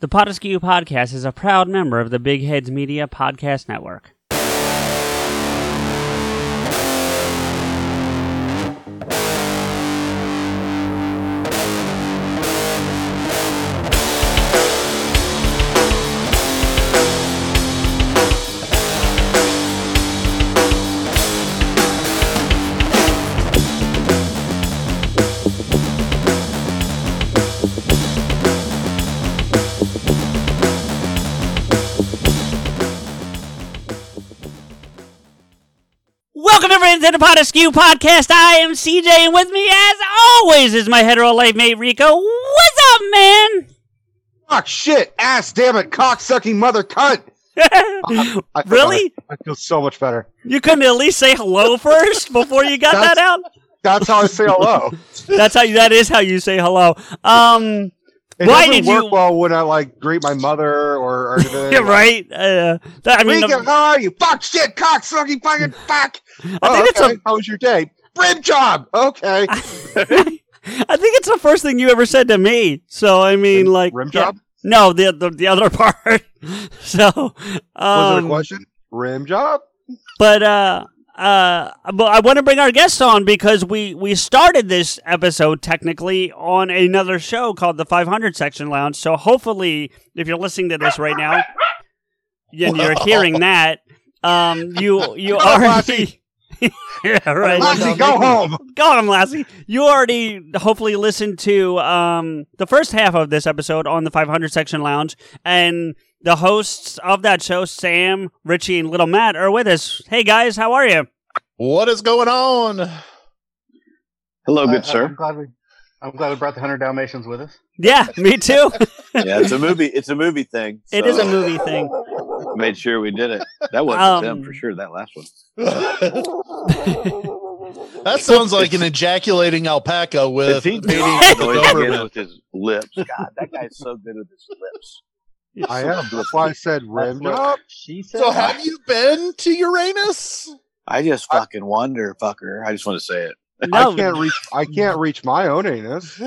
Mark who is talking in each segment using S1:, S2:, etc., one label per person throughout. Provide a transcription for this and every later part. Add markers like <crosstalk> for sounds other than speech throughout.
S1: The Podeskew Podcast is a proud member of the Big Heads Media Podcast Network. Welcome, everyone, to the Pod Askew Podcast. I am CJ, and with me, as always, is my hetero life mate Rico. What's up, man?
S2: Fuck shit, ass damn it, cock sucking mother cunt.
S1: <laughs>
S2: I- I feel
S1: Really?
S2: better. I feel so much better.
S1: You couldn't at least say <laughs> hello first before you got that
S2: That's-
S1: out?
S2: That's how I say
S1: <laughs>
S2: hello.
S1: That's how. That is how you say hello. Um,
S2: It
S1: Why
S2: doesn't
S1: did
S2: work
S1: you-
S2: well when I like greet my
S1: <laughs>
S2: mother or, or anything.
S1: yeah, right. Uh, that- I mean,
S2: Regan,
S1: the-
S2: how are you? Fuck shit, cock
S1: <laughs>
S2: sucking fucking fuck.
S1: I
S2: oh,
S1: think it's
S2: okay. How was your day? Brim job. Okay.
S1: I think it's the first thing you ever said to me. So I mean, like,
S2: Rim
S1: yeah.
S2: job?
S1: No, the, the the other <laughs> part. so, um,
S2: was it a question? Rim job.
S1: but uh uh but I want to bring our guest on because we we started this episode technically on another show called the 500 section lounge so hopefully if you're listening to this right now and you're hearing that um you you
S2: Go,
S1: already
S2: Lassie.
S1: <laughs> yeah right
S2: Lassie, go home.
S1: <laughs> Go on, Lassie. You already hopefully listened to um, the first half of this episode on the 500 Section Lounge, and the hosts of that show, Sam, Richie, and Little Matt, are with us. Hey guys, how are you?
S3: What is going on?
S4: Hello,
S5: I-
S4: good
S5: I- I'm
S4: sir.
S5: glad we, I'm glad we brought the Hunter Dalmatians with us.
S1: Yeah, me too.
S4: yeah, it's a movie. It's a movie thing.
S1: <laughs> it
S4: so
S1: is a movie thing.
S4: I Made sure we did it. That wasn't
S1: Um,
S4: them for sure. That last one.
S3: that sounds like an ejaculating alpaca
S4: Is
S3: with
S4: he beating
S1: the
S4: the noise
S3: Doberman.
S4: again with his lips? God, that guy's so good with his lips.
S2: I am. That's why I said rim
S5: That's
S2: job.
S5: what she said.
S3: So have you been to Uranus?
S4: I just
S1: Uh,
S4: fucking wonder, fucker. I just want to say it.
S2: <laughs> I
S1: No,
S2: can't reach. I can't reach my
S1: <laughs>
S2: own anus.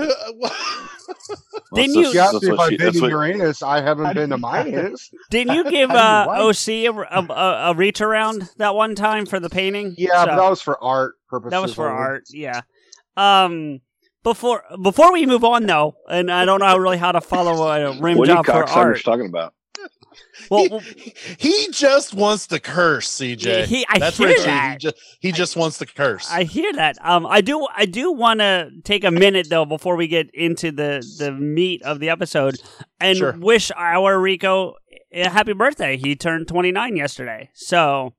S1: Didn't
S4: that's-
S1: you-
S2: She
S4: that's
S2: asked me if
S4: what she-
S2: I've been
S4: that's
S2: to
S4: what-
S2: Uranus. I haven't
S5: I-
S2: been
S1: <laughs>
S2: to my anus.
S1: didn't
S2: <laughs>
S1: you give
S5: How
S1: uh,
S5: do you
S1: OC a, a, a, a reach around that one time for the painting?
S2: Yeah,
S1: So-
S2: but that was for art purposes.
S1: that was for
S2: only.
S1: art yeah um before before we move on though and i don't know really how to follow a rim
S4: What are you
S1: job for
S4: cocksuckers
S1: art
S4: talking about?
S1: well well,
S3: he, he just wants to curse,
S1: he,
S3: CJ.
S1: i
S3: That's
S1: hear
S3: Richie. He
S1: that
S3: just, he just wants to curse.
S1: i hear that um i do i do want to take a minute though before we get into the the meat of the episode and
S3: Sure.
S1: wish our rico a happy birthday he turned 29 yesterday so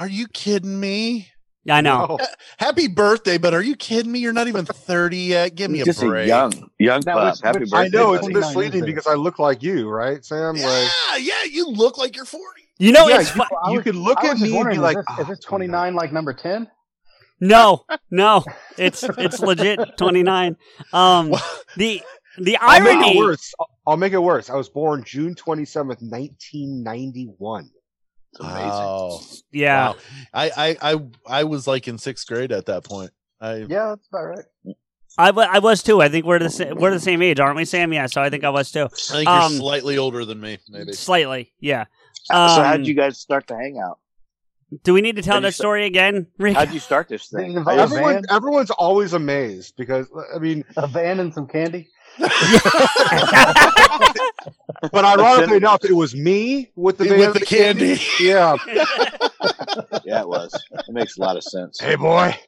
S3: are you kidding me?
S1: i know
S2: <laughs> No.
S3: Happy birthday, but are you kidding me? You're not even 30 yet. Give me a
S4: just
S3: break.
S4: a young, young
S5: That
S4: pup.
S5: was-
S4: Happy
S5: which-
S2: I
S4: birthday!
S2: know it's
S4: buddy.
S5: this-
S2: misleading because I look like you, right, Sam?
S3: yeah,
S2: Like,
S3: yeah, you look like you're 40.
S1: you know
S2: yeah,
S1: it's fu-
S5: I
S2: you
S5: was-
S2: could look
S5: I was
S2: at
S5: just
S2: me and
S5: wondering,
S2: be like,
S5: is this,
S2: "Oh,
S5: is this 29 like number 10?
S1: no no it's it's legit 29 um the the
S2: I'll make
S1: irony
S2: it worse. I'll- I'll make it worse. I was born June twenty seventh, nineteen ninety one.
S4: It's amazing.
S3: Oh,
S1: yeah
S3: wow. I, I, I, I was like in sixth grade at that point. I,
S5: Yeah, that's about right.
S1: I wa- I was too. I think we're the sa- we're the same age, aren't we, Sam? Yeah, so I think I was too,
S3: I think you're
S1: Um,
S3: slightly older than me, maybe.
S1: slightly. Yeah.
S4: so
S1: Um,
S4: how would you guys start the
S1: <laughs>
S4: hangout?
S1: Do we need to tell
S4: How'd you
S1: that
S4: sta-
S1: story again, Rick?
S4: How'd you start this thing?
S5: Did you
S4: I-
S5: invite-
S2: Everyone,
S5: man.
S2: everyone's always amazed because I mean,
S5: A van and some candy.
S2: <laughs> but ironically enough, it was me with the
S3: With
S2: band-
S3: the candy.
S2: <laughs> Yeah,
S4: yeah, it was. It makes a lot of sense.
S2: hey boy,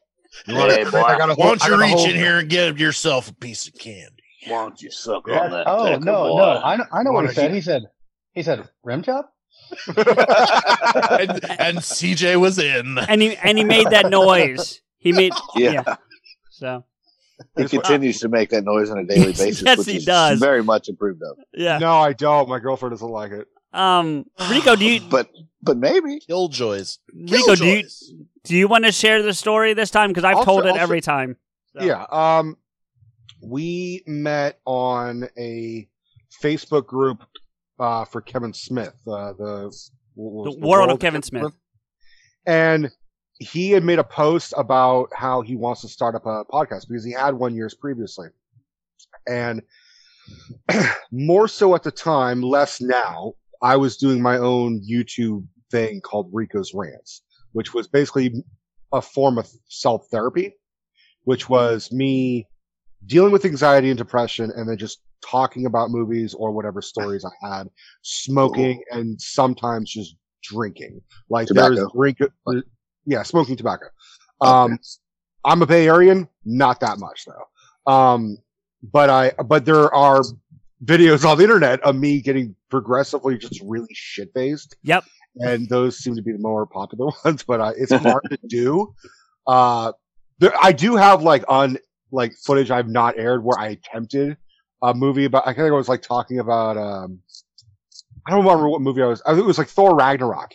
S2: You wanna-
S4: Hey, boy.
S2: I got a
S3: Why
S2: whole,
S3: don't you
S2: I got a
S3: reach
S2: whole-
S3: in here and get yourself a piece of
S2: <laughs>
S3: candy?
S4: Won't you suck
S2: Yeah.
S4: on that?
S5: Oh,
S4: dick,
S5: no,
S4: boy?
S5: no. I know, I know what
S2: Why
S5: he said. He said, he said, rim job?
S3: And, and CJ was in.
S1: and he and he made that noise. He made yeah.
S4: Yeah.
S1: So
S4: He
S2: That's what-
S4: continues to make that noise on a <laughs> daily basis,
S1: Yes,
S4: which
S1: he
S4: is
S1: does.
S4: very much approved of.
S1: Yeah.
S2: No, I don't. My girlfriend doesn't like it.
S1: Um, Rico, do you
S4: But but <laughs> maybe
S3: Killjoys.
S1: Rico, do you
S3: Killjoys.
S1: do you want to share the story this time? Because I've
S2: I'll
S1: told
S2: share-
S1: it
S2: I'll
S1: every time. So-
S2: Yeah. Um, we met on a Facebook group uh, for Kevin Smith, uh, the, what
S1: The
S2: was it,
S1: world, of Kevin Smith.
S2: and he had made a post about how he wants to start up a podcast because he had one years previously and <clears throat> more so at the time less now i was doing my own youtube thing called rico's rants which was basically a form of self-therapy which was me dealing with anxiety and depression and then just talking about movies or whatever stories i had smoking and sometimes just drinking like there's
S4: Tobacco.
S2: drink yeah smoking tobacco um i'm a bay Area, not that much though um but i but there are videos on the internet of me getting progressively just really shit faced
S1: Yep.
S2: and those seem to be the more popular <laughs> ones but uh, it's hard to do uh there, i do have like on like footage i've not aired where i attempted a movie about i think i was like talking about um i don't remember what movie i was i think it was like thor ragnarok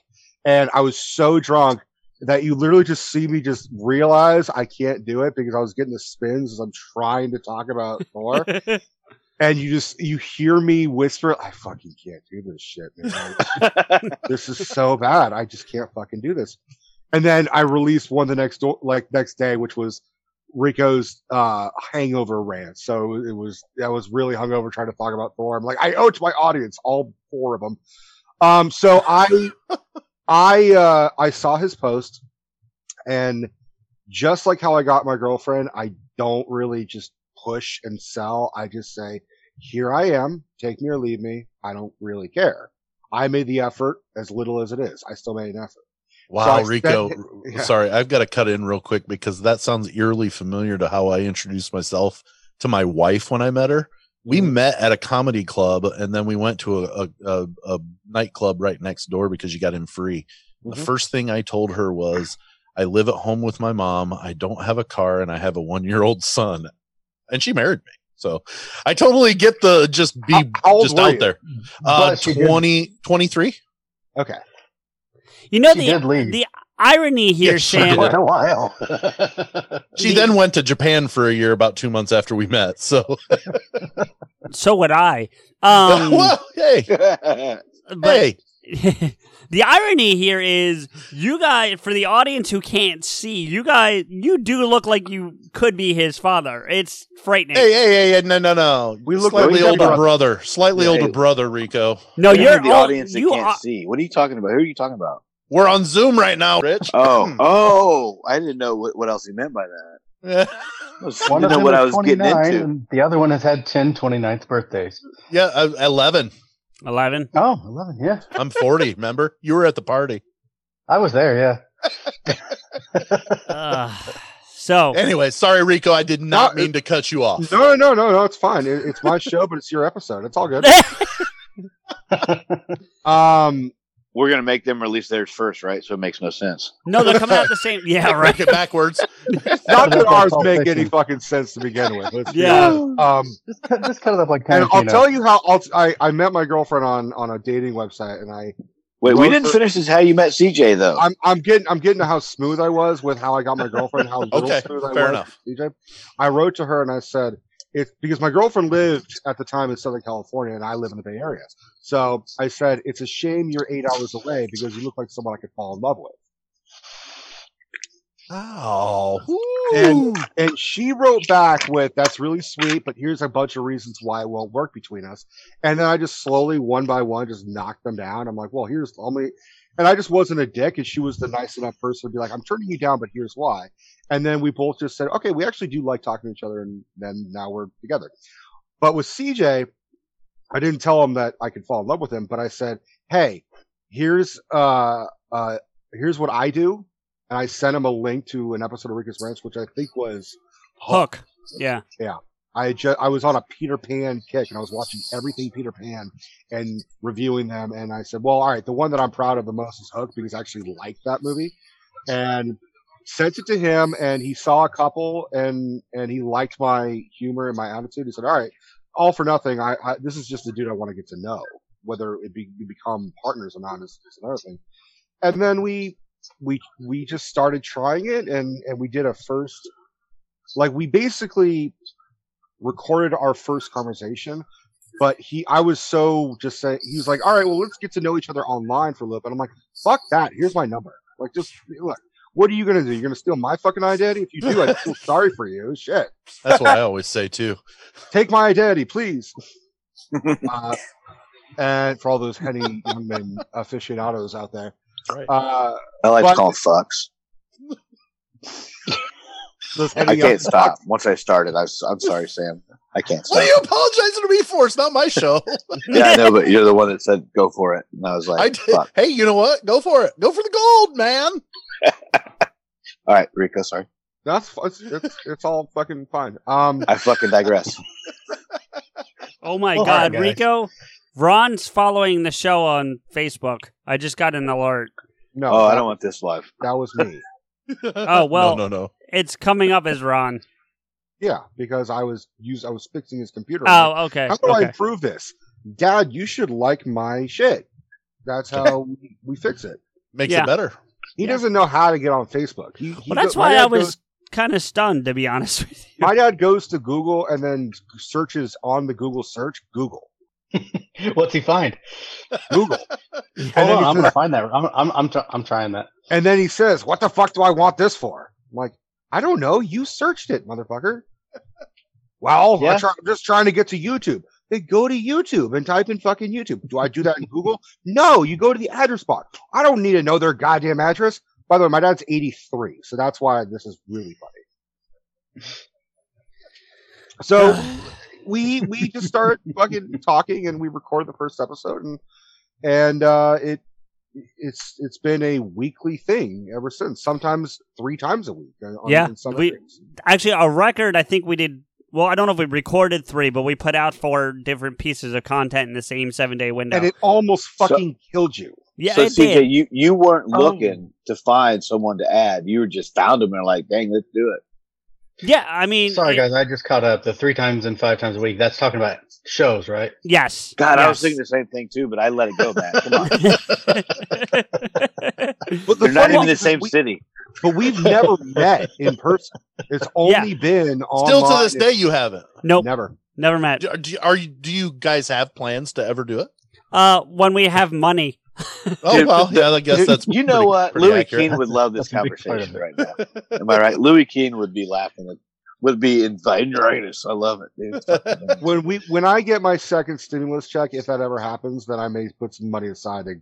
S2: and i was so drunk that you literally just see me just realize I can't do it because I was getting the spins as I'm trying to talk about
S1: <laughs>
S2: Thor, and you just you hear me whisper, "I fucking can't do this shit, man. Like, this is so bad. I just can't fucking do this." And then I released one the next door, like next day, which was Rico's uh hangover rant. So it was I was really hungover trying to talk about Thor. I'm like, I owe it to my audience, all four of them. Um, so I. I uh, I saw his post, and just like how I got my girlfriend, I don't really just push and sell. I just say, "Here I am. Take me or leave me. I don't really care. I made the effort, as little as it is. I still made an effort." So I
S3: Wow,
S2: said-
S3: Rico.
S2: <laughs> Yeah.
S3: Sorry, I've got to cut in real quick because that sounds eerily familiar to how I introduced myself to my wife when I met her. We
S2: Mm.
S3: met at a comedy club and then we went to a, a, a, a nightclub right next door because you got in free. The
S2: Mhm.
S3: first thing I told her was, I live at home with my mom. I don't have a car and I have a one year old son. And she married me. So I totally get the just be
S2: How- how old
S3: just
S2: were
S3: out
S2: you?
S3: there. Uh,
S5: But she did-
S3: 20, 23?
S2: Okay.
S1: You know
S5: She
S1: the
S5: did leave.
S1: the irony here,
S3: Yes, she
S1: Sam.
S3: did.
S5: Quite a while. <laughs>
S3: She then went to Japan for a year about two months after we met. So,
S1: So would I. Um,
S3: <laughs> well, hey,
S1: but
S3: hey,
S1: <laughs> the irony here is you guys for the audience who can't see you guys you do look like you could be his father it's frightening
S3: hey, hey, hey, hey, no, no, no.
S2: We look like we
S3: slightly
S2: got
S3: older
S2: brother.
S3: brother, slightly
S4: Yeah,
S3: older
S4: hey.
S3: brother, Rico.
S1: no
S4: You
S1: you're
S4: mean the
S1: all-
S4: audience that
S1: you
S4: can't
S1: are-
S4: see. What are you talking about? Who are you talking about?
S3: We're on Zoom right now, Rich.
S4: <clears throat> Oh, oh! I didn't know what, what else he meant by that.
S3: <clears throat> yeah,
S4: I was-
S5: One
S4: didn't
S5: of
S4: know
S5: them
S4: what I
S5: was
S4: was getting
S5: 29,
S4: into.
S5: and the other one has had 10 29th birthdays.
S3: I- uh, eleven.
S1: 11
S5: Oh, 11, yeah.
S3: I'm forty. remember, you were at the party.
S5: I was there, yeah.
S1: Ugh. so
S3: Anyway, sorry, Rico. I did not
S2: No,
S3: mean to cut you off.
S2: No, no, no, no. It's fine. It, it's my show, but it's your episode. It's all good. um,
S4: We're gonna make them release theirs first, right? So it makes no sense.
S1: no they're coming out the same <laughs> yeah right
S3: Work it backwards.
S2: not that ours
S5: Pulp
S2: make any
S5: Fiction.
S2: fucking sense to begin with. Let's be
S1: Yeah.
S2: honest. Um,
S5: Just cut, just cut it up like
S2: and I'll
S5: Tarantino.
S2: tell you how I'll, I I met my girlfriend on on a dating website, and I
S4: Wait, we
S2: Both
S4: didn't
S2: are-
S4: finish this. How you met CJ though?
S2: I'm I'm getting I'm getting to how smooth I was with how I got my girlfriend,
S3: <laughs>
S2: how little
S3: Okay,
S2: smooth I
S3: fair
S2: was.
S3: enough.
S2: DJ. I wrote to her and I said it's because my girlfriend lived at the time in Southern California and I live in the Bay Area. So I said it's a shame you're eight hours away because you look like someone I could fall in love with.
S3: Oh,
S2: And and she wrote back with that's really sweet, but here's a bunch of reasons why it won't work between us. And then I just slowly one by one just knocked them down. I'm like, well, here's the only and I just wasn't a dick and she was the nice enough person to be like, I'm turning you down, but here's why. And then we both just said, Okay, we actually do like talking to each other and then now we're together. But with CJ, I didn't tell him that I could fall in love with him, but I said, Hey, here's uh uh here's what I do and I sent him a link to an episode of Rico's Ranch, which I think was
S1: hook yeah
S2: I ju- I was on a Peter Pan kick, and I was watching everything Peter Pan and reviewing them. And I said, "Well, all right, the one that I'm proud of the most is Hook because I actually like that movie." And sent it to him, and he saw a couple, and and he liked my humor and my attitude. He said, "All right, all for nothing. I, I this is just a dude I want to get to know. Whether it be we become partners or not is, is another thing." And then we we we just started trying it, and and we did a first, like we basically recorded our first conversation. But he, I was so just saying, he was like, all right, well, let's get to know each other online for a little bit. I'm like, fuck that. Here's my number. Like, just look, what are you going to do? You're going to steal my fucking identity? If you do, I
S4: <laughs>
S2: feel sorry for you. Shit.
S3: That's what I always say too.
S2: Take my identity,
S4: <laughs>
S2: please. uh, and for all those henny young men aficionados out there.
S3: Right.
S2: Uh,
S4: I like
S2: But-
S4: to call 'em fucks.
S2: those
S4: I
S2: henny young-
S4: can't stop. Once I started, I was, I'm sorry, Sam. I can't
S3: What
S4: stop.
S3: are you apologizing to me for? It's not my show.
S4: yeah, I know, but you're the one that said go for it, and I was like,
S3: I did.
S4: fuck.
S3: Hey, you know what? Go for it. Go for the gold, man.
S4: All right, Rico, sorry.
S2: <laughs> That's, fu- it's, it's, it's all fucking fine. Um,
S4: I fucking
S1: <laughs>
S4: digress.
S1: Oh my
S3: All
S1: God,
S3: right, guys.
S1: Rico! Ron's following the show on Facebook. I just got an alert.
S2: no,
S4: Oh, I
S2: that-
S4: don't want this live.
S2: that was me.
S1: Oh, well.
S3: No, no, no.
S1: It's coming up as Ron.
S2: Yeah, because I was used, I was fixing his computer.
S1: Oh, okay.
S2: how do I
S1: okay.
S2: improve this? Dad, you should like my shit. That's how we, we fix it.
S3: Makes
S1: Yeah.
S3: it better.
S2: He doesn't know how to get on Facebook. He, he
S1: Well, that's
S2: go- my
S1: why
S2: dad
S1: I was
S2: goes-
S1: kind of stunned, to be honest with you.
S2: my dad goes to Google and then searches on the Google search Google.
S5: What's he find?
S2: Google.
S1: <laughs>
S5: I
S2: Hold on,
S5: am
S2: I'm
S5: gonna
S2: gonna-
S5: find that. I'm I'm I'm, try- I'm trying that.
S2: and then he says, What the fuck do I want this for? I'm like, I don't know. You searched it, motherfucker. Well, I
S5: Yeah.
S2: try- I'm just trying to get to YouTube. They go to YouTube and type in fucking YouTube. Do I do that in Google? No, you go to the address bar. I don't need to know their goddamn address. By the way, my dad's 83, so that's why this is really funny. So
S1: <sighs>
S2: we we just start fucking talking and we record the first episode and and uh it it's it's been a weekly thing ever since sometimes three times a week uh, on,
S1: Yeah,
S2: in some
S1: we-
S2: things.
S1: Actually, our record, I think we did. Well, I don't know if we recorded three, but we put out four different pieces of content in the same seven day window.
S2: and it almost fucking killed you
S1: yeah,
S4: so
S1: it
S4: CJ,
S1: did. Um,
S4: you you weren't
S5: Oh.
S4: looking to find someone to add. You were just found them and like, dang, let's do it.
S1: Yeah, I mean,
S5: Sorry
S1: it-
S5: guys, I just caught up. The three times and five times a week. That's talking about shows, right?
S1: Yes.
S4: God, I was
S1: yes.
S4: thinking the same thing too, but I let it go, man. Come
S1: <laughs>
S4: on,
S2: but
S4: they're not
S2: funny
S4: even the
S2: is
S4: same
S2: we,
S4: city.
S2: but we've never met in person it's only been on
S3: Still to this day, you haven't.
S2: <laughs>
S1: nope,
S2: never
S1: never met.
S3: <laughs> Do, are- do, are you? Do you guys have plans to ever do it?
S1: Uh, when we have money,
S3: Oh
S4: Dude,
S3: well, yeah. I guess
S4: Dude,
S3: that's
S4: you know
S3: pretty-
S4: what?
S3: pretty
S4: Louis
S3: accurate.
S4: Keane would
S3: <laughs>
S4: love this
S5: That's a big part of
S4: conversation right now. Am I right? Louis Keane would be laughing. At, would be inviting us. I love it, dude. It's
S3: <laughs>
S4: fucking amazing.
S2: when we when i get my second stimulus check if that ever happens then i may put some money aside to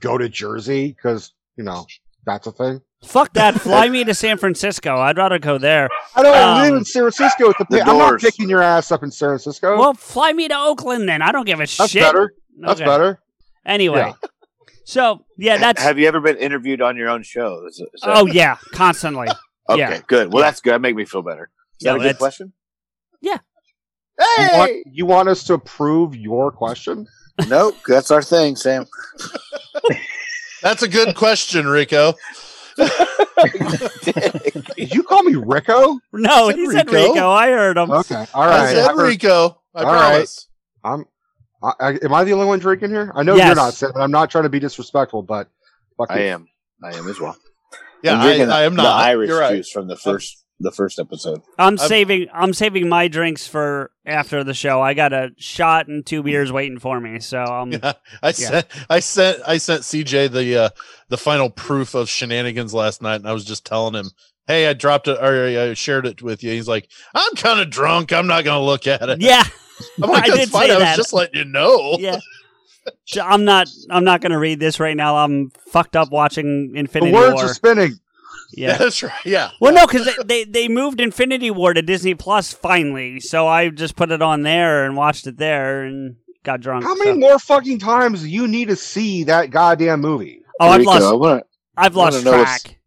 S2: go to jersey because you know that's a thing
S1: fuck that. Fly me to San Francisco. I'd rather go there.
S2: I don't
S1: Um,
S2: live in San Francisco. It's a
S4: the
S2: pa- I'm not
S4: Doors.
S2: picking your ass up in San Francisco.
S1: Well, fly me to Oakland then. I don't give a
S2: Oh. that's
S1: shit.
S2: better. That's
S1: Okay.
S2: better.
S1: Anyway, so yeah, that's.
S4: Have you ever been interviewed on your own show? Is it- is that-
S1: oh yeah, constantly.
S4: okay,
S1: Oh, yeah.
S4: good. Well, that's good. That make me feel better. Is
S1: No,
S4: that a good
S1: that's-
S4: question?
S2: You want, you want us to approve your question?
S4: nope, that's our
S1: <laughs>
S4: thing, Sam.
S3: That's a good
S4: <laughs>
S3: question, Rico.
S2: Did you call
S1: <laughs>
S2: me Rico?
S1: No,
S3: Said
S1: he said
S3: Rico.
S1: Rico. I heard him.
S2: Okay. All
S3: I
S2: right.
S3: said
S2: I heard-
S3: Rico. I
S2: All
S3: promise.
S2: I'm, I, I, am I the only one drinking here? I know
S1: Yes.
S2: you're not, Sam. and I'm not trying to be disrespectful, but fuck
S4: I
S2: you.
S4: am. I am as well.
S3: Yeah,
S4: I'm drinking
S3: I, I am
S4: the
S3: not.
S4: Irish
S3: You're right.
S4: juice from the first the first episode.
S1: I'm
S3: I've-
S1: saving. I'm saving my drinks for after the show. I got a shot and two beers waiting for me. So um,
S3: <laughs> Yeah, I sent I sent I sent CJ the uh the final proof of shenanigans last night, and I was just telling him, "Hey, I dropped it or I shared it with you." He's like, "I'm kind of drunk. I'm not gonna look at
S1: <laughs>
S3: it."
S1: yeah,
S3: I'm like,
S1: I
S3: "That's
S1: did
S3: fine.
S1: say
S3: I was
S1: that.
S3: just letting you know."
S1: yeah. So I'm not. I'm not going to read this right now. I'm fucked up watching
S2: The
S1: Infinity
S2: words
S1: War.
S2: are spinning.
S1: yeah.
S3: <laughs> that's right. Yeah,
S1: Well, no, because they, they they moved Infinity War to Disney Plus finally. So I just put it on there and watched it there and got drunk.
S2: How many
S1: Um, so-
S2: more fucking times do you need to see that goddamn movie?
S1: Oh, I've
S4: Rico, I
S1: lost.
S4: wanna-
S1: I've
S4: wanna
S1: lost
S4: know what's-
S1: track.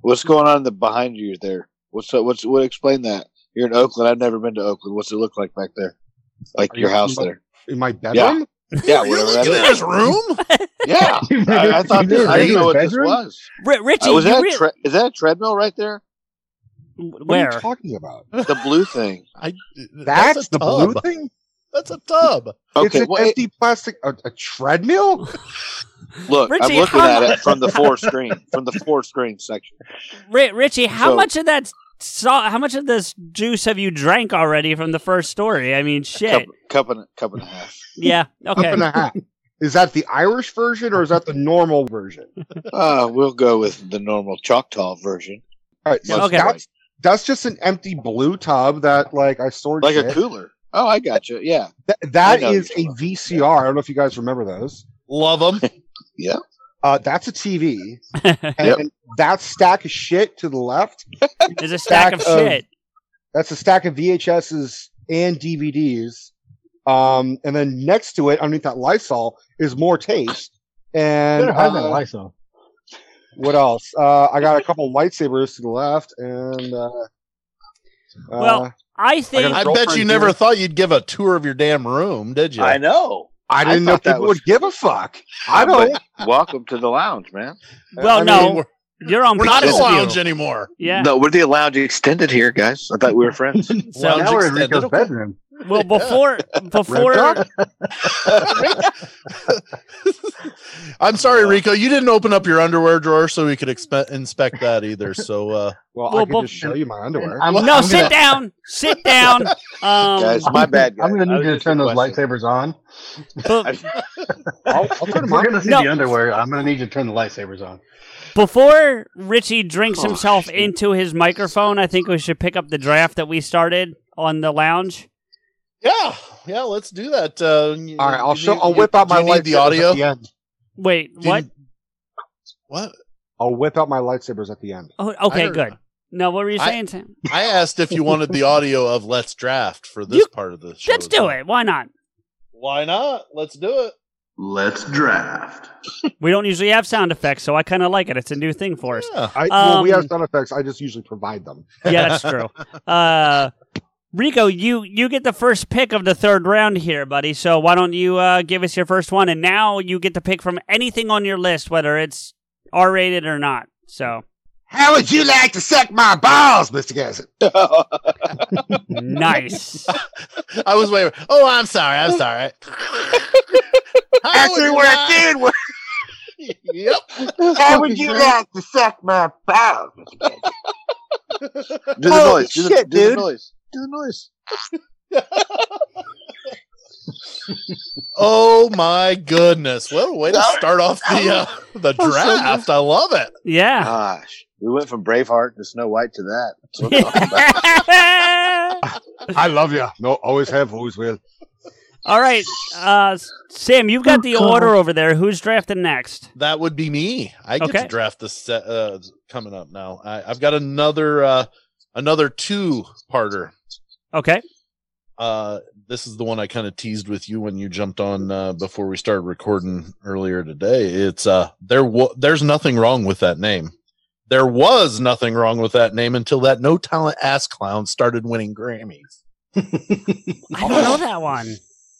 S4: what's going on in the behind you there? What's that, what's what? Explain that. You're in Oakland. I've never been to Oakland. What's it look like back there? Like
S2: Are
S4: your
S2: you-
S4: house there?
S2: <laughs> In my bedroom?
S4: Yeah,
S3: You're
S4: whatever that
S3: looking at
S4: is.
S3: his room?
S4: <laughs> Yeah, I,
S2: <laughs>
S4: I thought this, I didn't know what this was.
S1: R- Richie,
S4: Uh, was
S1: you
S4: that a
S1: re-
S4: tre- is that a treadmill right there?
S2: What are
S1: where?
S2: you talking about?
S4: The blue thing.
S3: I,
S2: That's,
S3: a
S2: the
S3: tub.
S2: blue thing.
S3: That's a tub.
S2: it's
S4: Okay,
S2: an
S4: well,
S2: empty plastic. A, a
S1: <laughs>
S2: treadmill?
S4: it- look, I'm
S1: Richie,
S4: looking
S1: how-
S4: at it from the four screen, from the four screen section.
S1: Ri- Richie, how
S4: So-
S1: much of that salt, how much of this juice have you drank already from the first story? I mean,
S4: Cup,
S1: shit.
S4: cup and cup and a half.
S1: Yeah.
S2: Up
S1: Okay.
S2: and a half. Is that the Irish version or is that the normal version?
S4: Uh, we'll go with the normal Choctaw version.
S2: All right, so
S1: Yeah, okay.
S2: that's that's just an empty blue tub that like I stored
S4: Like a
S2: shit.
S4: cooler. Oh, I got you. Yeah,
S2: Th- that
S4: I know
S2: is
S4: you're
S2: a
S4: talking about.
S2: VCR. I don't know if you guys remember those.
S4: <laughs>
S3: Love them.
S2: Uh, that's a TV, and
S4: Yep.
S2: that stack of shit to the left.
S1: There's a stack of
S2: Stack of-
S1: shit.
S2: That's a stack of VHSs and DVDs. Um, and then next to it, underneath that Lysol, is more tapes. And
S5: Better hide that
S2: uh,
S5: Lysol.
S2: what else? Uh, I got a couple lightsabers to the left, and uh,
S1: Well,
S2: uh,
S1: I think.
S2: gotta-
S3: I bet you
S2: Girlfriend
S3: never
S2: here.
S3: thought you'd give a tour of your damn room, did you?
S4: I know.
S2: I didn't know
S4: I thought that
S2: people
S4: was-
S2: would give a fuck. I don't.
S4: But Welcome to the lounge, man.
S1: well,
S2: I
S1: no,
S2: mean,
S3: we're,
S1: you're on
S3: we're not in
S1: pay-per-view.
S4: Pixel
S1: <laughs>
S3: lounge anymore.
S4: <laughs>
S1: Yeah.
S4: No, we're the lounge extended here, guys. I thought we
S1: <laughs>
S4: were friends.
S1: So-
S3: Lounge
S5: now we're in
S3: extended,
S5: Rico's
S3: okay.
S5: bedroom.
S1: Well, before before
S2: Red
S3: <laughs> I'm sorry, Rico. You didn't open up your underwear drawer so we could expe- inspect that either.
S2: <laughs>
S3: So uh,
S2: Well,
S1: Well,
S2: I can
S1: but-
S2: just show you my underwear.
S5: I'm,
S1: no,
S5: I'm
S1: sit
S5: gonna-
S1: down, sit down. Um,
S4: guys, my bad. Guys.
S5: I'm going to
S4: I was
S5: need you to
S4: just
S5: turn those
S4: requesting.
S5: lightsabers on.
S1: but
S4: <laughs>
S2: I'll, I'll turn
S5: If
S2: them
S5: we're
S2: on.
S5: going to see
S1: No.
S5: the underwear. I'm going to need you to turn the lightsabers on.
S1: before Richie drinks
S4: Oh,
S1: himself
S4: shit.
S1: into his microphone, I think we should pick up the draft that we started on the lounge.
S3: yeah, yeah, let's do that. Uh, you-
S2: All right, I'll
S3: you
S2: show.
S3: need-
S2: I'll
S3: you-
S2: whip out
S3: do
S2: my
S3: you need
S2: lightsabers
S3: the audio.
S2: at the end.
S1: Wait,
S3: Do you-
S1: what?
S3: What?
S2: I'll whip out my lightsabers at the end.
S1: Oh,
S3: I
S1: okay,
S3: heard-
S1: good. No, what were you
S3: I-
S1: saying, Sam?
S3: I asked if you
S1: <laughs>
S3: wanted the audio of Let's Draft for this
S1: You-
S3: part of the show.
S1: Let's do it. Why not?
S3: Why not? Let's do it.
S4: Let's <laughs> draft.
S1: We don't usually have sound effects, so I kind of like it. It's a new thing for us.
S3: Yeah.
S2: I, well, we
S1: Um,
S2: have sound effects. I just usually provide them.
S1: yeah, that's true. Uh, Rico, you you get the first pick of the third round here, buddy. So why don't you uh, give us your first one? And now you get to pick from anything on your list, whether it's R rated or not. So
S2: How would you like to suck my balls, Mister Gassett?
S1: nice.
S3: I was waiting. Oh, I'm sorry. I'm <laughs> sorry. How would you like-
S2: doing,
S3: <laughs> Yep.
S2: how would you like to suck my balls?
S4: Do the
S2: Holy
S4: noise. Do,
S2: shit,
S4: the, do the
S2: dude.
S4: noise. Do the noise.
S3: Oh my goodness! What a way to start off the uh, the draft. I love it.
S1: Yeah.
S4: Gosh, we went from Braveheart to Snow White to that. That's what I'm talking about.
S1: All
S2: I love you. No, always have, always will.
S1: <laughs> right, uh, Sam, you've got the order over there. Who's drafting next?
S3: That would be me. I get
S1: Okay.
S3: to draft this set, uh, coming up now. I, I've got another uh, another two parter.
S1: Okay.
S3: Uh, this is the one I kind of teased with you when you jumped on uh, before we started recording earlier today. It's uh, there. Wa- there's nothing wrong with that name. There was nothing wrong with that name until that no talent ass clown started winning Grammys.
S1: I don't know that one.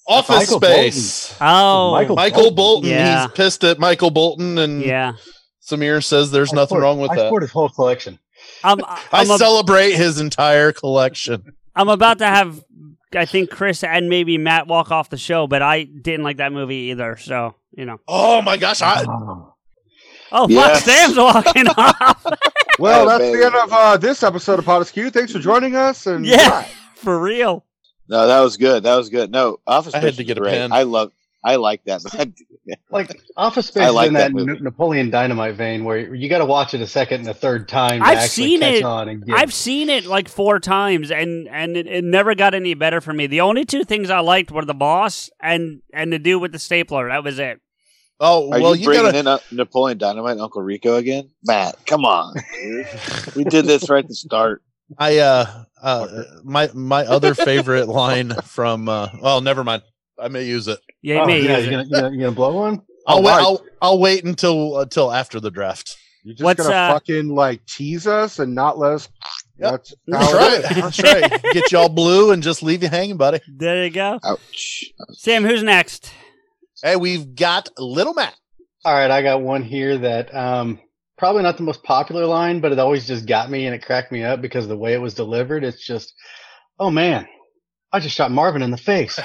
S3: Office
S5: Michael
S3: Space.
S1: Oh,
S5: Michael-
S3: Michael Bolton.
S1: Yeah.
S3: He's pissed at Michael Bolton, and
S1: yeah.
S3: Samir says there's nothing wrong with
S5: I
S3: that.
S5: scored his whole collection.
S1: <laughs> I'm,
S3: I
S1: I'm a-
S3: celebrate his entire collection.
S1: I'm about to have, I think Chris and maybe Matt walk off the show, but I didn't like that movie either. So you know.
S3: Oh my gosh! I,
S5: Oh.
S1: Oh,
S4: Yes.
S1: fuck, Sam's walking <laughs> off
S2: Well,
S4: Oh,
S2: that's
S4: baby.
S2: the end of uh, this episode of Pot Askew. Thanks for joining us. And
S1: Yeah. for real.
S4: No, that was good. That was good. No, Office
S3: I
S4: Space
S3: had to
S4: was
S3: get a
S4: great.
S3: pen.
S4: I love. I like that.
S5: Like Office
S4: I
S5: Space
S4: like
S5: is in
S4: that
S5: that,
S4: movie.
S5: Na- Napoleon Dynamite vein where you got to watch it a second and a third time to
S1: I've
S5: actually
S1: seen
S5: catch
S1: it.
S5: on and get.
S1: I've seen it like four times, and and it, it never got any better for me. The only two things I liked were the boss and and the dude with the stapler. That was it.
S3: oh
S4: Are
S3: well,
S4: you
S3: you,
S4: bringing
S3: gotta.
S4: in uh, Napoleon Dynamite, and Uncle Rico again? Matt, come on. dude. we did this right at the start.
S3: I uh, uh, my my
S5: <laughs>
S3: other favorite line from. Uh, well, never mind. I may use it.
S1: Yeah,
S5: Oh,
S1: me.
S5: yeah,
S1: is
S5: you're
S1: it.
S5: gonna, you're gonna, you gonna blow one.
S3: I'll
S2: All
S3: wait.
S2: right.
S3: I'll, I'll wait until until after the draft.
S2: You're just
S1: What's,
S2: gonna
S1: uh,
S2: fucking like tease us and not let us.
S3: Yep.
S2: That's
S3: That's
S2: how it
S3: right.
S2: is.
S3: That's right. Get y'all blue and just leave you hanging, buddy.
S1: There you go.
S4: Ouch.
S3: <laughs>
S1: Sam, who's next?
S3: Hey, we've got
S5: <laughs>
S3: Little Matt.
S5: All right, I got one here that um, probably not the most popular line, but it always just got me and it cracked me up because the way it was delivered, it's just, oh man, I just shot Marvin in
S1: <laughs>
S5: the face.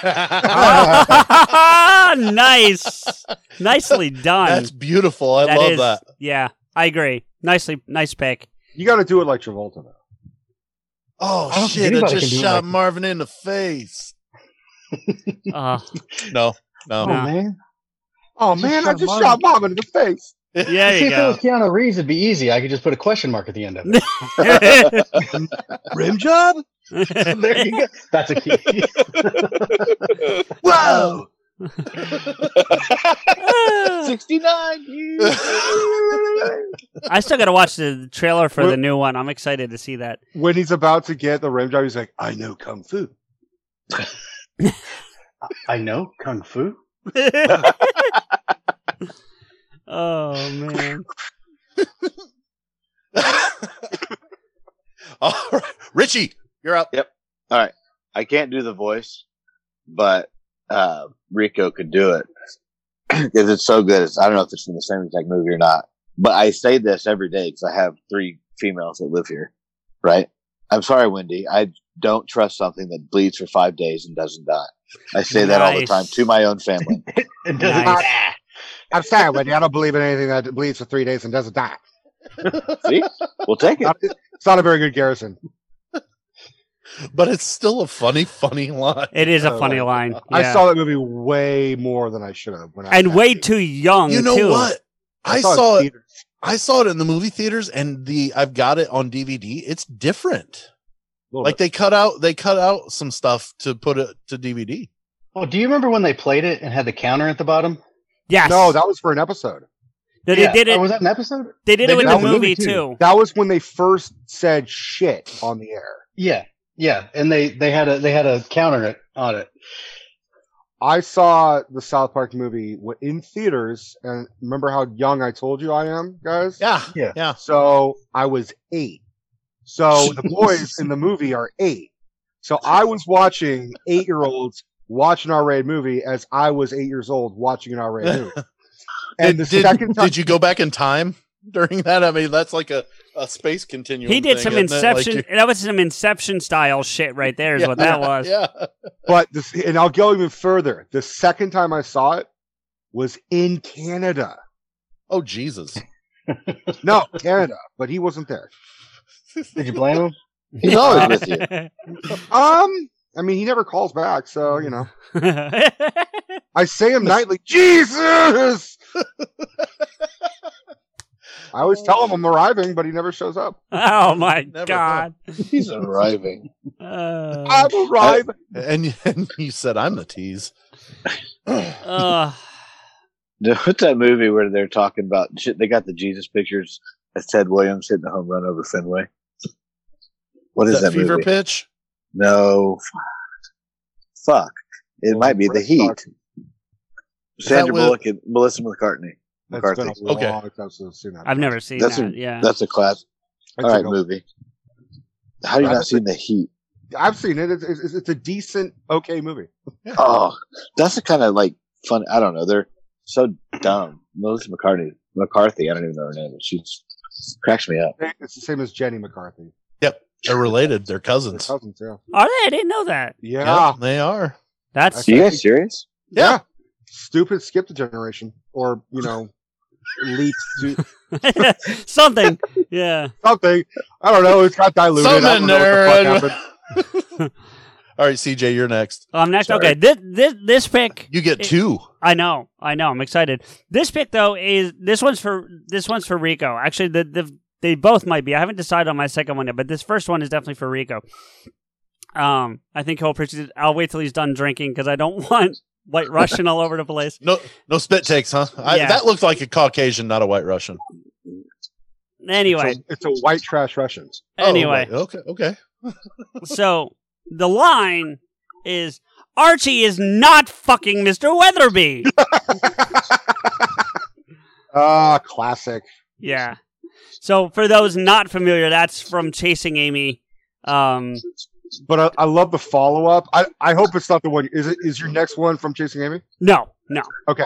S1: nice, nicely done.
S3: <laughs> That's beautiful. I
S1: That
S3: love
S1: is-
S3: that.
S1: Yeah, I agree. Nicely, nice pick.
S2: You got to do it like Travolta. Though.
S5: I
S3: Oh
S5: don't
S3: shit!
S5: think
S3: I
S5: anybody can
S3: just
S5: do it
S3: shot
S5: like-
S3: Marvin in the face.
S1: Uh,
S5: Oh
S3: No, no.
S1: Nah.
S5: man,
S2: Oh
S5: I just
S2: man, I
S5: shot
S2: just
S5: mine.
S2: shot mom in the face.
S1: there
S5: see
S1: you
S5: if it
S1: go. <laughs>
S3: <laughs>
S5: was Keanu Reeves, it'd be easy. I could just put a question mark at the end of it.
S2: Rim job?
S5: there you go. <laughs> That's a key.
S2: Whoa!
S1: Ah,
S4: 69.
S1: I still got to watch the trailer for
S2: Well-
S1: the new one. I'm excited to see
S3: <laughs>
S1: that.
S2: when he's about to get the rim job, he's like, "I know kung fu."
S5: I know kung fu.
S1: oh man,
S3: <laughs> All right. Richie, you're up.
S4: I can't do the voice, but uh, Rico could do it <clears throat> because it's so good. It's, I don't know if it's from the same exact movie or not, but I say this every day because I have three females that live here, right? I'm sorry, Wendy. I don't trust something that bleeds for five days and doesn't die. I say that all the
S1: Nice.
S4: time to my own family.
S5: It doesn't.
S1: Nice.
S5: Ah,
S2: I'm sorry, Wendy. I don't believe in anything that bleeds for three days and doesn't die.
S4: See, we'll take it.
S2: Not- It's not a very good garrison.
S3: But it's still a funny, funny line.
S1: it is a
S2: Oh,
S1: funny line.
S2: I
S1: Yeah.
S2: saw that movie way more than I should have. When I
S1: and way too young.
S3: You know
S1: too.
S3: what? I saw
S2: in
S3: it.
S2: theaters.
S3: I saw it in the movie theaters, and the I've got it on DVD. It's different.
S2: Little
S3: Like
S2: bit.
S3: they cut out they cut out some stuff to put it to DVD.
S5: Well, Oh, do you remember when they played it and had the counter at the bottom?
S1: Yes.
S2: no, that was for an episode.
S1: No, they
S5: Yeah.
S1: did
S5: Or
S1: it.
S5: was that an episode?
S1: They did it
S3: they
S1: in
S3: did
S1: the
S2: it in the
S1: movie
S2: movie,
S1: too.
S2: That was when they first said shit on the air.
S5: Yeah, yeah. And they they had a they had a counter it, on it.
S2: I saw the South Park movie w- in theaters, and remember how young I told you I am, guys?
S3: Yeah,
S5: Yeah.
S3: yeah.
S2: So I was eight. So the boys in the movie are eight. So I was watching eight year olds watch an R rated movie as I was eight years old watching an R rated
S3: <laughs>
S2: movie. And the
S3: did, did-
S2: second time,
S3: did you go back in time during that? I mean, that's like a, a space continuum.
S1: He did
S3: thing,
S1: some
S3: isn't it? Like
S1: Inception.
S3: you-
S1: that was some Inception style shit right there. Is what that was.
S3: <laughs> Yeah.
S2: but this, and I'll go even further. The second time I saw it was in Canada.
S3: Oh Jesus.
S2: No, Canada, but he wasn't there.
S5: Did you blame him?
S4: He's always with you.
S2: Um, I mean, he never calls back, so you know. I say him nightly, Jesus. I always tell him I'm arriving, but he never shows up.
S1: <laughs> oh my
S3: <laughs> Never.
S1: god.
S4: He's arriving.
S1: Uh,
S2: I'm arriving.
S3: And, and you said I'm the tease.
S1: uh,
S4: What's that movie where they're talking about? Shit, they got the Jesus pictures. That's Ted Williams hitting a home run over Fenway. What is,
S3: that,
S4: that,
S3: fever
S4: movie?
S3: pitch?
S4: No, fuck. fuck. It might be the
S2: Red
S4: Heat.
S2: Sox.
S4: Sandra
S3: Is that
S4: Bullock and Melissa McCartney.
S2: That's been a
S4: McCarthy.
S2: long
S3: Okay.
S2: time since I've seen that.
S1: I've never seen
S4: That's a-
S1: that. yeah.
S4: That's a class.
S2: It's
S4: All right,
S2: a-
S4: movie. How do you
S2: Right.
S4: not seen the Heat?
S2: I've seen it. It's, it's, it's a decent, okay movie.
S4: Oh, that's the kind of like fun. I don't know. They're so dumb. Melissa McCartney, McCarthy. I don't even know her name. But she cracks me up.
S2: It's the same as Jenny McCarthy.
S3: They're related. They're
S2: Her
S3: cousins.
S2: cousins, yeah.
S1: Are they? Oh, I didn't know that.
S2: Yeah.
S3: Yep, they are.
S1: That's
S4: Are you guys serious?
S3: Yeah.
S2: Yeah. Stupid skipped a generation, or you know, leaped to
S1: <laughs> something. Yeah.
S2: something. I don't know. It's got diluted. I don't
S3: Something
S2: know what the fuck
S3: nerd.
S2: happened.
S3: <laughs> All right, CJ, you're next.
S1: Um. Next.
S4: Sorry.
S1: Okay. This this this pick.
S3: You get
S1: It-
S3: two.
S1: I know, I know. I'm excited. This pick though is this one's for this one's for Rico. Actually, the, the they both might be. I haven't decided on my second one yet, but this first one is definitely for Rico. Um, I think he'll appreciate it. I'll wait till he's done drinking because I don't <laughs> want white Russian all over the place.
S3: No, no spit takes, huh? I,
S1: Yeah.
S3: That looked like a Caucasian, not a white Russian.
S1: Anyway,
S2: It's a- it's a white trash Russians.
S3: Oh,
S1: anyway,
S3: right. okay, okay. <laughs>
S1: so the line is Archie is not fucking Mr.
S3: <laughs>
S1: Weatherby.
S2: <laughs> Ah, classic.
S1: Yeah. So for those not familiar, that's from Chasing Amy. Um,
S2: But I, I love the follow up. I, I hope it's not the one. Is it? Is your next one from Chasing Amy?
S1: no, No.
S2: Okay.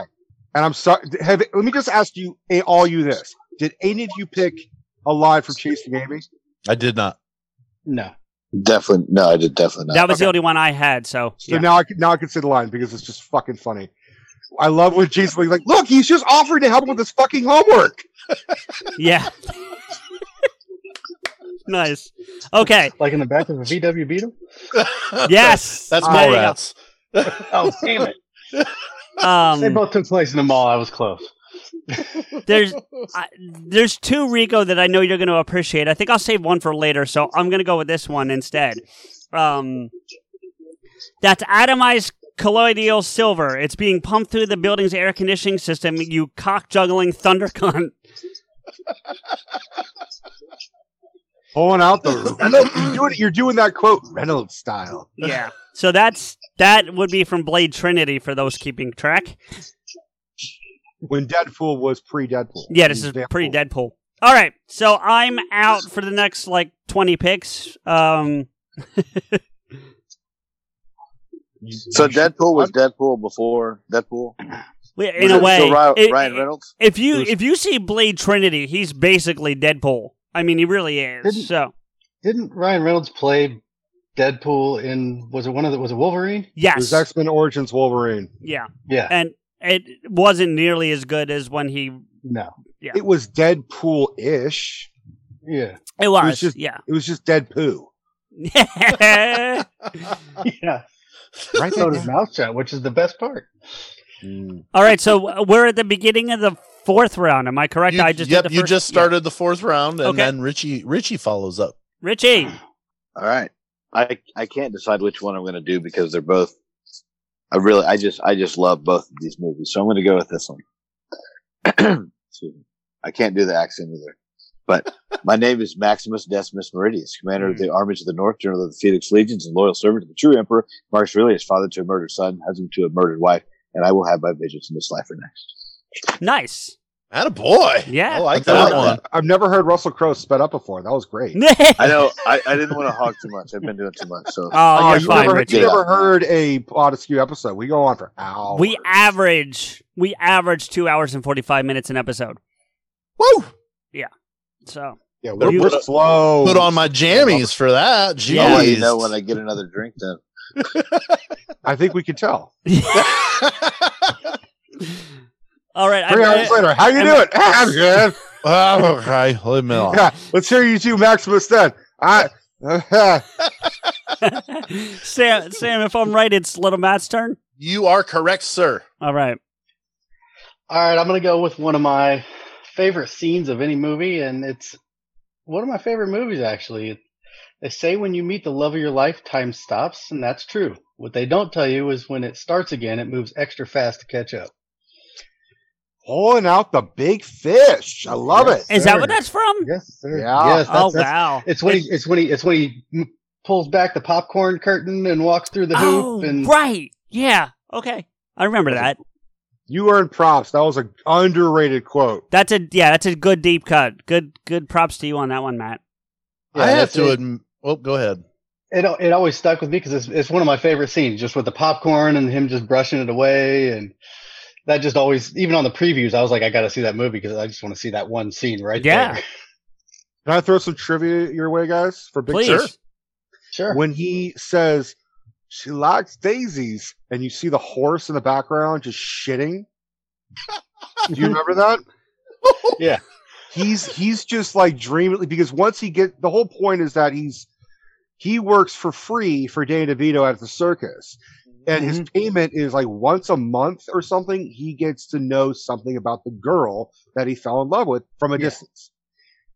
S2: And I'm sorry. Have let me just ask you, eh, all you this: Did any of you pick a line from Chasing Amy?
S3: I did not. <laughs>
S5: No.
S4: Definitely, no, I did definitely
S1: that
S4: not.
S1: was the
S2: okay.
S1: only one I had. So,
S2: So
S1: yeah.
S2: now I can now I can say the line because it's just fucking funny. I love when Jason Lee's like, look, he's just offering to help with his fucking homework.
S1: yeah. <laughs> nice. Okay.
S5: Like in the back of a VW Beetle?
S1: Yes.
S3: That's
S1: There you go.
S3: Mallrats.
S5: Oh, damn it. They
S1: Um,
S5: both took place in the mall. I was close.
S1: there's I, there's two Rico that I know you're going to appreciate. I think I'll save one for later, so I'm going to go with this one instead. Um, that's atomized colloidal silver. It's being pumped through the building's air conditioning system. You cock juggling thunder cunt.
S2: Pulling out the <laughs> Reynolds. You're doing, you're doing that quote Reynolds style.
S1: Yeah. <laughs> So that's that would be from Blade Trinity for those keeping track.
S2: When Deadpool was pre Deadpool.
S1: Yeah, this is pretty Deadpool. All right. So I'm out for the next like 20 picks. Um,
S4: so Deadpool was Deadpool before Deadpool.
S1: we-
S4: Was
S1: in a
S4: it
S1: way,
S4: still Ryan,
S1: it-
S4: Ryan Reynolds.
S1: If you
S2: Who's-
S1: if you see Blade Trinity, he's basically Deadpool. I mean, he really
S5: Didn't-
S1: is. So
S5: Didn't Ryan Reynolds play Deadpool in, was it one of the, was it Wolverine?
S2: It
S1: yes,
S2: was X Men Origins Wolverine.
S1: yeah,
S5: Yeah.
S1: and it wasn't nearly as good as when he.
S5: No.
S1: Yeah.
S2: It was Deadpool ish.
S5: Yeah.
S1: It was,
S2: was just-
S1: yeah. <laughs>
S2: It was just Deadpool.
S3: <clears throat>
S5: Yeah.
S2: Right
S5: So does Mouth Shot, which is the best part.
S1: All right, so we're at the beginning of the fourth round. Am I correct?
S3: You-
S1: I just
S3: yep,
S1: did the
S3: you
S1: first-
S3: just started the fourth round, and
S1: Okay.
S3: then Richie Richie follows up.
S1: yeah. Richie.
S4: All right, I I can't decide which one I'm going to do because they're both. I really, I just, I just love both of these movies, so I'm going to go with this one. <clears throat> Excuse me. I can't do the accent either, but my name is Maximus Decimus Meridius, commander of the armies of the North, general of the Felix legions, and loyal servant of the true emperor Marcus Aurelius, father to a murdered son, husband to a murdered wife, and I will have my vengeance in this life or next.
S1: Nice. <laughs>
S3: Atta boy.
S1: Yeah.
S3: I like
S4: I
S3: that
S4: like
S3: one.
S2: I've never heard Russell Crowe sped up before. That was great.
S4: I know, I, I didn't want to hog too much. I've been doing too much, so
S1: <laughs> Oh, you're
S2: you
S1: fine,
S2: never,
S1: Richie.
S2: you never heard a Plot Askew episode. We go on for hours.
S1: We average we average two hours and forty five minutes an episode.
S3: Woo!
S1: So
S2: yeah, we're,
S1: You-
S2: we're slow.
S3: Put on my jammies for that. Jeez.
S4: I'll let you know when I get another drink. Then
S2: I think we can tell.
S1: all right.
S2: Three hours later, how you
S1: I'm-
S2: doing? Ah, <laughs> I'm good.
S3: <laughs> oh, okay. Leave me alone.
S2: Yeah, let's hear you two, Maximus. Then I. <laughs>
S1: <laughs> Sam, Sam, if I'm right, it's Little Matt's turn.
S3: You are correct, sir.
S1: All right.
S5: All right, I'm going to go with one of my favorite scenes of any movie, and it's one of my favorite movies, actually. They say when you meet the love of your life, time stops, and that's true. What they don't tell you is when it starts again, it moves extra fast to catch up.
S2: pulling out the big fish. I love it.
S1: Is that what that's from?
S5: <laughs> Yes, sir.
S2: Yeah.
S5: Yes, that's,
S1: oh
S5: that's-
S1: wow.
S5: It's when he, it's when he, it's when he m- pulls back the popcorn curtain and walks through the hoop,
S1: oh
S5: and
S1: right. Yeah. Okay. I remember that.
S2: You earned props. That was an underrated quote.
S1: That's a yeah. That's a good deep cut. Good good props to you on that one, Matt.
S5: Yeah,
S3: I have
S5: that's
S3: to
S5: it.
S3: admit. Oh, go ahead.
S5: it al- it always stuck with me because it's it's one of my favorite scenes, just with the popcorn and him just brushing it away, and that just always, even on the previews, I was like, I got to see that movie because I just want to see that one scene right
S1: Yeah.
S5: there. <laughs>
S2: Can I throw some trivia your way, guys? For big
S1: Please. <laughs>
S2: Sure. <laughs>
S5: Sure.
S2: when he says she likes daisies and you see the horse in the background just shitting do you remember
S5: <laughs>
S2: that
S5: Yeah.
S2: he's he's just like dreaming because once he get the whole point is that he's he works for free for Danny DeVito at the circus and his
S5: Mm-hmm.
S2: payment is like once a month or something he gets to know something about the girl that he fell in love with from a
S5: Yeah.
S2: distance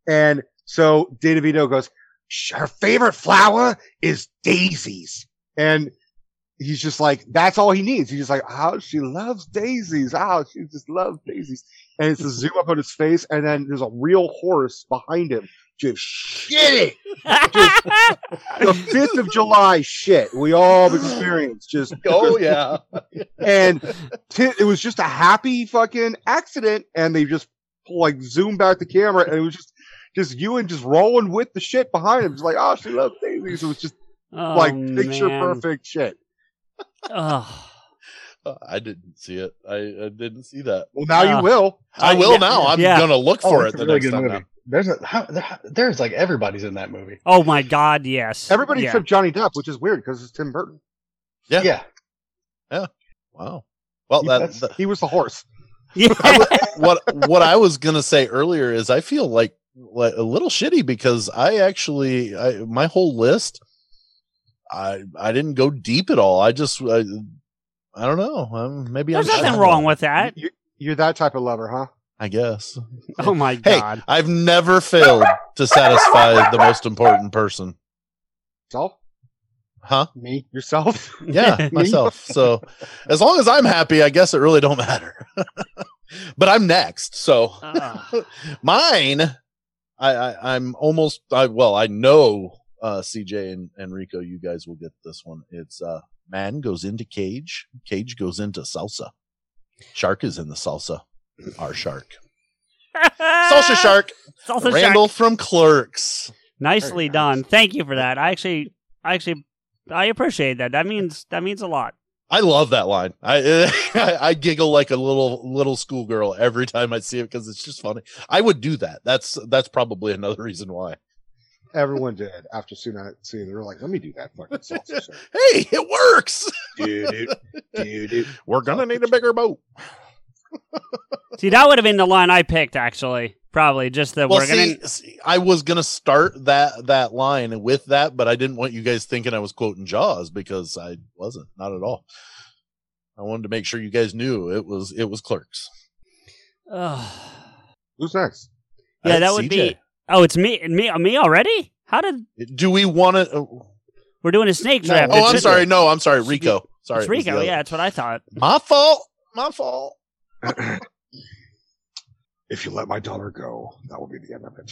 S2: and so Danny DeVito goes "Sh- her favorite flower is daisies. And he's just like, that's all he needs. He's just like, oh, she loves daisies. Oh, she just loves daisies. And it's a zoom up on his face. And then there's a real horse behind him. Just shitting. The 5th of July shit. We all experienced just.
S3: <laughs> Oh yeah.
S2: And t- it was just a happy fucking accident. And they just like zoomed back the camera. And it was just. Just you and just rolling with the shit behind him. It's like, oh, she loves daisies. It was just
S1: Oh,
S2: like picture
S1: man.
S2: perfect shit.
S1: Oh.
S3: I didn't see it. I, I didn't see that.
S2: Well, now
S1: Uh,
S2: you will.
S3: I
S1: Uh,
S3: will
S1: yeah,
S3: now. I'm
S1: yeah.
S3: gonna look
S5: Oh,
S3: for
S5: it's
S3: it
S5: a
S3: the
S5: really
S3: next
S5: good
S3: time.
S5: movie.
S3: now.
S5: There's a, how, there- there's like everybody's in that movie.
S1: Oh my God, yes.
S2: Everybody
S1: yeah.
S2: except Johnny Depp, which is weird because it's Tim Burton.
S3: Yeah.
S5: yeah.
S3: Wow. Well,
S2: He-
S3: that,
S2: that's-
S3: that-
S2: he was the horse.
S1: <laughs> Yeah.
S3: what what I was gonna say earlier is I feel like, like a little shitty because I actually I my whole list I I didn't go deep at all. I just I, I don't know. Um, maybe
S1: There's
S3: I'm
S1: nothing
S3: shallow,
S1: wrong with that.
S2: You, you're that type of lover, huh?
S3: I guess.
S1: Oh my
S3: Hey,
S1: God.
S3: I've never failed to satisfy the most important person.
S2: Self?
S3: Huh?
S5: Me.
S2: Yourself? <laughs>
S3: Yeah, myself. So as long as I'm happy, I guess it really don't matter. <laughs> but I'm next. So
S1: Ah.
S3: <laughs> mine, I, I I'm almost I well, I know uh CJ and, and Rico, you guys will get this one. It's uh man goes into cage, cage goes into salsa. Shark is in the salsa. Our shark.
S1: <laughs>
S3: Salsa shark.
S1: Ah. Salsa
S3: Randall
S1: shark.
S3: from Clerks.
S1: Nicely
S2: Very nice.
S1: done. Thank you for that. I actually, I actually, I appreciate that. That means that means a lot.
S3: I love that line. I, <laughs> I giggle like a little little schoolgirl every time I see it because it's just funny. I would do that. That's that's probably another reason why.
S2: Everyone did after soon I seeing it. They were like, let me do that fucking salsa
S3: <laughs>
S2: show.
S3: Hey, it works. <laughs>
S2: Dude, dude, dude.
S3: We're gonna need a bigger boat.
S1: See, that would have been the line I picked actually. Probably just the
S3: Well,
S1: we're gonna.
S3: see,
S1: <sighs>
S3: see, I was gonna start that that line with that, but I didn't want you guys thinking I was quoting Jaws because I wasn't, not at all. I wanted to make sure you guys knew it was it was Clerks.
S1: Ugh.
S2: Who's next?
S1: Yeah,
S3: Uh,
S1: that would
S3: CJ,
S1: Oh, it's me, me, me already. How did
S3: Do we want to? Oh,
S1: we're doing a snake
S5: No,
S1: draft?
S5: it's
S1: It
S3: I'm
S1: should-
S3: sorry. No, I'm sorry. Rico. Sorry,
S1: It's
S3: it was the
S1: Rico.
S3: other-
S1: Yeah, that's what I
S3: <laughs>
S1: thought.
S3: My fault. My fault.
S2: If you let my daughter go, that will be the end of it.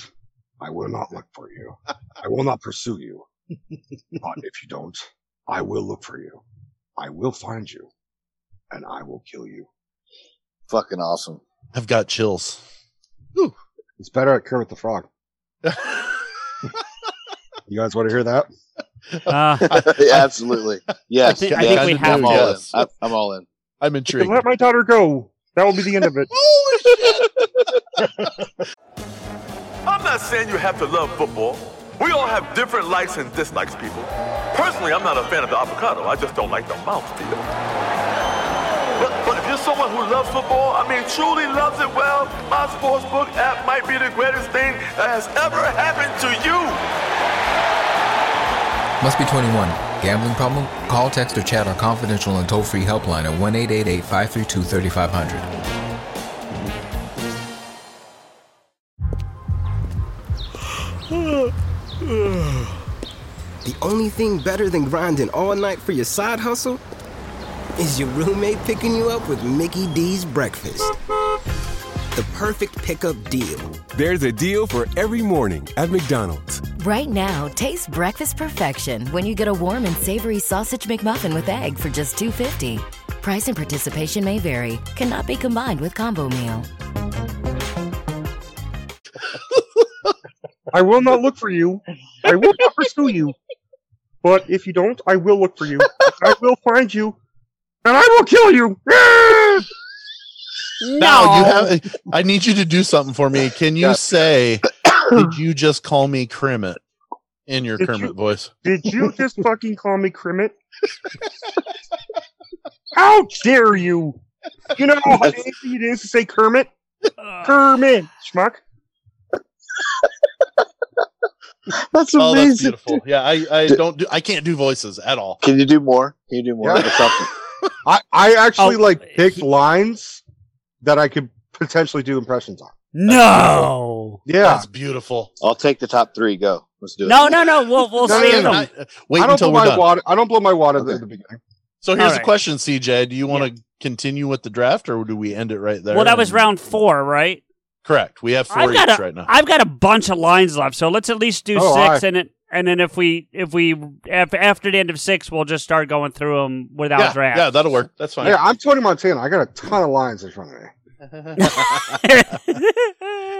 S2: I will not look for you. I will not pursue
S3: <laughs>
S2: you. But if you don't, I will look for you. I will find you. And I will kill you.
S4: Fucking awesome.
S3: I've got chills.
S2: It's better at Kermit the Frog. You guys want to hear that?
S1: Uh,
S4: <laughs> Absolutely.
S1: I
S4: Yes.
S1: think, I
S3: yeah,
S1: think
S3: I
S1: we
S3: didn't
S1: have
S4: I'm
S3: know
S4: all
S1: all.
S3: yet.
S4: in.
S3: yes.
S4: I, I'm all in.
S3: <laughs> I'm
S2: If you
S3: intrigued.
S2: let my daughter go, that will be the end of it.
S3: <laughs> Holy shit!
S6: I'm not saying you have to love football. We all have different likes and dislikes, people. Personally, I'm not a fan of the avocado. I just don't like the mouthfeel. But, but if you're someone who loves football, I mean truly loves it well, my sportsbook app might be the greatest thing that has ever happened to you.
S7: Must be 21. Gambling problem? Call, text, or chat our confidential and toll free helpline at 1 888 532 3500.
S8: The only thing better than grinding all night for your side hustle is your roommate picking you up with Mickey D's breakfast. The perfect pickup deal.
S9: There's a deal for every morning at McDonald's.
S10: Right now, taste breakfast perfection when you get a warm and savory sausage McMuffin with egg for just $2.50. Price and participation may vary, cannot be combined with combo meal.
S2: I will not look for you. I will not pursue you. But if you don't, I will look for you. I will find you. And I will kill you.
S3: Now you have. I need you to do something for me. Can you
S4: Yeah.
S3: say? Did you just call me Kermit in your
S2: Did
S3: Kermit
S2: you-
S3: voice?
S2: Did you just fucking call me Kermit? How dare you? You know how easy it is to say Kermit? Kermit, schmuck.
S4: That's
S3: Oh, that's
S4: amazing.
S3: beautiful. Yeah, I, I don't do. I can't do voices at all.
S4: Can you do more? Can you do more?
S2: Yeah.
S4: Or something?
S2: I, I actually
S1: Oh,
S2: like picked
S1: he-
S2: lines that I could potentially do impressions on.
S1: no.
S2: Yeah.
S3: That's beautiful.
S4: I'll take the top three. Go. Let's do it.
S1: No, no, no. We'll we'll
S2: No, no,
S1: save
S2: no,
S1: them.
S3: I- wait
S2: I don't
S3: until
S2: blow
S3: we're
S2: my
S3: done.
S2: water. I don't blow my water
S4: Okay.
S2: at the beginning.
S3: So here's the
S1: Alright.
S3: question, CJ. Do you want to continue with the draft, or do we end it right there?
S1: Well, that was
S3: And-
S1: round four, right?
S3: Correct. We have 4
S1: I've
S3: each
S1: got a,
S3: right now.
S1: have got a bunch of lines left, so let's at least do
S2: Oh,
S1: six, and it, and then if we if we af- after the end of six, we'll just start going through them without
S3: yeah,
S1: draft.
S3: yeah, that'll work. That's fine.
S2: Yeah, I'm Tony Montana. I got a ton of lines in front of me.
S1: <laughs>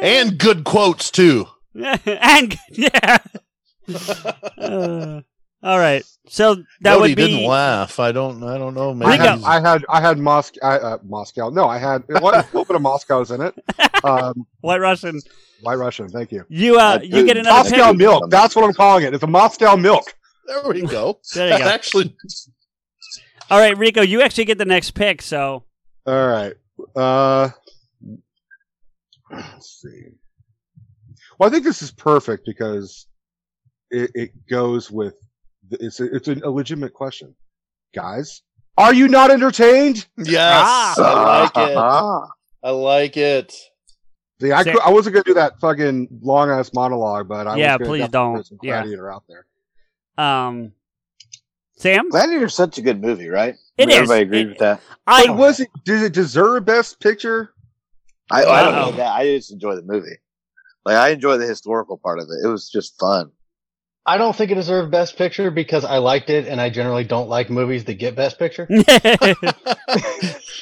S3: and good quotes too.
S1: and yeah. Uh, All right. So that
S3: Cody
S1: would be
S3: didn't laugh. I don't. I don't know.
S2: I
S3: Maybe
S2: had,
S3: he's-
S2: I had I had Moscow. Uh, Moscow. No, I had it was <laughs> a little bit of Moscow's in it.
S3: <laughs>
S2: Um,
S1: White Russian.
S2: White Russian. Thank you.
S1: You uh, you get another
S2: Moscow
S1: pin.
S2: milk. That's what I'm calling it. It's a Moscow milk.
S3: there we go.
S1: <laughs>
S3: <laughs>
S1: There you
S3: That
S1: go.
S3: Actually,
S1: All right, Rico, you actually get the next pick. So
S2: All right. Uh, let's see. Well, I think this is perfect because it, it goes with the, it's a, it's an illegitimate question, guys. Are you not entertained?
S1: Ah.
S3: yes. I like it. I like it.
S2: See, I,
S1: Say-
S2: cou- I wasn't gonna do that fucking long ass monologue, but I
S1: Yeah,
S2: was gonna
S1: please
S2: definitely
S1: don't.
S2: put Some
S1: Yeah.
S2: Gladiator out there.
S1: um Sam?
S4: Gladiator's such a good movie, right?
S1: It is.
S4: Everybody agrees
S1: It-
S4: with that.
S1: <laughs>
S2: But
S1: I
S2: was it? Did it deserve Best Picture?
S4: I, I don't
S1: Uh-oh.
S4: know that. I just enjoy the movie. Like I enjoy the historical part of it. It was just fun.
S5: I don't think it deserved Best Picture because I liked it, and I generally don't like movies that get Best Picture.
S1: Mm,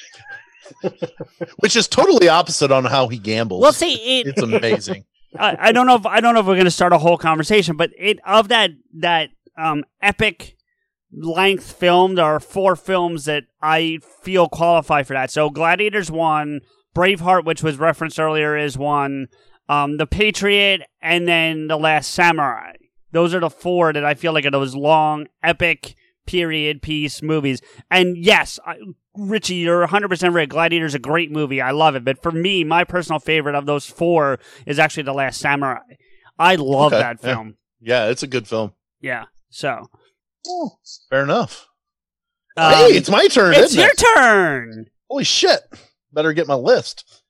S3: <laughs> Which is totally opposite on how he gambles.
S1: Well see it <laughs>
S3: it's amazing.
S1: I, I don't know if I don't know if we're going to start a whole conversation, but it of that that um, epic length film, there are four films that I feel qualify for that. So Gladiators one, Braveheart, which was referenced earlier, is one. Um, the Patriot, and then The Last Samurai. Those are the four that I feel like are those long epic period piece movies. And yes, I, Richie, you're 100% right. Gladiator's a great movie. I love it. But for me, my personal favorite of those four is actually The Last Samurai. I love
S3: Okay,
S1: that
S3: yeah.
S1: film.
S3: Yeah, it's a good film.
S1: Yeah. So,
S3: Fair enough.
S1: um,
S3: hey, it's my turn.
S1: it's
S3: isn't
S1: your
S3: it?
S1: turn.
S3: Holy shit! Better get my list.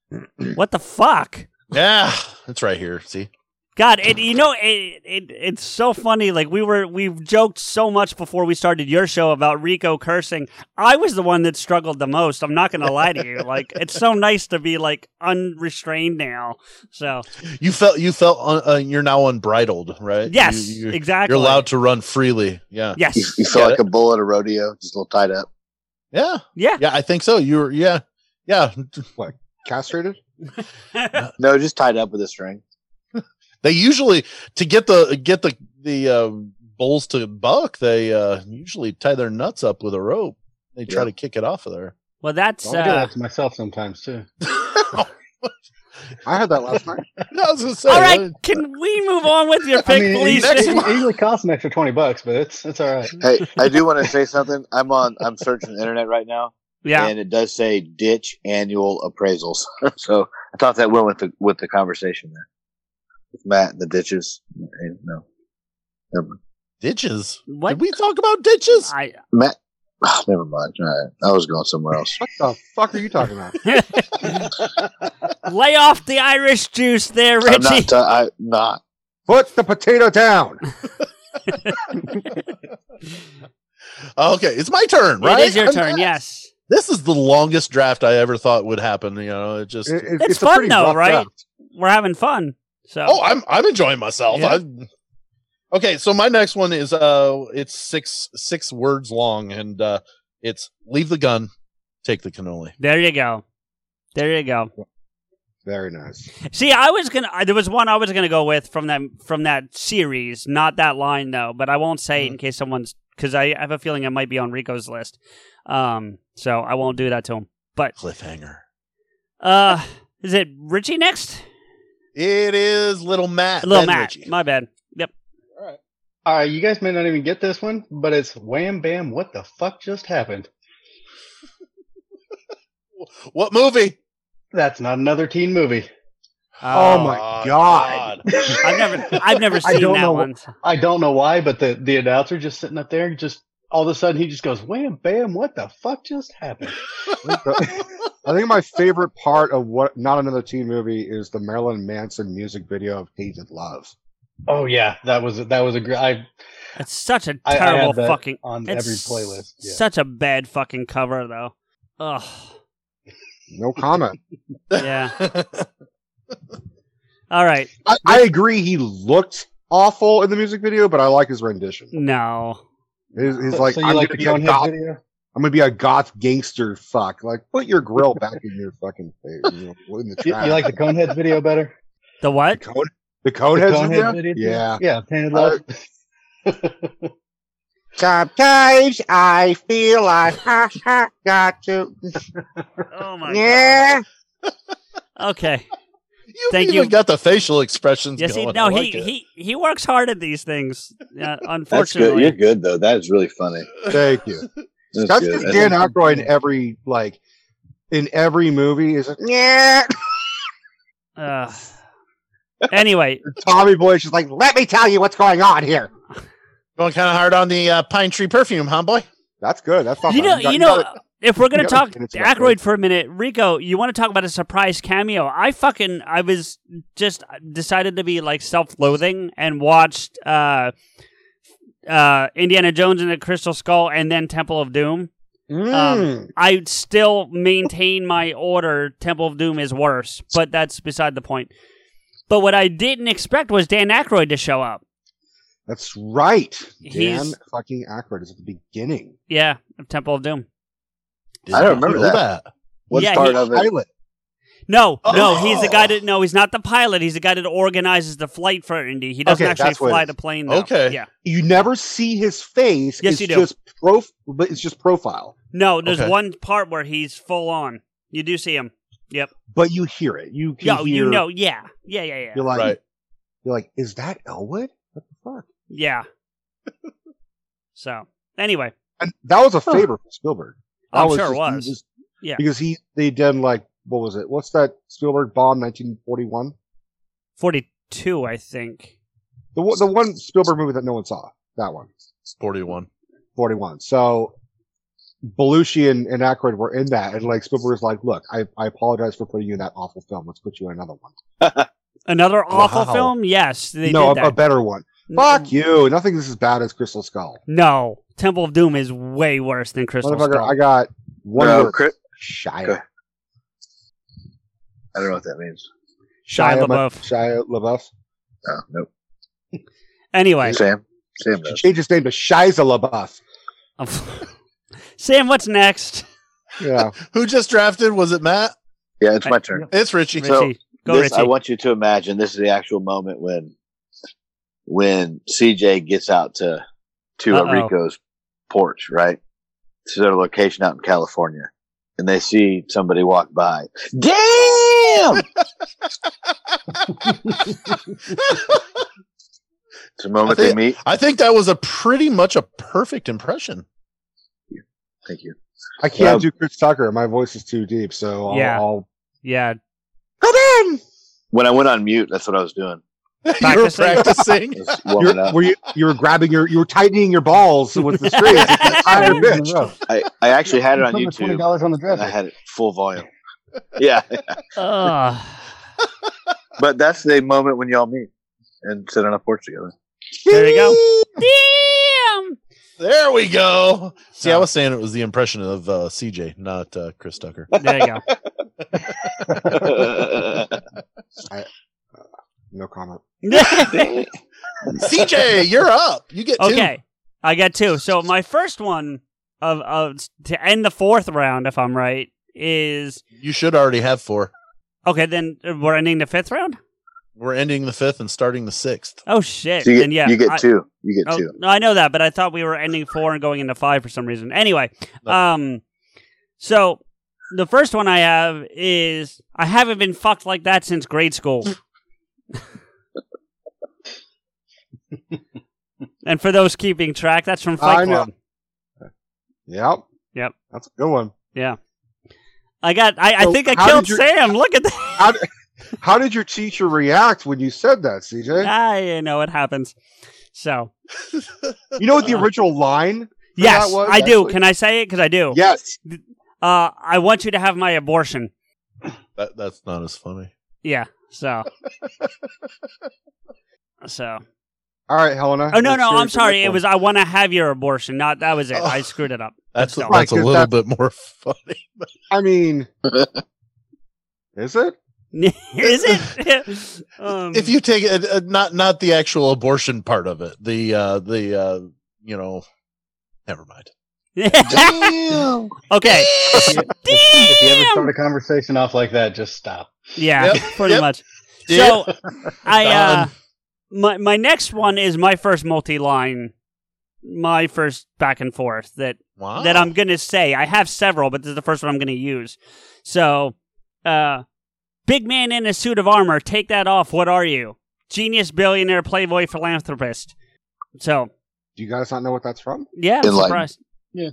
S1: What the fuck?
S3: Yeah, it's right here. See,
S1: God, and you know, it, it it's so funny. Like we were, we joked so much before we started your show about Rico cursing. I was the one that struggled the most. I'm not gonna lie to
S3: <laughs>
S1: you. Like it's so nice to be like unrestrained now. So
S3: you felt you felt un, uh, you're now unbridled, right?
S1: yes,
S3: Uh, You- you-
S1: exactly.
S3: You're allowed to run freely. Yeah.
S4: You,
S1: Yes.
S4: you feel
S3: Got
S4: like a bull at a rodeo, just a little tied up.
S3: Yeah.
S1: Yeah.
S3: Yeah. I think so. You were. Yeah. Yeah.
S2: Castrated?
S4: No, just tied up with a string.
S3: They usually to get the get the the uh, bulls to buck. They uh, usually tie their nuts up with a rope. They try
S4: Yeah.
S3: to kick it off
S1: <laughs>
S3: of there. <laughs>
S1: Well, that's
S5: I do
S1: uh,
S5: that to myself sometimes too.
S2: I had that last night.
S3: No, I was gonna say.
S1: all right.
S3: uh,
S1: Can we move on with
S3: <laughs>
S1: your
S5: I
S1: pick,
S5: mean,
S1: please?
S5: it,
S1: <laughs>
S5: it, it usually costs an extra twenty bucks, but it's it's all right.
S4: Hey, I do
S1: <laughs>
S4: want to say something. I'm on. I'm searching the internet right now,
S1: yeah.
S4: and it does say ditch annual appraisals. <laughs> so I thought that went with the with the conversation there. With Matt and the ditches. Hey, No, never mind.
S3: ditches.
S1: What?
S3: Did we talk about ditches?
S1: I,
S4: Matt. <sighs> ah, never mind. All right, I was going
S1: <laughs>
S4: somewhere else.
S2: What the fuck are you talking about?
S1: lay off the Irish juice, there,
S4: I'm not.
S1: Richie.
S4: T- I'm not.
S2: Put the potato down.
S3: Oh, Okay, it's my turn, right?
S1: It is your
S3: I'm
S1: turn.
S3: not-
S1: Yes.
S3: This is the longest draft I ever thought would happen. You know, it just.
S2: It-
S1: <laughs>
S2: it-
S1: It's
S2: it's a
S1: fun
S2: pretty
S1: though,
S2: rough
S1: right?
S2: draft.
S1: We're having fun. So
S3: oh, I'm I'm enjoying myself.
S1: Yeah.
S3: I'm- okay, so my next one is uh, it's six six words long, and uh, it's leave the gun, take the cannoli.
S1: there you go. There you go.
S2: Very nice.
S1: See, I was gonna. I, there was one I was gonna go with from that from that series, not that line though. But I won't say
S5: Mm-hmm.
S1: it in case someone's because I have a feeling it might be on Rico's list. Um, so I won't do that to him. But
S3: Cliffhanger.
S1: uh, is it Richie next?
S3: It is little Matt.
S1: Little
S3: then
S1: Matt.
S3: Richie.
S1: My bad.
S5: All right, you guys may not even get this one, but it's wham bam. What the fuck just happened?
S3: What movie?
S5: That's not another teen movie.
S2: Oh, my God.
S1: <laughs> I've never I've never
S5: <laughs> I
S1: seen
S5: don't
S1: that
S5: know.
S1: one.
S5: I don't know why, but the the announcer just sitting up there, just all of a sudden he just goes wham bam. What the fuck just happened?
S2: I think
S3: <laughs>
S2: the- I think my favorite part of what not another teen movie is the Marilyn Manson music video of Hated Love.
S5: Oh yeah, that was that was a great. I
S1: It's such a
S5: I, I
S1: terrible
S5: had that
S1: fucking.
S5: on
S1: It's
S5: every playlist. Yeah.
S1: Such a bad fucking cover though.
S5: <laughs>
S1: Ugh.
S2: No comment.
S1: Yeah. All right.
S2: I, I agree he looked awful in the music video, but I like his rendition.
S1: No.
S2: He's, he's
S5: So-
S2: like,
S5: so you
S2: I'm,
S5: like the
S2: gonna be a
S5: Conehead
S2: goth,
S5: video?
S2: I'm gonna be a goth gangster fuck. Like put your grill back in your fucking face. You know, in the
S5: You,
S2: trash.
S5: you like the Coneheads video better?
S1: The what?
S2: Cone, the
S5: The
S2: Coneheads
S5: Coneheads
S2: video?
S5: video?
S2: Yeah.
S5: yeah, painted love.
S11: Sometimes I feel I ha, ha, got to.
S1: oh my
S11: yeah.
S1: <laughs> Okay.
S3: You
S1: Thank
S3: even
S1: you.
S3: got the facial expressions.
S1: Yes, he,
S3: going.
S1: no,
S3: I like
S1: he,
S3: it.
S1: he he works hard at these things.
S3: <laughs>
S1: Yeah,
S4: That's good.
S1: unfortunately,
S4: You're good though. That is really funny.
S2: Thank you.
S4: That's
S2: That's
S4: good.
S2: because Dan Aykroyd in every like in every movie is like, yeah.
S1: Ugh. anyway,
S2: <laughs> Tommy Boy's just like, let me tell you what's going on here.
S3: Going kind of hard on the uh, pine tree perfume, huh, boy?
S2: That's good. That's not
S1: you
S2: bad.
S1: know,
S2: got-
S1: you know,
S2: got it.
S1: if we're gonna
S2: you
S1: talk
S2: got it.
S1: Ackroyd for a minute, Rico, you want to talk about a surprise cameo? I fucking I was just uh, decided to be like self-loathing and watched uh uh Indiana Jones and the Crystal Skull and then Temple of Doom.
S2: Mm,
S1: Um, I still maintain my order. Temple of Doom is worse, but that's beside the point. But what I didn't expect was Dan Aykroyd to show up.
S2: That's right. Dan
S1: He's-
S2: fucking Aykroyd is at the beginning.
S1: Yeah, of Temple of Doom.
S4: I don't remember
S3: Know
S4: that. What
S1: Yeah,
S4: part
S1: he-
S4: of it?
S2: Pilot.
S1: No, no,
S4: Oh.
S1: he's the guy that no, he's not the pilot. He's the guy that organizes the flight for Indy. He doesn't
S2: Okay,
S1: actually
S2: that's what it
S1: fly
S2: is.
S1: the plane. Though.
S3: Okay.
S1: Yeah.
S2: You never see his face.
S1: Yes,
S2: it's
S1: you do.
S2: just prof- but it's just profile.
S1: No, there's
S3: Okay.
S1: one part where he's full on. You do see him. Yep.
S2: But you hear it. You can
S1: Yo,
S2: hear-
S1: you know. Yeah. Yeah. Yeah. Yeah.
S2: You're like,
S3: Right.
S2: you're like, is that Elwood? What the fuck?
S1: Yeah. <laughs> so anyway,
S2: And that was a favor from Spielberg. That
S1: I'm sure it
S2: just-
S1: was.
S2: he just-
S1: Yeah.
S2: Because he they done like what was it? What's that Spielberg bomb 1941?
S1: Forty-two, I think.
S2: The one- the one Spielberg movie that no one saw. That one.
S3: Forty-one.
S2: 41. So Belushi and, and Aykroyd were in that, and like Spielberg was like, "Look, I, I apologize for putting you in that awful film. Let's put you in another one.
S1: Another awful
S3: Wow.
S1: film. Yes, they
S2: no,
S1: did
S2: a, a
S1: that.
S2: better one. Fuck you. Nothing is as bad as Crystal Skull,
S1: No, Temple of Doom is way worse than Crystal
S2: motherfucker.
S1: Skull.
S2: I got one
S4: No,
S2: word.
S4: Chris-
S2: Shia.
S4: Okay. I don't know what that means.
S1: Shia
S2: Ma-
S1: LaBeouf.
S2: Shia LaBeouf.
S4: Oh, nope.
S1: Anyway,
S4: Sam. Sam knows.
S2: Change his name to Shiza LaBeouf.
S1: <laughs> Sam, what's next?
S2: Yeah.
S3: Who just drafted? Was it Matt?
S4: Yeah, it's my
S1: I-
S4: turn.
S3: It's Richie.
S1: Richie,
S4: <laughs> So,
S1: go
S4: this,
S1: Richie.
S4: I want you to imagine this is the actual moment when when CJ gets out to to uh,
S1: Uh-oh.
S4: Rico's porch, right? To their location out in California, and they see somebody walk by. Damn! it's a moment
S3: I
S4: they
S3: think-
S4: meet.
S3: I think that was a pretty much a perfect impression. <laughs>
S4: Thank you.
S2: I can't
S4: Um,
S2: do Chris Tucker. My voice is too deep. So I'll,
S1: Yeah.
S2: I'll
S1: yeah,
S11: Come in.
S4: When I went on mute, that's what I was doing. uh,
S3: you were
S1: Practicing.
S3: practicing.
S4: I was warming
S2: you're,
S4: up.
S2: were you you were grabbing your you were tightening your balls with the
S1: <laughs>
S2: strings. It's a tighter bitch.
S4: I, I actually had it on
S5: Twenty
S4: YouTube.
S5: dollars on the
S4: and I
S5: dresser.
S4: had it full volume. yeah,
S1: Ugh.
S4: but that's the moment when y'all meet and sit on a porch <laughs> together.
S1: there you go. Damn.
S3: There we go. See, I was saying it was the impression of uh, CJ, not uh, Chris Tucker. <laughs>
S1: There you go.
S2: No comment.
S4: <laughs>
S1: <laughs>
S3: CJ, you're up. You get two.
S1: okay, I got two. So my first one of of to end the fourth round, if I'm right, is
S3: You should already have four.
S1: okay. Then uh, we're ending the fifth round.
S3: We're ending the fifth and starting the sixth.
S1: Oh shit!
S4: So you get,
S1: then yeah,
S4: you get
S1: I-
S4: two. You get
S1: Oh,
S4: two.
S1: no, I know that, but I thought we were ending four and going into five for some reason. Anyway, um, so the first one I have is I haven't been fucked like that since grade school. and for those keeping track, that's from
S2: I
S1: Fight
S2: know.
S1: Club.
S2: Yep.
S1: Yep.
S2: That's a good one.
S1: I got. I, I
S2: So
S1: think I
S2: how
S1: killed
S2: did your- <laughs>
S1: Sam. Look at that.
S2: How, d- how did your teacher react when you said that, CJ?
S1: I Ah, know it happens. So
S2: You know what the original line? for
S1: yes,
S2: that was?
S1: I do.
S2: Actually-
S1: Can I say it? Because I do.
S2: Yes.
S1: Uh, I want you to have my abortion.
S3: That, that's not as funny.
S1: Yeah. So. so.
S2: All right, Helena.
S1: Oh no,
S2: Let's
S1: no.
S2: hear
S1: I'm
S2: for
S1: sorry.
S2: next
S1: It
S2: one.
S1: was I want to have your abortion. Not that was it. I screwed it up.
S3: That's
S1: So-
S3: that's a
S2: Right, 'cause
S3: little
S2: that-
S3: bit more <laughs> funny.
S2: I mean, is it?
S1: Is it? <laughs> um,
S3: if you take it, uh, not not the actual abortion part of it, the uh, the uh, you know, never mind. <laughs>
S4: Damn.
S1: okay.
S5: If you ever
S1: Damn.
S5: start a conversation off like that, just stop.
S1: Yeah.
S3: Yep,
S1: Pretty
S3: yep.
S1: much.
S3: Yeah.
S1: So I uh,
S3: Done.
S1: my my next one is my first multi line my first back and forth that that
S3: Oh.
S1: I'm going to say. I have several, but this is the first one I'm going to use. So, uh, big man in a suit of armor. Take that off. What are you? Genius, billionaire, playboy, philanthropist. So,
S2: Do you guys not know what that's from?
S1: yeah, I'm surprised.
S5: Yeah.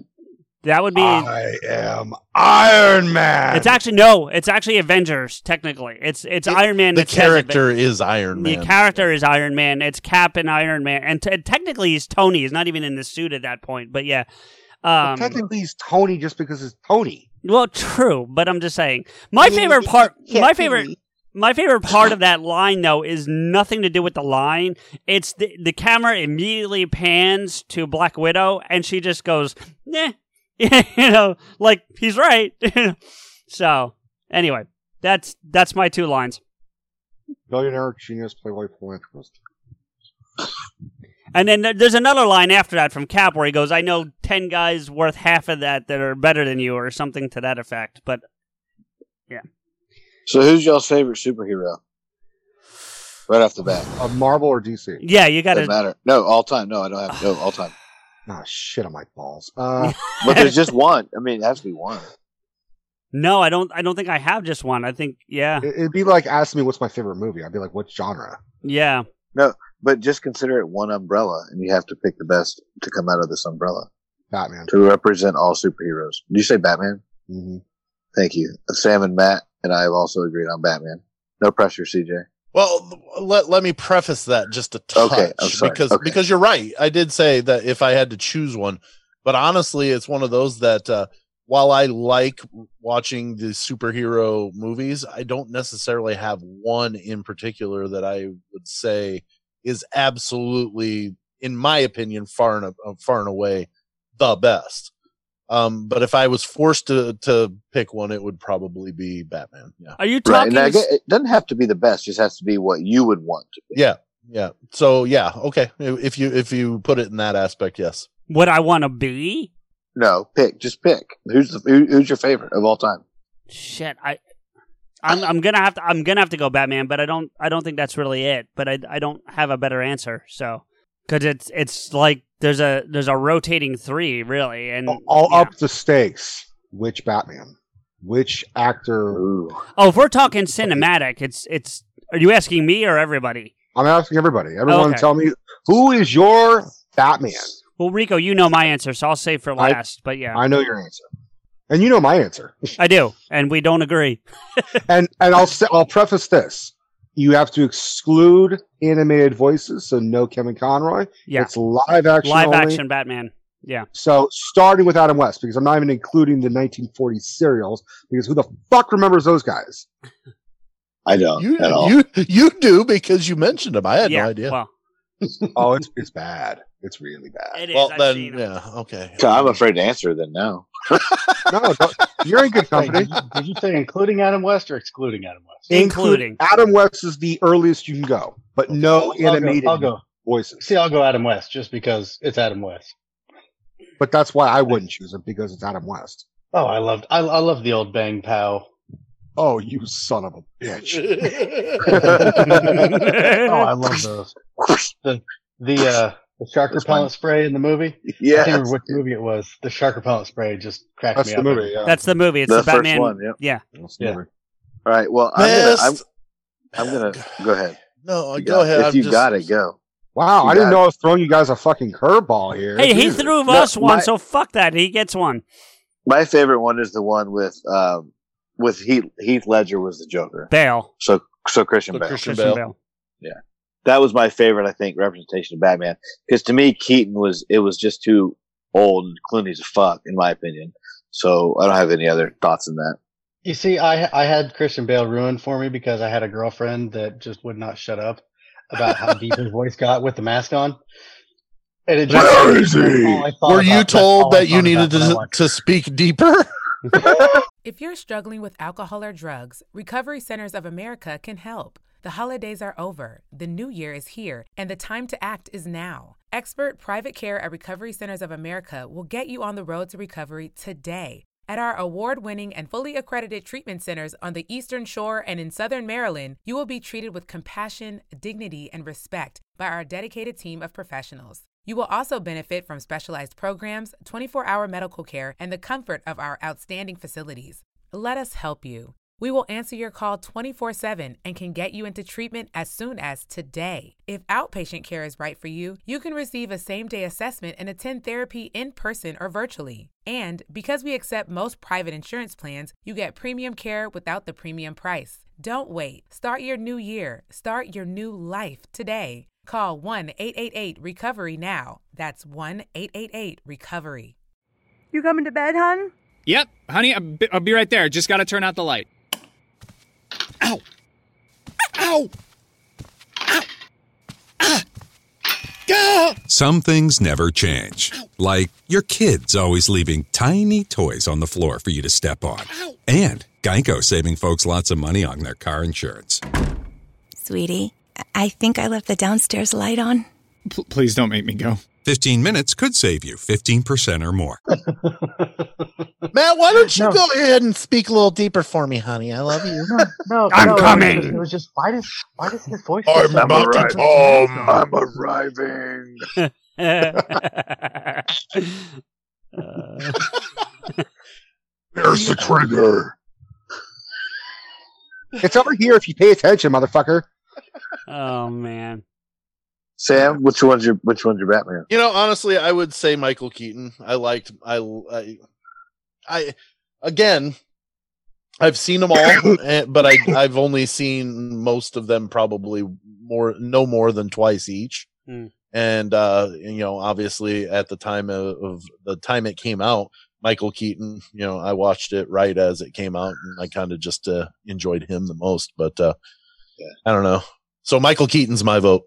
S1: That would be.
S3: Ah,
S2: I am Iron Man.
S1: It's actually no. It's actually Avengers. Technically, it's it's Iron Man.
S3: the
S1: that says it, but-
S3: character is Iron Man.
S1: The character is Iron Man. It's Cap and Iron Man, and t- technically he's Tony. He's not even in the suit at that point. But yeah, um,
S2: Technically, he's Tony just because it's Tony.
S1: well, true. But I'm just saying, my favorite part. My favorite. My favorite part of that line though is nothing to do with the line. It's the, the camera immediately pans to Black Widow, and she just goes, "Nah," <laughs> you know, like he's right. <laughs> so anyway, that's that's my two lines.
S2: Billionaire, genius, playboy, philanthropist.
S1: And then there- there's another line after that from Cap where he goes, "I know ten guys worth half of that that are better than you," or something to that effect. But
S4: So who's y'all's favorite superhero? Right off the bat.
S2: A Marvel or DC?
S1: yeah, you got
S4: Doesn't
S1: to.
S4: matter. No, all time. No, I don't have no
S1: <sighs>
S4: all time.
S2: Ah, shit on my balls.
S1: <laughs>
S2: Uh,
S4: But there's just one. I mean, it has to be one.
S1: No, I don't. I don't think I have just one. I think yeah,
S2: it- it'd be like asking me what's my favorite movie. I'd be like, what genre?
S1: yeah.
S4: But just consider it one umbrella, and you have to pick the best to come out of this umbrella
S2: Batman.
S4: to represent all superheroes. Did you say Batman?
S1: Mm-hmm.
S2: Mhm.
S4: Thank you. Sam and Matt and I have also agreed on Batman. No pressure, CJ.
S3: Well, let let me preface that just a touch
S4: Okay, I'm sorry.
S3: because
S4: Okay.
S3: because you're right. I did say that if I had to choose one, but honestly, it's one of those that uh, while I like watching the superhero movies, I don't necessarily have one in particular that I would say is absolutely, in my opinion, far and uh, far and away the best. Um, but if I was forced to to pick one, it would probably be Batman. Yeah.
S1: Are you
S4: Right.
S1: talking?
S4: And I get- it doesn't have to be the best. It just has to be what you would want. to be.
S3: Yeah. Yeah. So yeah, okay. If you if you put it in that aspect, yes.
S1: what I want to be?
S4: No, pick. Just pick. Who's the, who, who's your favorite of all time?
S1: Shit, I. I'm, I'm gonna have to. I'm gonna have to go Batman, but I don't. I don't think that's really it. But I. I don't have a better answer. So because it's it's like there's a there's a rotating three really, and
S4: Oh,
S2: I'll
S1: yeah.
S2: up the stakes. Which Batman? Which actor?
S4: Ooh.
S1: Oh, if we're talking cinematic, it's it's. Are you asking me or everybody?
S2: I'm asking everybody. Everyone
S1: Okay.
S2: tell me who is your Batman?
S1: Well, Rico, you know my answer, so I'll save for
S2: I-
S1: last. but yeah, I,
S2: I know your answer. And you know my answer.
S1: do, and we don't agree.
S2: and and I'll say, I'll preface this: you have to exclude animated voices, so no Kevin Conroy.
S1: Yeah,
S2: It's live action.
S1: live
S2: only.
S1: action Batman. Yeah,
S2: So starting with Adam West, because I'm not even including the 1940s serials, because who the fuck remembers those guys?
S4: I don't
S3: You
S4: Oh, at all.
S3: you you do because you mentioned him. I had
S1: yeah.
S3: no idea.
S1: Well,
S2: <laughs> Oh, it's it's bad. It's really bad.
S1: it is.
S3: Well,
S1: I've
S3: then
S1: seen 'em.
S3: yeah, okay.
S4: So I'm afraid to answer then now.
S2: No, don't- you're in good
S5: Wait,
S2: company.
S5: did, you, did you say including Adam West or excluding Adam
S1: <laughs>
S5: West?
S1: Including.
S2: Adam West is the earliest you can go, but no animated
S5: I'll go, I'll go.
S2: voices.
S5: See, I'll go Adam West just because it's Adam West.
S2: But that's why I wouldn't choose it because it's Adam West.
S5: Oh, I loved. I, I love the old Bang Pow. <laughs>
S2: Oh, you son of a bitch!
S5: Oh, I love those. The the uh, the shark
S4: That's
S5: repellent
S4: fine.
S5: spray in the movie. I can't
S4: <laughs> Yeah.
S5: remember which movie it was. The shark repellent spray just cracked
S2: That's
S5: me
S2: the
S5: up.
S2: movie. Yeah.
S1: That's the movie. It's
S4: The
S1: the,
S4: first
S1: Batman.
S4: one, yep.
S1: Yeah,
S2: That's the
S5: yeah.
S2: movie.
S4: All right. Well, I'm gonna, I'm,
S3: Best-
S4: I'm gonna go ahead.
S3: No,
S4: You
S3: go
S4: got-
S3: ahead.
S4: If
S3: I'm
S4: you
S3: just-
S4: got it, go.
S2: Wow,
S4: You
S2: I didn't
S4: got
S2: know I was throwing you guys a fucking curveball here.
S1: Hey, he
S2: Jesus.
S1: threw
S4: No,
S1: us one,
S4: my-
S1: so fuck that. He gets one.
S4: My favorite one is the one with um with Heath Heath Ledger was the Joker.
S1: Bale.
S4: So so Christian
S3: So
S4: Bale.
S3: Christian
S1: Christian
S3: Bale.
S1: <laughs> Bale.
S4: That was my favorite, I think, representation of Batman. Because to me, Keaton was it was just too old. and Clooney's a fuck, in my opinion. So I don't have any other thoughts on that.
S5: You see, I I had Christian Bale ruined for me because I had a girlfriend that just would not shut up about how deep his voice got with the mask on. And it just,
S2: Where is he?
S5: that's all I thought
S3: Were you
S5: about- that's all
S3: told
S5: I
S3: that you
S5: thought
S3: needed
S5: about when I
S3: to,
S5: watched
S3: to speak deeper? <laughs>
S12: If you're struggling with alcohol or drugs, Recovery Centers of America can help. The holidays are over, the new year is here, and the time to act is now. Expert private care at Recovery Centers of America will get you on the road to recovery today. At our award winning and fully accredited treatment centers on the Eastern Shore and in Southern Maryland, you will be treated with compassion, dignity, and respect by our dedicated team of professionals. You will also benefit from specialized programs, 24 hour medical care, and the comfort of our outstanding facilities. Let us help you. We will answer your call 24 7 and can get you into treatment as soon as today. If outpatient care is right for you, you can receive a same day assessment and attend therapy in person or virtually. And because we accept most private insurance plans, you get premium care without the premium price. Don't wait. Start your new year. Start your new life today. Call 1 888 Recovery now. That's 1 888 Recovery.
S13: You coming to bed, hon?
S14: Yep, honey, I'll be, I'll be right there. Just gotta turn out the light. Ow! Ow! Ow! Ah! Gah!
S15: Some things never change. Like your kids always leaving tiny toys on the floor for you to step on. And Geico saving folks lots of money on their car insurance.
S16: Sweetie, I- I think I left the downstairs light on.
S14: P- please don't make me go.
S15: 15 minutes could save you 15% or more.
S17: Matt, why don't you go ahead and speak a little deeper for me, honey? I love you.
S5: No,
S17: I'm
S5: no, it was
S17: coming.
S5: just- It was just why does why does his voice?
S17: I'm
S5: sound
S17: about
S5: like
S17: to
S5: that?
S17: come.
S6: I'm arriving.
S1: Uh,
S2: There's the trigger. It's over here if you pay attention, motherfucker.
S1: Oh man.
S4: Sam, which one's your which one's your Batman?
S3: You know, honestly, I would say Michael Keaton. I liked I I, I again, I've seen them all, eh, but I I've only seen most of them probably more no more than twice each.
S1: Mm.
S3: And uh, you know, obviously at the time of, of the time it came out, Michael Keaton, you know, I watched it right as it came out and I kind of just uh, enjoyed him the most, but uh I don't know. So Michael Keaton's my vote.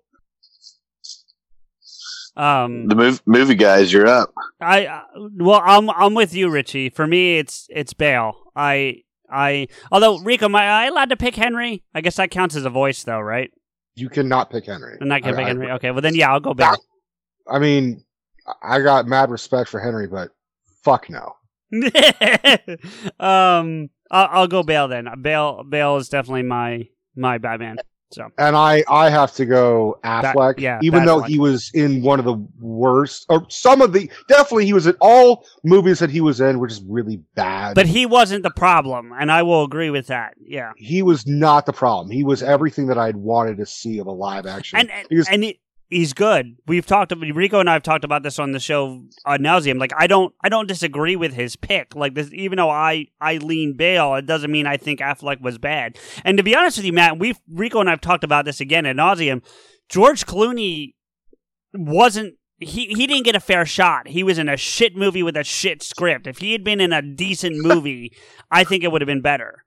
S1: Um,
S4: The mov- movie guys, you're up.
S1: I uh, well, I'm I'm with you, Richie. For me, it's it's Bale. I I although Rico, am I allowed to pick Henry? I guess that counts as a voice, though, right?
S2: You cannot pick Henry.
S1: I'm not gonna
S2: I-
S1: pick
S2: I-
S1: Henry. Okay, well then, yeah, I'll go Bale. <laughs>
S2: I mean, I got mad respect for Henry, but fuck no.
S1: um, I'll, I'll go Bale then. Bale Bale is definitely my my Batman. So
S2: And I, I have to go
S1: That-
S2: Affleck,
S1: yeah,
S2: even
S1: that
S2: though
S1: one.
S2: he was in one of the worst, or some of the, definitely he was in all movies that he was in were just really bad.
S1: But he wasn't the problem, and I will agree with that. Yeah.
S2: he was not the problem. He was everything that I'd wanted to see of a live action.
S1: And and, and he, he's good. We've talked Rico and I have talked about this on the show ad nauseum. Like I don't I don't disagree with his pick. Like this even though I, I lean Bale, it doesn't mean I think Affleck was bad. And to be honest with you, Matt, we've Rico and I've talked about this again ad nauseum. George Clooney wasn't he, he didn't get a fair shot. He was in a shit movie with a shit script. If he had been in a decent movie, I think it would have been better.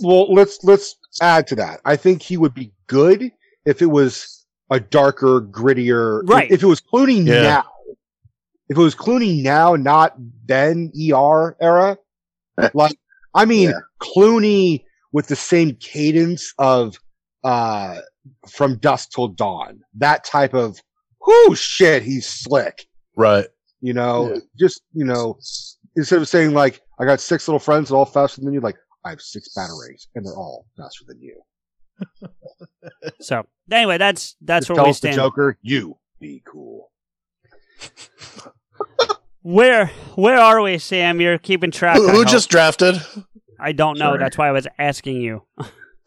S2: well, let's let's add to that. I think he would be good if it was a darker, grittier.
S1: Right.
S2: If it was Clooney
S3: Yeah.
S2: now, if it was Clooney now, not then ER era. like, I mean, Clooney with the same cadence of uh from dusk till dawn. That type of whoo shit, he's slick.
S3: Right.
S2: You know, just you know, instead of saying like, I got six little friends, they're all faster than you, like, I have six batteries and they're all faster than you.
S1: So anyway, that's that's
S2: Just
S1: where
S2: tell
S1: we
S2: us the
S1: stand.
S2: Joker, you be cool.
S1: Where where are we, Sam? You're keeping track.
S3: Who-
S1: I
S3: who
S1: hope.
S3: just drafted?
S1: I don't know.
S4: Sorry.
S1: That's why I was asking you.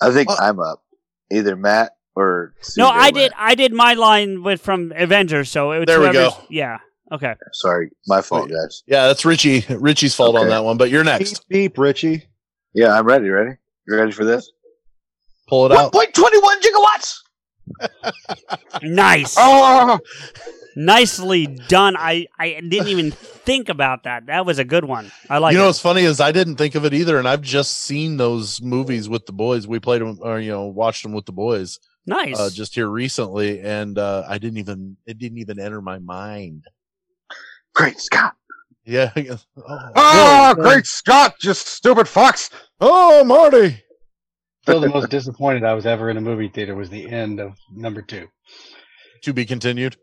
S4: I think I'm up. Either Matt or
S1: no,
S4: CJ
S1: I
S4: went.
S1: did. I did my line with from Avengers. So it was
S3: There we go.
S1: whoever's- Yeah. Okay.
S4: Sorry, my fault, guys.
S3: Yeah, that's Richie. Richie's fault on
S4: Okay.
S3: that one. But you're next.
S2: Beep, beep Richie.
S4: Yeah, I'm ready. Ready? You ready for this?
S3: Pull it out.
S4: Point twenty one gigawatts.
S1: Nice.
S2: Oh.
S1: Nicely done. I I didn't even think about that. That was a good one. I like.
S3: you know
S1: it.
S3: what's funny is I didn't think of it either, and I've just seen those movies with the boys. We played them, or you know, watched them with the boys.
S1: Nice.
S3: Uh, just here recently, and uh, I didn't even it didn't even enter my mind.
S4: Great Scott!
S3: Yeah. <laughs> oh,
S2: Ah,
S3: Lord.
S2: Oh, great Scott, just stupid fox.
S3: Oh, Marty.
S5: Still, the most disappointed I was ever in a movie theater was the end of number two.
S3: To be continued.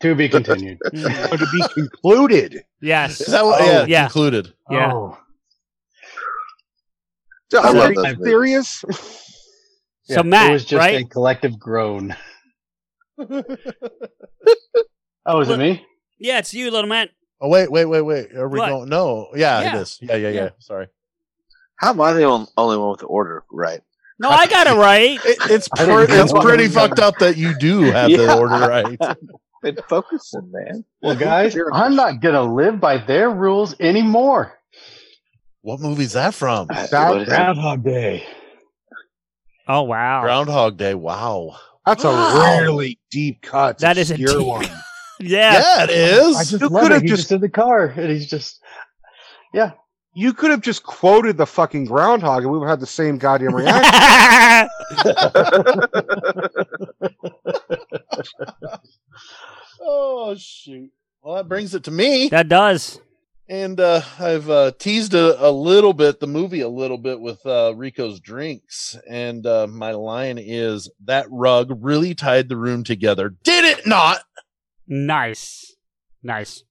S5: To be
S3: <laughs>
S5: continued.
S2: Or to be concluded.
S1: yes.
S3: Is Oh, that what? yeah,
S1: yeah.
S3: Concluded.
S1: Yeah.
S5: Oh.
S4: I
S2: <laughs>
S4: love
S2: Are you
S4: those movies.
S2: serious?
S1: So Matt,
S5: it was just
S3: <laughs>
S1: right?
S5: a collective groan. Oh, is it me?
S1: Yeah, it's you, little man.
S3: Oh wait, wait, wait, wait. Are we
S1: What?
S3: going? No, yeah,
S1: Yeah.
S3: it is. Yeah, yeah, yeah.
S1: Yeah.
S3: Sorry.
S4: How am I the on- only one with the order right?
S1: No,
S3: <laughs>
S1: I got it right.
S3: It, it's
S4: I didn't
S3: pre-
S4: know
S3: it's
S4: what
S3: pretty
S4: was going
S3: fucked up that you do have <laughs>
S4: Yeah.
S3: the order right.
S4: Been focusing, man.
S5: Well, guys, I'm not gonna live by their rules anymore.
S3: What movie's that from? <laughs>
S2: That-
S5: Groundhog Day.
S1: Oh wow.
S3: Groundhog Day. Wow.
S2: That's
S3: Wow.
S2: a really deep cut.
S1: Ah! That is a
S2: obscure
S1: deep-
S2: one.
S1: Yeah.
S3: Yeah, it is.
S5: I just
S2: You
S5: love
S2: could
S5: it.
S2: have
S5: He's
S2: just-
S5: just in the car, and he's just yeah.
S2: You could have just quoted the fucking groundhog, and we would have had the same
S1: <laughs>
S2: goddamn reaction.
S3: Oh shoot. Well, that brings it to me.
S1: That does.
S3: And uh, I've uh, teased a, a little bit the movie a little bit with uh, Rico's drinks, and uh, my line is that rug really tied the room together. Did it not?
S1: Nice. Nice.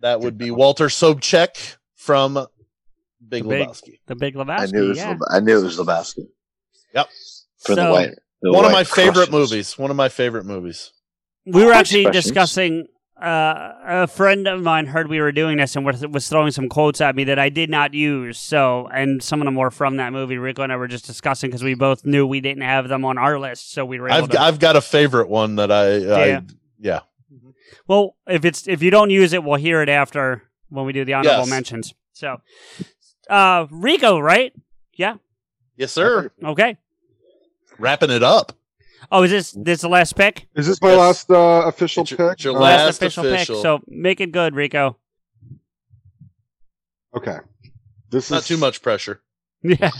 S3: That would be Walter Sobchak from Big
S1: The big,
S3: Lebowski.
S1: the big Lebowski.
S4: I knew it was.
S1: yeah.
S4: Leb- I knew it was Lebowski
S3: Yep,
S4: for the
S1: So-
S4: white. the
S3: one of
S4: white
S3: my favorite
S4: Prussians.
S3: movies. One of my favorite movies.
S1: we were
S4: Quick
S1: actually
S4: questions.
S1: discussing uh, a friend of mine heard we were doing this and was, was throwing some quotes at me that i did not use so and some of them were from that movie rico and i were just discussing because we both knew we didn't have them on our list so we were able
S3: I've
S1: to
S3: I've got a favorite one that I yeah.
S1: Yeah.
S3: I yeah.
S1: well if it's if you don't use it we'll hear it after when we do the honorable
S3: Yes.
S1: mentions so uh rico right
S3: Yes, sir.
S1: okay
S3: Wrapping it up.
S1: oh is this this the last pick
S2: Is this my
S3: Yes.
S2: last uh, official
S3: It's your-
S2: pick?
S3: it's your
S2: Uh,
S3: last-
S1: official,
S3: official.
S1: pick so make it good rico <laughs>
S2: Uh, Okay. This is
S3: Not too much pressure.
S1: yeah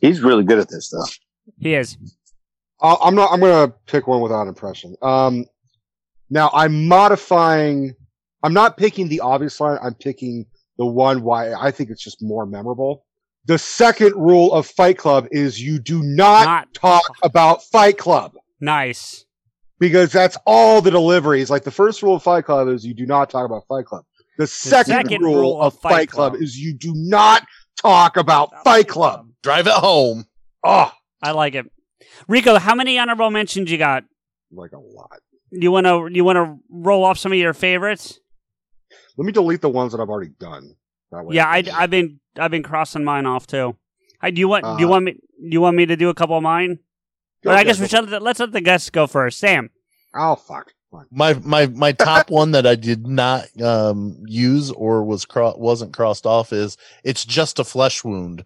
S4: He's really good at this stuff.
S1: he is
S2: I'll, I'm not. I'm gonna pick one without impression. Um, now I'm modifying. I'm not picking the obvious line. I'm picking the one why I think it's just more memorable. The second rule of Fight Club is you do not,
S1: Not
S2: talk about Fight Club
S1: nice
S2: because that's all the delivery is. Like the first rule of Fight Club is you do not talk about Fight Club. The second,
S1: second
S2: rule, of Fight Club, is you do not talk about Fight Club.
S3: Drive it home.
S2: Oh,
S1: I like it. Rico, how many honorable mentions you got?
S2: like a lot.
S1: You wanna you wanna roll off some of your favorites?
S2: Let me delete the ones that I've already done. That way
S1: yeah, I, I've been I've been crossing mine off too. I, do you want do you
S2: Uh,
S1: want me do you want me to do a couple of mine?
S2: Go
S1: But I
S2: ahead,
S1: guess
S2: go
S1: we should let- let's let the guests go first. Sam,
S2: Oh fuck. Fine.
S3: My my my top one that I did not um use or was cro- wasn't crossed off is it's just a flesh wound.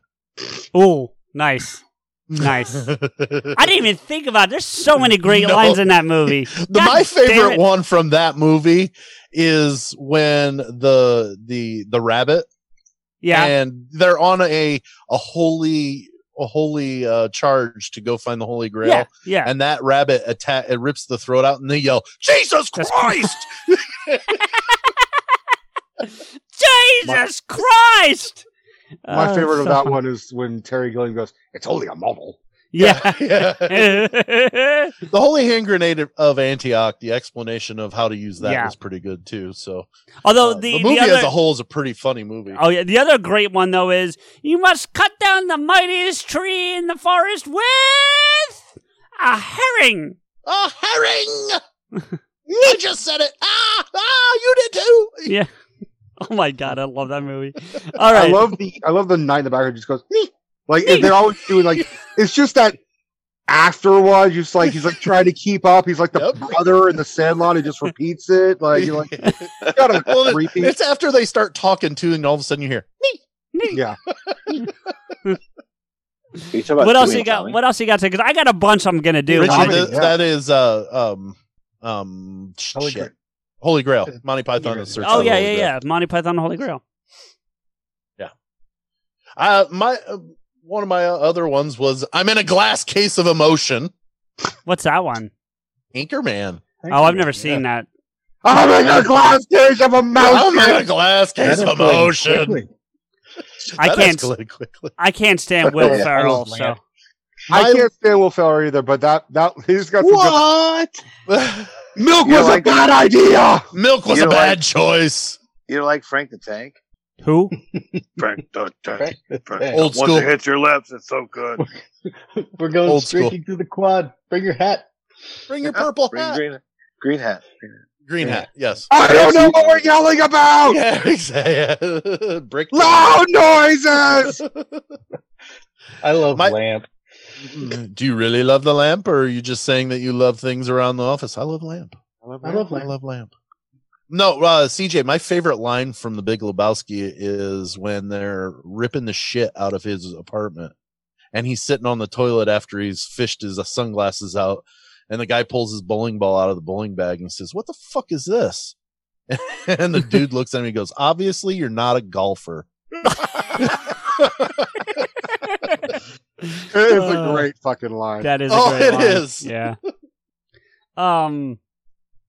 S1: ooh, nice,
S2: <laughs>
S3: <laughs>
S1: nice. I didn't even think about. it. There's so many
S2: <laughs>
S1: great
S3: No.
S1: lines in that movie.
S3: the,
S1: God
S3: my
S1: damn
S3: favorite
S1: it.
S3: one from that movie is when the the the rabbit
S1: Yeah,
S3: and they're on a a holy a holy uh charge to go find the holy grail
S1: yeah, yeah.
S3: and that rabbit attack it rips the throat out and they yell jesus
S1: That's-
S3: christ
S1: <laughs> Jesus Christ!
S2: My
S1: Oh,
S2: favorite
S1: so
S2: of that
S1: fun.
S2: one is when Terry Gilliam goes, "It's only a model."
S3: <laughs> yeah.
S2: <laughs>
S1: Yeah. <laughs>
S3: the holy hand grenade of- of antioch the explanation of how to use that
S1: Yeah.
S3: was pretty good too so
S1: Although
S3: uh,
S1: the,
S3: the,
S1: the
S3: movie
S1: other,
S3: as a whole is a pretty funny movie
S1: Oh yeah, the other great one though is you must cut down the mightiest tree in the forest with a herring. <laughs>
S3: Oh, herring! I just said it. Ah, ah, you did too.
S1: Yeah. Oh my god, I love that movie. All
S2: I
S1: right.
S2: love the I love the night in the background just goes me. Like and they're always doing like it's just that after one, just like he's like trying to keep up. He's like the
S3: Yep.
S2: brother in the Sandlot. He just repeats it. Like you're like
S3: <laughs>
S2: you gotta
S3: Well, it-
S2: repeat.
S3: it's after they start talking too, and all of a sudden you hear.
S2: yeah,
S4: You talking about
S1: what else
S4: Dewey
S1: you
S4: and
S1: got?
S4: Tommy?
S1: What else you got? Because I got a bunch I'm gonna do.
S3: Richard,
S2: Tommy,
S3: th-
S2: yeah.
S3: that is uh, um um
S2: Holy
S3: holy
S2: Grail.
S3: shit. Holy Grail. Monty Python and the Search.
S1: oh
S3: for the
S1: yeah,
S3: Holy
S1: yeah,
S3: Grail.
S1: yeah. Monty Python, and the Holy Grail.
S3: Uh, my uh, one of my other ones was I'm in a glass case of emotion.
S1: What's that one?
S3: Anchorman.
S1: oh, I've never seen that.
S2: I'm in the glass case of a
S3: I'm in
S2: mountain.
S3: a glass case of emotion.
S4: <laughs>
S1: I
S3: That
S1: can't-
S3: escalated quickly.
S1: I can't stand Will
S4: Yeah, I
S1: Ferrell.
S4: love
S1: So
S4: Land.
S2: I can't stand Will Ferrell either, but that that he's got some good-
S4: What?
S2: <laughs> milk
S4: You
S2: was a
S4: like-
S2: bad idea.
S3: Milk was
S4: You
S3: a
S4: know
S3: bad
S4: what?
S3: choice.
S4: You don't like Frank the Tank?
S1: who?
S6: Frank the
S5: <laughs>
S6: Tank.
S5: Frank.
S3: Old
S6: Once
S3: school.
S6: it hits your lips, it's so good.
S5: We're going
S3: Old
S5: streaking through the quad. Bring your hat.
S3: Bring your purple
S4: <laughs> Green,
S3: hat.
S4: green, green hat. Green hat.
S3: Green hat. Yes.
S2: I don't know what we're yelling about.
S3: <laughs> Yeah, exactly. <laughs> Brick
S2: Oh. Loud
S3: <laughs>
S2: noises.
S5: I love lamp.
S3: Mm, Do you really love the lamp, or are you just saying that you love things around the office? I love lamp.
S2: I love
S5: I love lamp.
S3: I love lamp. No, uh, CJ, my favorite line from The Big Lebowski is when they're ripping the shit out of his apartment, and he's sitting on the toilet after he's fished his uh, sunglasses out, and the guy pulls his bowling ball out of the bowling bag and says, "What the fuck is this?" <laughs> And the dude looks at him and goes, "Obviously, you're not
S5: <laughs>
S3: a golfer." <laughs>
S2: It is a
S1: Uh,
S2: great fucking line.
S1: That is.
S3: Oh,
S1: a great
S3: it
S1: line.
S3: is.
S1: Yeah. Um.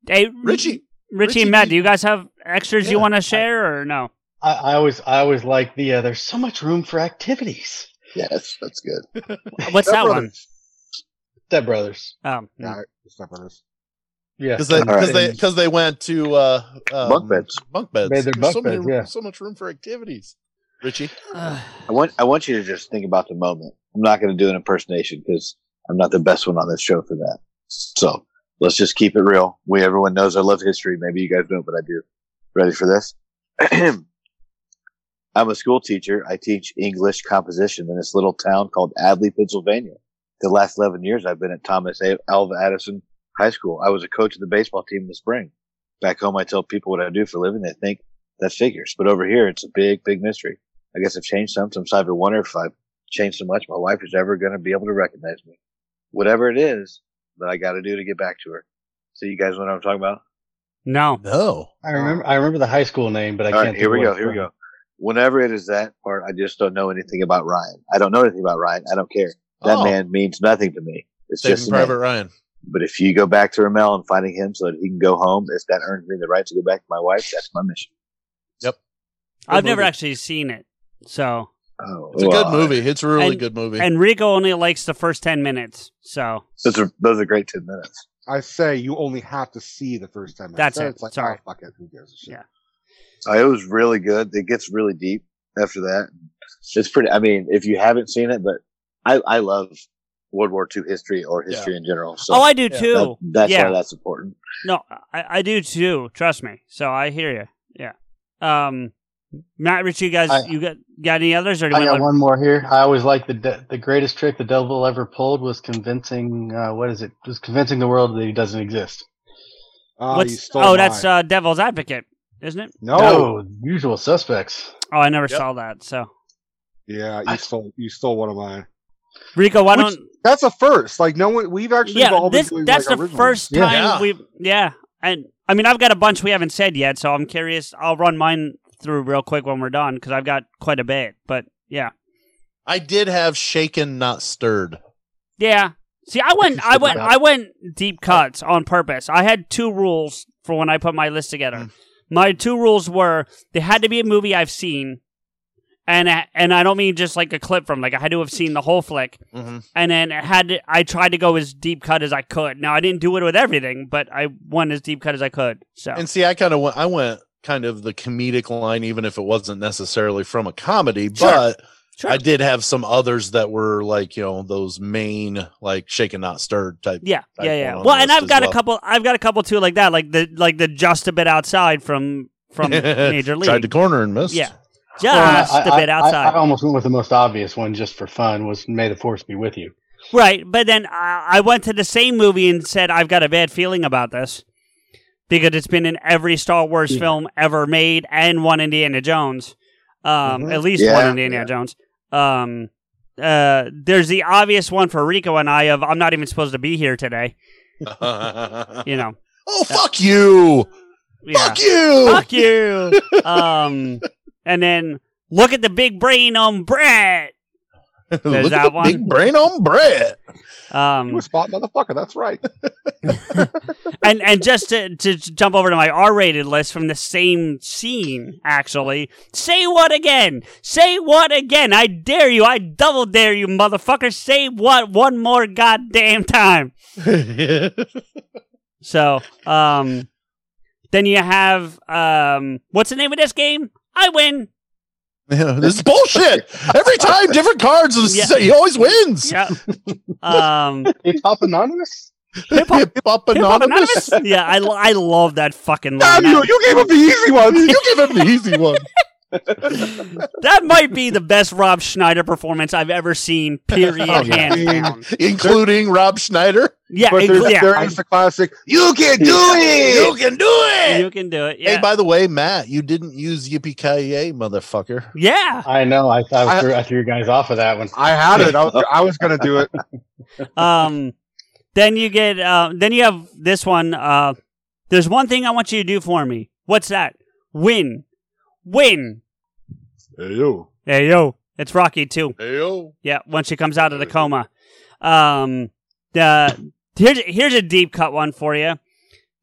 S1: Hey,
S3: Richie.
S1: Richie, and Matt, do you guys have extras you want to share or no?
S5: I, I always I always like the uh, there's so much room for activities.
S4: Yes, that's good.
S1: What's that one?
S2: Brothers.
S5: Step Brothers.
S1: Um,
S2: Yeah, Step Brothers.
S5: Yeah.
S3: because they
S4: All right.
S3: because they because they went to uh, um,
S4: Bunk beds.
S3: Bunk beds.
S5: Made their
S3: There's
S5: bunk
S3: so, many-
S5: beds, yeah.
S3: so much room for activities. Richie,
S4: I want I want you to just think about the moment. I'm not going to do an impersonation because I'm not the best one on this show for that. So let's just keep it real. We everyone knows I love history. Maybe you guys don't, but I do. Ready for this? <clears throat> I'm a school teacher. I teach English composition in this little town called Adley, Pennsylvania. The last 11 years I've been at Thomas A. Alva Addison High School. I was a coach of the baseball team in the spring. Back home, I tell people what I do for a living. They think that figures, but over here, it's a big, big mystery. I guess I've changed some. Sometimes I wonder if I've changed so much my wife is ever going to be able to recognize me. Whatever it is that I got to do to get back to her. So you guys know what I'm talking about?
S1: No.
S3: no,
S5: I remember I remember the high school name, but I
S4: All
S5: can't.
S4: right, here
S5: think
S4: we
S5: what
S4: go.
S5: it's
S4: Here we
S5: from.
S4: go. Whenever it is that part, I just don't know anything about Ryan. I don't know anything about Ryan. I don't care. That
S3: Oh.
S4: man means nothing to me. It's just
S3: Saving
S4: a name.
S3: Private Ryan.
S4: But if you go back to Ramel and finding him so that he can go home, if that earns me the right to go back to my wife, that's my mission.
S1: I've never
S3: movie.
S1: actually seen it. So
S4: Oh,
S3: It's a
S4: well,
S3: good movie. It's a really
S1: And-
S3: good movie.
S1: Enrico only likes the first ten minutes. So
S4: Those are those are great ten minutes.
S2: I say you only have to see the first time.
S1: That's it.
S2: It's like,
S1: Sorry.
S2: oh, fuck it. Who gives a shit?
S1: Yeah.
S4: Uh, it was really good. It gets really deep after that. It's pretty. I mean, if you haven't seen it, but I I love World War II history or history in general. So
S1: oh, I do
S3: yeah,
S1: too.
S4: that- that's
S1: yeah.
S4: why that's important.
S1: No, I, I do too. Trust me. So I hear you. Yeah. Um, Matt, Rich, you guys,
S5: I-
S1: you got got any others? Or do you
S5: I
S1: wanna
S5: got
S1: let-
S5: one more here. I always like the de- the greatest trick the devil ever pulled was convincing uh, what is it? Was convincing the world that he doesn't exist.
S2: Oh, you
S1: What's,
S2: stole
S1: oh, that's
S2: mine.
S1: uh, Devil's Advocate, isn't it?
S2: no.
S5: no Oh, usual suspects.
S1: Oh, I never
S3: Yep.
S1: saw that. So
S2: Yeah, you stole you stole one of mine.
S1: Rico, why
S2: Which-
S1: don't?
S2: That's a first. Like no one we've actually
S1: Yeah,
S2: all been
S1: this
S2: doing,
S1: that's
S2: like,
S1: the
S2: originals.
S1: first
S5: Yeah.
S1: time
S3: Yeah.
S1: we've. Yeah, and I mean, I've got a bunch we haven't said yet, so I'm curious. I'll run mine through real quick when we're done because I've got quite a bit. But yeah,
S3: I did have Shaken, Not Stirred.
S1: Yeah. See, I went, I went, I went deep cuts on purpose. I had two rules for when I put my list together.
S3: Hmm.
S1: My two rules were they had to be a movie I've seen, and I- and I don't mean just like a clip from like I had to have seen the whole flick,
S3: Mm-hmm.
S1: and then it had to, I tried to go as deep cut as I could. Now I didn't do it with everything, but I went as deep cut as I could. So
S3: And see, I kind of went. I went kind of the comedic line, even if it wasn't necessarily from a comedy,
S1: Sure.
S3: but.
S1: sure.
S3: I did have some others that were like, you know, those main like shaken not stirred type.
S1: Yeah,
S3: type
S1: yeah,
S3: one
S1: yeah.
S3: on
S1: Well,
S3: the
S1: and
S3: list
S1: I've
S3: as
S1: got a
S3: well.
S1: couple. I've got a couple too, like that, like the like the just a bit outside from
S3: <laughs>
S1: from major league.
S3: Tried to corner and missed.
S1: Yeah,
S5: Well,
S1: just a bit outside.
S5: I, almost went with the most obvious one just for fun. Was May the Force be with you?
S1: Right, but then I, I went to the same movie and said I've got a bad feeling about this because it's been in every Star Wars
S5: Yeah.
S1: film ever made and one Indiana Jones, um,
S2: Mhm.
S1: at least one
S4: Yeah,
S1: Indiana
S4: yeah.
S1: Jones. Um, uh, there's the obvious one for Rico and I of I'm not even supposed to be here today. You know,
S3: <laughs> oh fuck you!
S1: yeah.
S3: Fuck you!
S1: Fuck you. um, and then look at the big brain on Brett.
S3: <laughs> Look
S1: that
S3: at the
S1: one.
S3: big brain on Brett.
S1: Um,
S2: You a spot motherfucker, that's right.
S1: and and just to, to jump over to my R-rated list from the same scene, actually. Say what again? Say what again? I dare you! I double dare you, motherfucker! Say what one more goddamn time. So, um, then you have um, what's the name of this game? I win.
S3: <laughs> Yeah, this is bullshit. Every time, different cards.
S1: Yeah.
S3: He always wins.
S1: Yep. um,
S3: <laughs>
S5: It's Hop Anonymous.
S1: Hip
S3: Hop Anonymous.
S1: yeah, I, lo- I love that fucking
S3: Damn
S1: line.
S3: you, you gave him the easy one. <laughs> You gave him the easy
S1: <laughs>
S3: one.
S1: that might be the best Rob Schneider performance I've ever
S3: <laughs>
S1: seen, period,
S3: Oh, yeah.
S1: hands down.
S3: including Rob Schneider.
S1: Yeah,
S3: But
S2: there's,
S1: ex- yeah.
S2: there is the classic. You can do it.
S3: You can do it.
S1: You can do it.
S3: Hey, by the way, Matt, you didn't use Yippee Ki Yay, motherfucker.
S1: Yeah.
S5: I know. I thought I,
S3: I-
S5: threw, I threw you guys off of that one.
S2: I had it. I was, I was gonna do
S3: <laughs>
S2: it.
S1: um, then you get uh, then you have this one. Uh, there's one thing I want you to do for me. What's that? Win, win.
S2: Hey yo.
S1: Hey yo, it's Rocky too.
S3: Hey yo.
S1: Yeah, once she comes out of the coma. Um, the here's here's a deep cut one for you.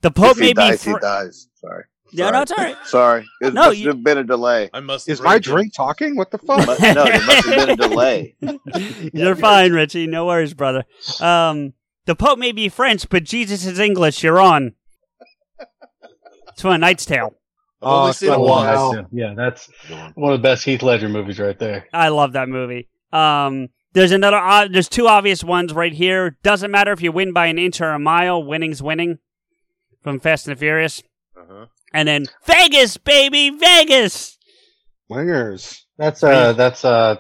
S1: The Pope
S4: if he
S1: may be
S4: dies,
S1: fr-
S4: he dies. Sorry.
S1: No, no, it's all right.
S4: Sorry. It
S1: No,
S4: must
S1: you-
S4: have been
S1: <laughs>
S4: a delay.
S3: I must.
S2: Is my drink talking? What the fuck?
S3: <laughs>
S4: Must- no, there must have been
S1: <laughs>
S4: a delay.
S1: You're fine, Richie. No worries, brother. Um, the Pope may be French, but Jesus is English. You're on. It's from A Knight's Tale.
S3: I've only
S5: Oh,
S3: seen
S5: so
S3: it once.
S5: wow. Yeah, that's one of the best Heath Ledger movies right there.
S1: I love that movie. Um, there's another. Uh, there's two obvious ones right here. Doesn't matter if you win by an inch or a mile. Winning's winning. From Fast and the Furious,
S3: Uh-huh.
S1: and then Vegas, baby, Vegas.
S2: Swingers.
S5: That's uh, that's uh,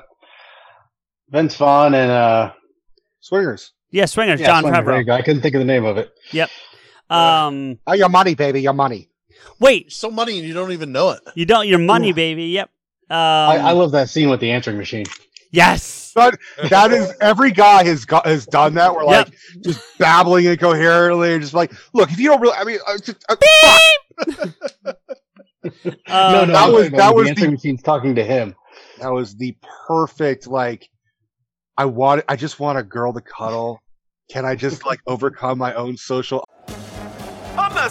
S5: Vince Vaughn and uh,
S2: Swingers.
S1: Yeah, Swingers.
S5: yeah,
S1: John
S5: Swingers. There you
S1: Favreau.
S5: go. I couldn't think of the name of it.
S1: Yep. Um.
S2: Oh, your money, baby. Your money.
S1: Wait.
S3: So money, and you don't even know it.
S1: You don't. Your money, baby. Yep. Um,
S5: I, I love that scene with the answering machine.
S1: Yes.
S2: But that is every guy has got has done that. We're like just babbling incoherently, just like, look, if you don't really, I mean, uh, just, uh, fuck.
S1: Um,
S5: no, no,
S2: that
S5: no,
S2: was-
S5: no,
S2: that
S5: the
S2: was
S5: answering
S2: the-
S5: machine's talking to him.
S2: that was the perfect like. I want. I just want a girl to cuddle. Can I just like overcome my own social?
S6: I'm not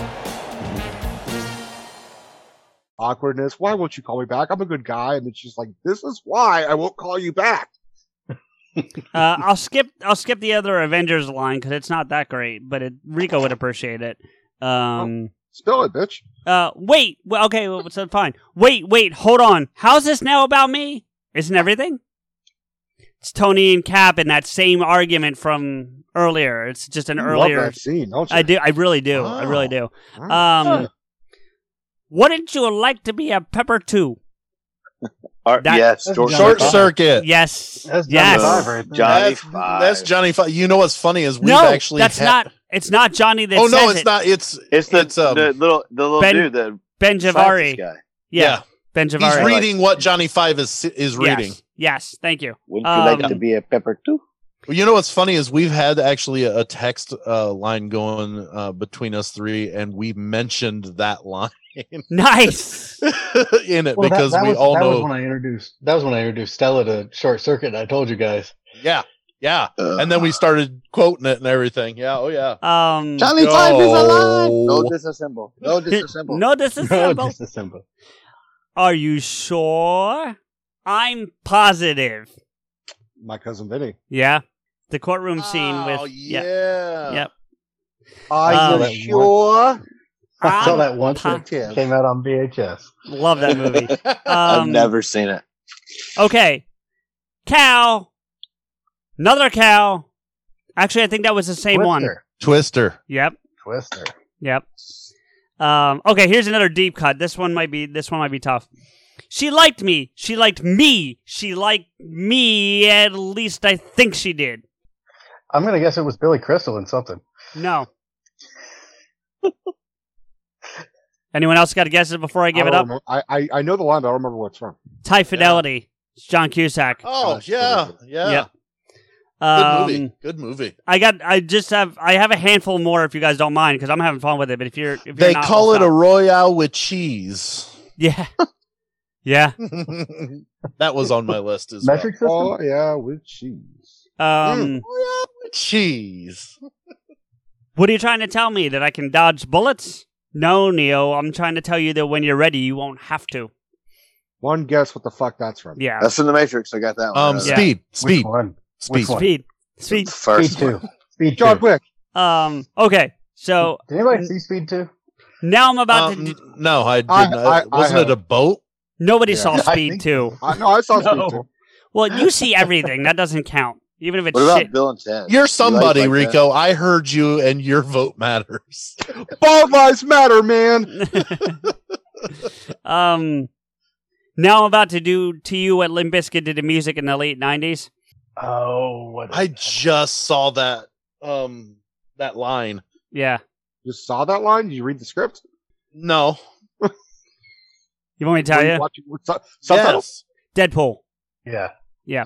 S2: awkwardness. Why won't you call me back? I'm a good guy. And then she's like, this is why I won't call you back.
S1: uh, I'll skip. I'll skip the other Avengers line because it's not that great, but it, Rico would appreciate it. Um.
S2: Spill it, bitch.
S1: Uh. Wait. Well. Okay. Well, so fine. Wait. Wait. Hold on. How's this now about me? Isn't everything? It's Tony and Cap in that same argument from earlier. It's just an
S2: You
S1: earlier.
S2: Love that scene, don't you?
S1: I do. I really do. I really do. Um. Wouldn't you like to be a pepper too?
S4: Are-
S1: That-
S4: yes,
S5: That's
S4: George-
S3: Short circuit.
S1: Yes.
S5: That's
S1: yes.
S5: number five right there.
S4: Johnny
S3: That's,
S4: Five.
S3: that's Johnny Five. You know what's funny is we've
S1: no.
S3: actually
S1: that's
S3: had-
S1: not. It's not Johnny that
S3: Oh
S1: says
S3: no, it's
S1: it.
S3: not. It's
S4: It's the,
S3: It's, um,
S4: the little the little
S1: Ben-
S4: dude, the
S1: Ben
S4: scientist
S1: Javari.
S4: guy.
S1: Yeah.
S3: yeah.
S1: Ben
S3: He's
S1: Javari.
S3: reading what Johnny Five is is
S1: Yes.
S3: reading.
S1: Yes. Thank you. <laughs>
S4: Wouldn't you like
S1: Um,
S4: to be a pepper too?
S3: Well, you know what's funny is we've had actually a text uh, line going uh, between us three, and we mentioned that line <laughs>
S1: Nice.
S3: in it
S5: Well, that-
S3: because
S5: that
S3: we
S5: was-
S3: all
S5: that was
S3: know.
S5: when I introduced that was when I introduced Stella to Short Circuit. And I told you guys.
S3: yeah, yeah.
S4: Ugh.
S3: and then we started quoting it and everything. Yeah, oh yeah.
S1: Um,
S4: Johnny Five is alive.
S3: No.
S4: No disassemble. No disassemble.
S1: no
S5: <laughs>
S1: disassemble.
S5: Oh, just a symbol.
S1: Are you sure? I'm positive.
S2: My cousin Vinny.
S1: Yeah. The courtroom scene
S3: Oh,
S1: with
S3: yeah.
S1: yeah. Yep.
S2: Are
S1: Um,
S2: you
S5: that
S2: sure?
S5: I saw
S1: I'm
S5: that once. when
S1: po-
S5: It came out on VHS.
S1: Love that movie.
S4: I've
S1: Um,
S4: never seen it.
S1: Okay. Cow. Another cow. Actually, I think that was the same one.
S5: Twister.
S3: Twister.
S1: Yep.
S5: Twister.
S1: Yep. Um, okay, here's another deep cut. This one might be this one might be tough. She liked me. She liked me. She liked me. At least I think she did.
S5: I'm gonna guess it was Billy Crystal and something.
S3: <laughs>
S1: No. Anyone else got to guess it before I give
S2: I
S1: it
S3: Oh,
S2: don't
S1: up?
S2: remem- I, I I know the line, but I don't remember what's from.
S1: High Fidelity. It's John Cusack.
S3: Oh
S2: Gosh,
S3: yeah,
S2: what
S3: yeah.
S1: Yep.
S3: Good
S1: Um,
S3: movie. Good movie.
S1: I got. I just have. I have a handful more if you guys don't mind because I'm having fun with it. But if you're, if you're
S3: They
S1: not,
S3: call
S1: we'll
S3: it a
S1: stop.
S3: royale with cheese.
S1: yeah, <laughs> yeah.
S3: <laughs> that was on my list as well.
S5: Metric system.
S2: Oh yeah, with cheese.
S3: Hmm.
S1: Um,
S3: Royale with cheese.
S1: What are you trying to tell me that I can dodge bullets? No, Neo, I'm trying to tell you that when you're ready, you won't have to.
S2: One guess what the fuck that's from.
S1: Yeah.
S4: That's in the Matrix. I got that one. Uh,
S3: Um,
S4: right.
S3: speed, speed,
S2: Which
S3: speed.
S2: one?
S1: Speed. Speed.
S4: First
S5: Speed
S4: one.
S5: two. Speed
S2: John
S5: two.
S2: Wick.
S1: Um. Okay. So
S5: Did anybody see Speed two?
S1: now I'm about
S3: Um,
S1: to. Do-
S3: no, I didn't.
S2: I- I- I
S3: wasn't
S2: have-
S3: it a boat?
S1: Nobody saw
S2: Yeah, I
S1: Speed
S2: think- <laughs>
S1: Two.
S2: I,
S1: <laughs>
S2: no, I saw
S5: No.
S2: Speed too.
S1: Well, you see everything. That doesn't count, even if it's
S4: What about
S1: shit.
S4: Bill and Ted? You
S3: You're
S4: like
S3: somebody,
S4: like that?
S3: Rico. I heard you, and your vote matters.
S2: Bald lives matter, man.
S1: <laughs> um. Now I'm about to do to you what Limp Bizkit did to music in the late '90s.
S5: Oh, what?
S3: I just saw that um that line.
S1: Yeah.
S2: You saw that line? Did you read the script?
S3: No,
S1: You want me to tell
S2: Were you
S1: you?
S2: watching with su- subtitles?
S3: Yes.
S1: Deadpool.
S5: yeah,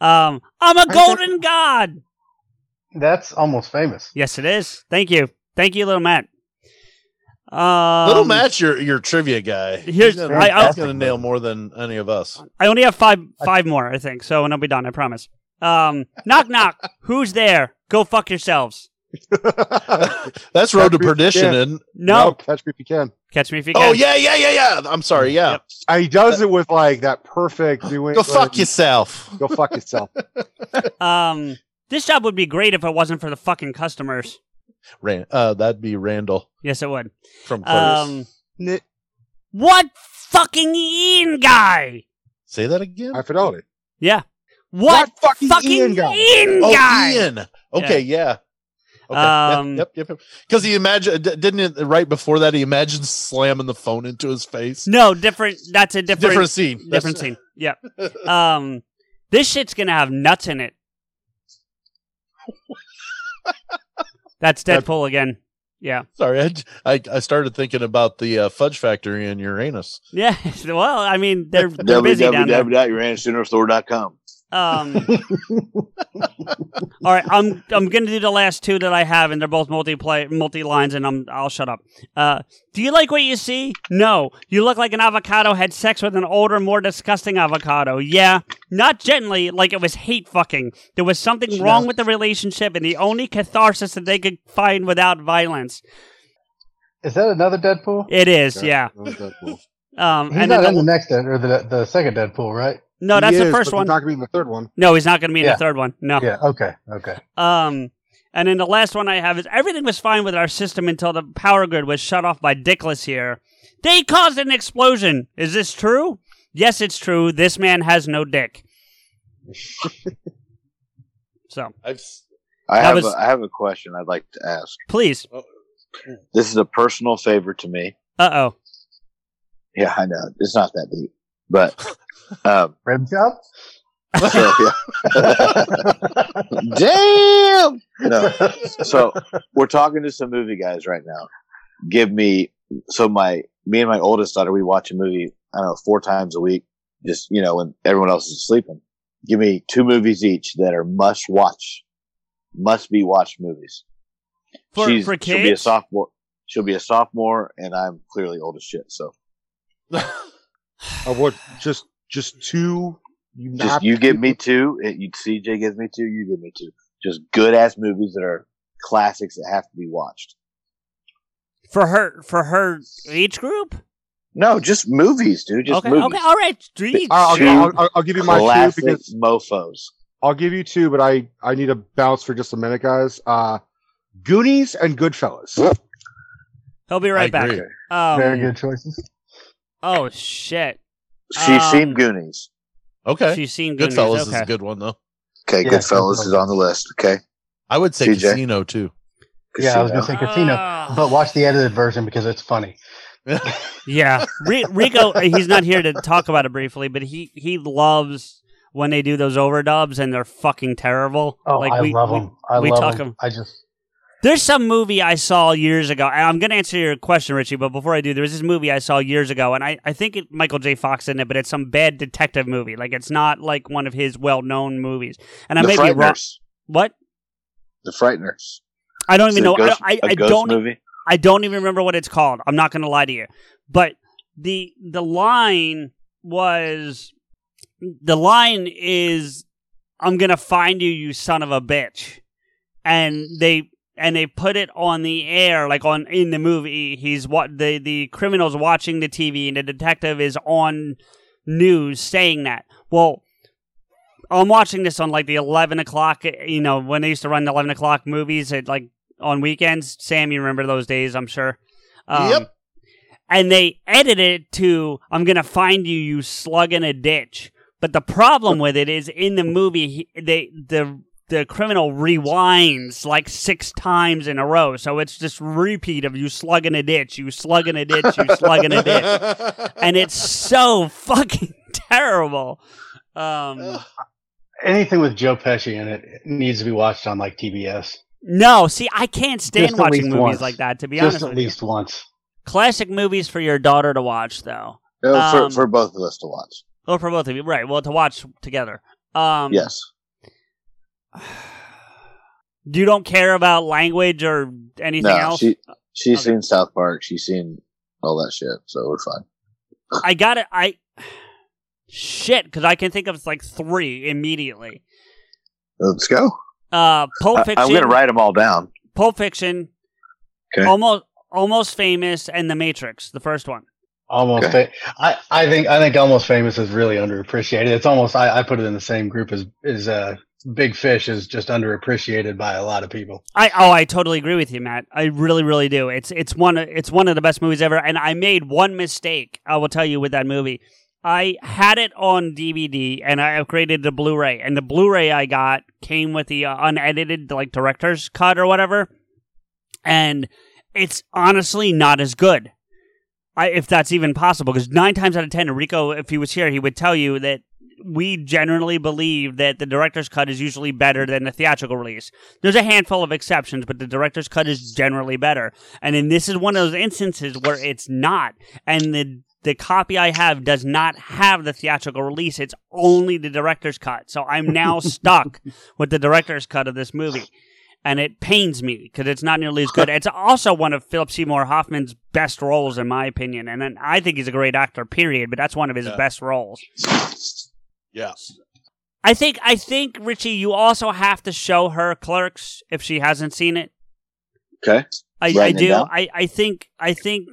S1: Um. I'm a
S5: think-
S1: golden god.
S5: that's almost famous.
S1: Yes, it is. Thank you. Thank you, little Matt. Um,
S3: Little Matt, your your trivia guy.
S1: here's-
S3: he's gonna,
S1: I- I'll-
S3: he's gonna nail more than any of us.
S1: I only have five five more, I think. So and I'll be done. I promise. Um, knock knock. Who's there? Go fuck yourselves.
S3: <laughs> That's
S2: Catch me if
S3: road to
S2: you
S3: perdition.
S2: can.
S3: And
S1: No,
S2: catch me if you can.
S1: catch me if you can.
S3: oh yeah, yeah, yeah, yeah. I'm sorry. Yeah,
S2: And he does it with like that perfect doing.
S3: go fuck yourself.
S2: <laughs> Go fuck yourself.
S1: Um, this job would be great if it wasn't for the fucking customers.
S3: Ran- uh, that'd be Randall
S1: Yes, it would.
S3: from Clerks.
S1: Um,
S2: N-
S1: what fucking Ian guy?
S3: Say that again.
S2: I fidelity.
S1: Yeah. What,
S2: What fucking
S1: fucking Ian
S2: Ian
S1: guy?
S2: guy?
S3: oh, Ian. Okay, yeah. Okay. yep,
S1: Um,
S3: yep, yep, yep. Because he imagined, didn't it, right before that, he imagined slamming the phone into his face.
S1: No, different. That's a different
S3: different scene.
S1: different
S3: That's-
S1: scene. Yeah. Um, this shit's gonna have nuts in it. That's
S3: That-
S1: Deadpool again. Yeah.
S3: <laughs>
S1: <laughs>
S3: Sorry, I, j- I- I started thinking about the uh, Fudge Factory in Uranus.
S1: Yeah. Well, I mean, they're, they're busy down there.
S4: www.uranusstore.com.
S1: Um, all right, I'm I'm gonna do the last two that I have, and they're both multi-play multi lines, and I'm I'll shut up. Uh, do you like what you see? No, you look like an avocado had sex with an older, more disgusting avocado. Yeah, not gently, like it was hate fucking. There was something wrong with the relationship, and the only catharsis that they could find without violence.
S5: Is that another Deadpool?
S1: It is, yeah.
S2: That was Deadpool.
S1: Um, <laughs>
S5: He's
S1: and
S5: not
S1: then
S5: in
S1: the-
S5: the next Dead or the the second Deadpool, right?
S1: no, that's
S2: He
S1: the
S2: is,
S1: first
S2: but
S1: one.
S2: He's not gonna be in the third one.
S1: no, he's not gonna be in
S5: Yeah.
S1: the third one. No.
S5: Yeah. Okay. Okay.
S1: Um, and then the last one I have is everything was fine with our system until the power grid was shut off by Dickless here. They caused an explosion. Is this true? Yes, it's true. This man has no dick. so
S3: I've s-
S4: I
S1: That
S4: have
S1: was-
S4: a, I have a question I'd like to ask.
S1: please.
S4: This is a personal favor to me.
S1: Uh oh.
S4: Yeah, I know it's not that deep,
S1: <laughs>
S4: but um,
S5: Rib job.
S4: so, yeah. damn. No, so we're talking to some movie guys right now. Give me so my me and my oldest daughter we watch a movie I don't know four times a week, just you know when everyone else is sleeping. Give me two movies each that are must watch, must be watched movies.
S1: For-
S4: She's-
S1: for
S4: she'll be a
S1: kids?
S4: sophomore. She'll be a sophomore, and I'm clearly old as shit. So
S2: Of Uh, what? Just just two. You
S4: Just
S2: have
S4: you
S2: to-
S4: give me two. It, you, CJ gives me two. You give me two. Just good ass movies that are classics that have to be watched.
S1: For her, for her age group.
S4: No, just movies, dude. Just
S1: okay.
S4: movies.
S1: Okay. All right. Three.
S2: All right,
S4: Two
S2: I'll, I'll, I'll, I'll give you my two
S4: Classic
S2: because
S4: mofo's.
S2: I'll give you two, but I I need to bounce for just a minute, guys. Uh, Goonies and Goodfellas.
S1: He'll be right
S3: I
S1: back.
S3: agree.
S1: Um,
S5: Very good choices.
S1: Oh shit.
S4: She's
S1: Um,
S4: seen Goonies.
S3: Okay.
S1: She's seen Goonies,
S3: Goodfellas is
S1: okay.
S3: a good one, though.
S4: Okay,
S5: Yeah,
S4: Goodfellas
S5: Goodfellas.
S4: is on the list. Okay,
S3: I would say
S4: TJ.
S3: Casino, too. <laughs>
S5: Yeah, I was gonna
S4: Casino.
S5: say Casino,
S1: Ah.
S5: but watch the edited version because it's funny.
S1: Yeah, R- Rico. He's not here to talk about it briefly, but he he loves when they do those overdubs and they're fucking terrible.
S5: Oh, I love
S1: we-
S5: them. I
S1: we
S5: love
S1: talk
S5: 'em.
S1: of-
S5: I just
S1: There's some movie I saw years ago. and I'm going to answer your question, Richie, but before I do, there was this movie I saw years ago, and I, I think it, Michael J. Fox in it, but it's some bad detective movie. Like, it's not like one of his well known movies. And I
S4: the
S1: may be wrong.
S4: Frighteners.
S1: What?
S4: The Frighteners.
S1: I don't
S4: Is
S1: even
S4: it a
S1: know.
S4: Ghost,
S1: I,
S4: a
S1: I, I
S4: ghost
S1: don't e-,
S4: movie.
S1: I don't even remember what it's called. I'm not going to lie to you. But the the line was the line is I'm going to find you you son of a bitch. And they and they put it on the air, like on in the movie. He's what the the criminal's watching the TV, and the detective is on news saying that. Well, I'm watching this on like the 11 o'clock. You know when they used to run the 11 o'clock movies at like on weekends. Sam, you remember those days? I'm sure. Um,
S17: Yep.
S1: And they edit it to "I'm gonna find you, you slug in a ditch." But the problem with it is in the movie, he, they the the criminal rewinds like six times in a row, so it's just repeat of "you slug in a ditch, you slug in a ditch, you slug in a
S5: <laughs>
S1: ditch," <laughs> and it's so fucking <laughs> terrible. Um,
S5: Anything with Joe Pesci in it needs to be watched on like TBS.
S1: no, see, I can't stand
S5: Just at
S1: watching
S5: least
S1: movies
S5: once.
S1: like that. To be
S5: Just
S1: honest,
S5: at
S1: with you.
S5: least once.
S1: classic movies for your daughter to watch, though.
S4: No,
S1: Um,
S4: for, for both of us to watch.
S1: Well, for both of you, right? Well, to watch together. Um,
S4: yes.
S1: <sighs> You don't care about language or anything
S4: no,
S1: else.
S4: She, she's seen South Park. She's seen all that shit. So we're fine.
S1: I got it. I shit because I can think of like three immediately.
S4: Let's go.
S1: Uh, Pulp
S4: I,
S1: Fiction.
S4: am going to write them all down.
S1: Pulp Fiction.
S4: 'Kay.
S1: Almost, almost famous, and The Matrix, the first one.
S5: Almost, fa- I, I think I think almost famous is really underappreciated. It's almost I, I put it in the same group as is uh, Big Fish is just underappreciated by a lot of people.
S1: I oh I totally agree with you, Matt. I really really do. It's it's one of- it's one of the best movies ever. And I made one mistake. I will tell you with that movie. I had it on DVD and I upgraded to Blu-ray. And the Blu-ray I got came with the uh, unedited like director's cut or whatever. And it's honestly not as good. I, if that's even possible, because nine times out of ten, Enrico, if he was here, he would tell you that we generally believe that the director's cut is usually better than the theatrical release. There's a handful of exceptions, but the director's cut is generally better. And then this is one of those instances where it's not. And the the copy I have does not have the theatrical release. It's only the director's cut. So I'm now stuck with the director's cut of this movie. And it pains me because it's not nearly as good. It's also one of Philip Seymour Hoffman's best roles, in my opinion. And then I think he's a great actor, period, but that's one of his
S3: Yeah.
S1: best roles.
S3: Yeah.
S1: I think I think Richie, you also have to show her Clerks if she hasn't seen it.
S4: Okay.
S1: I, I
S3: Writing it
S1: do.
S3: down?
S1: I, I think I think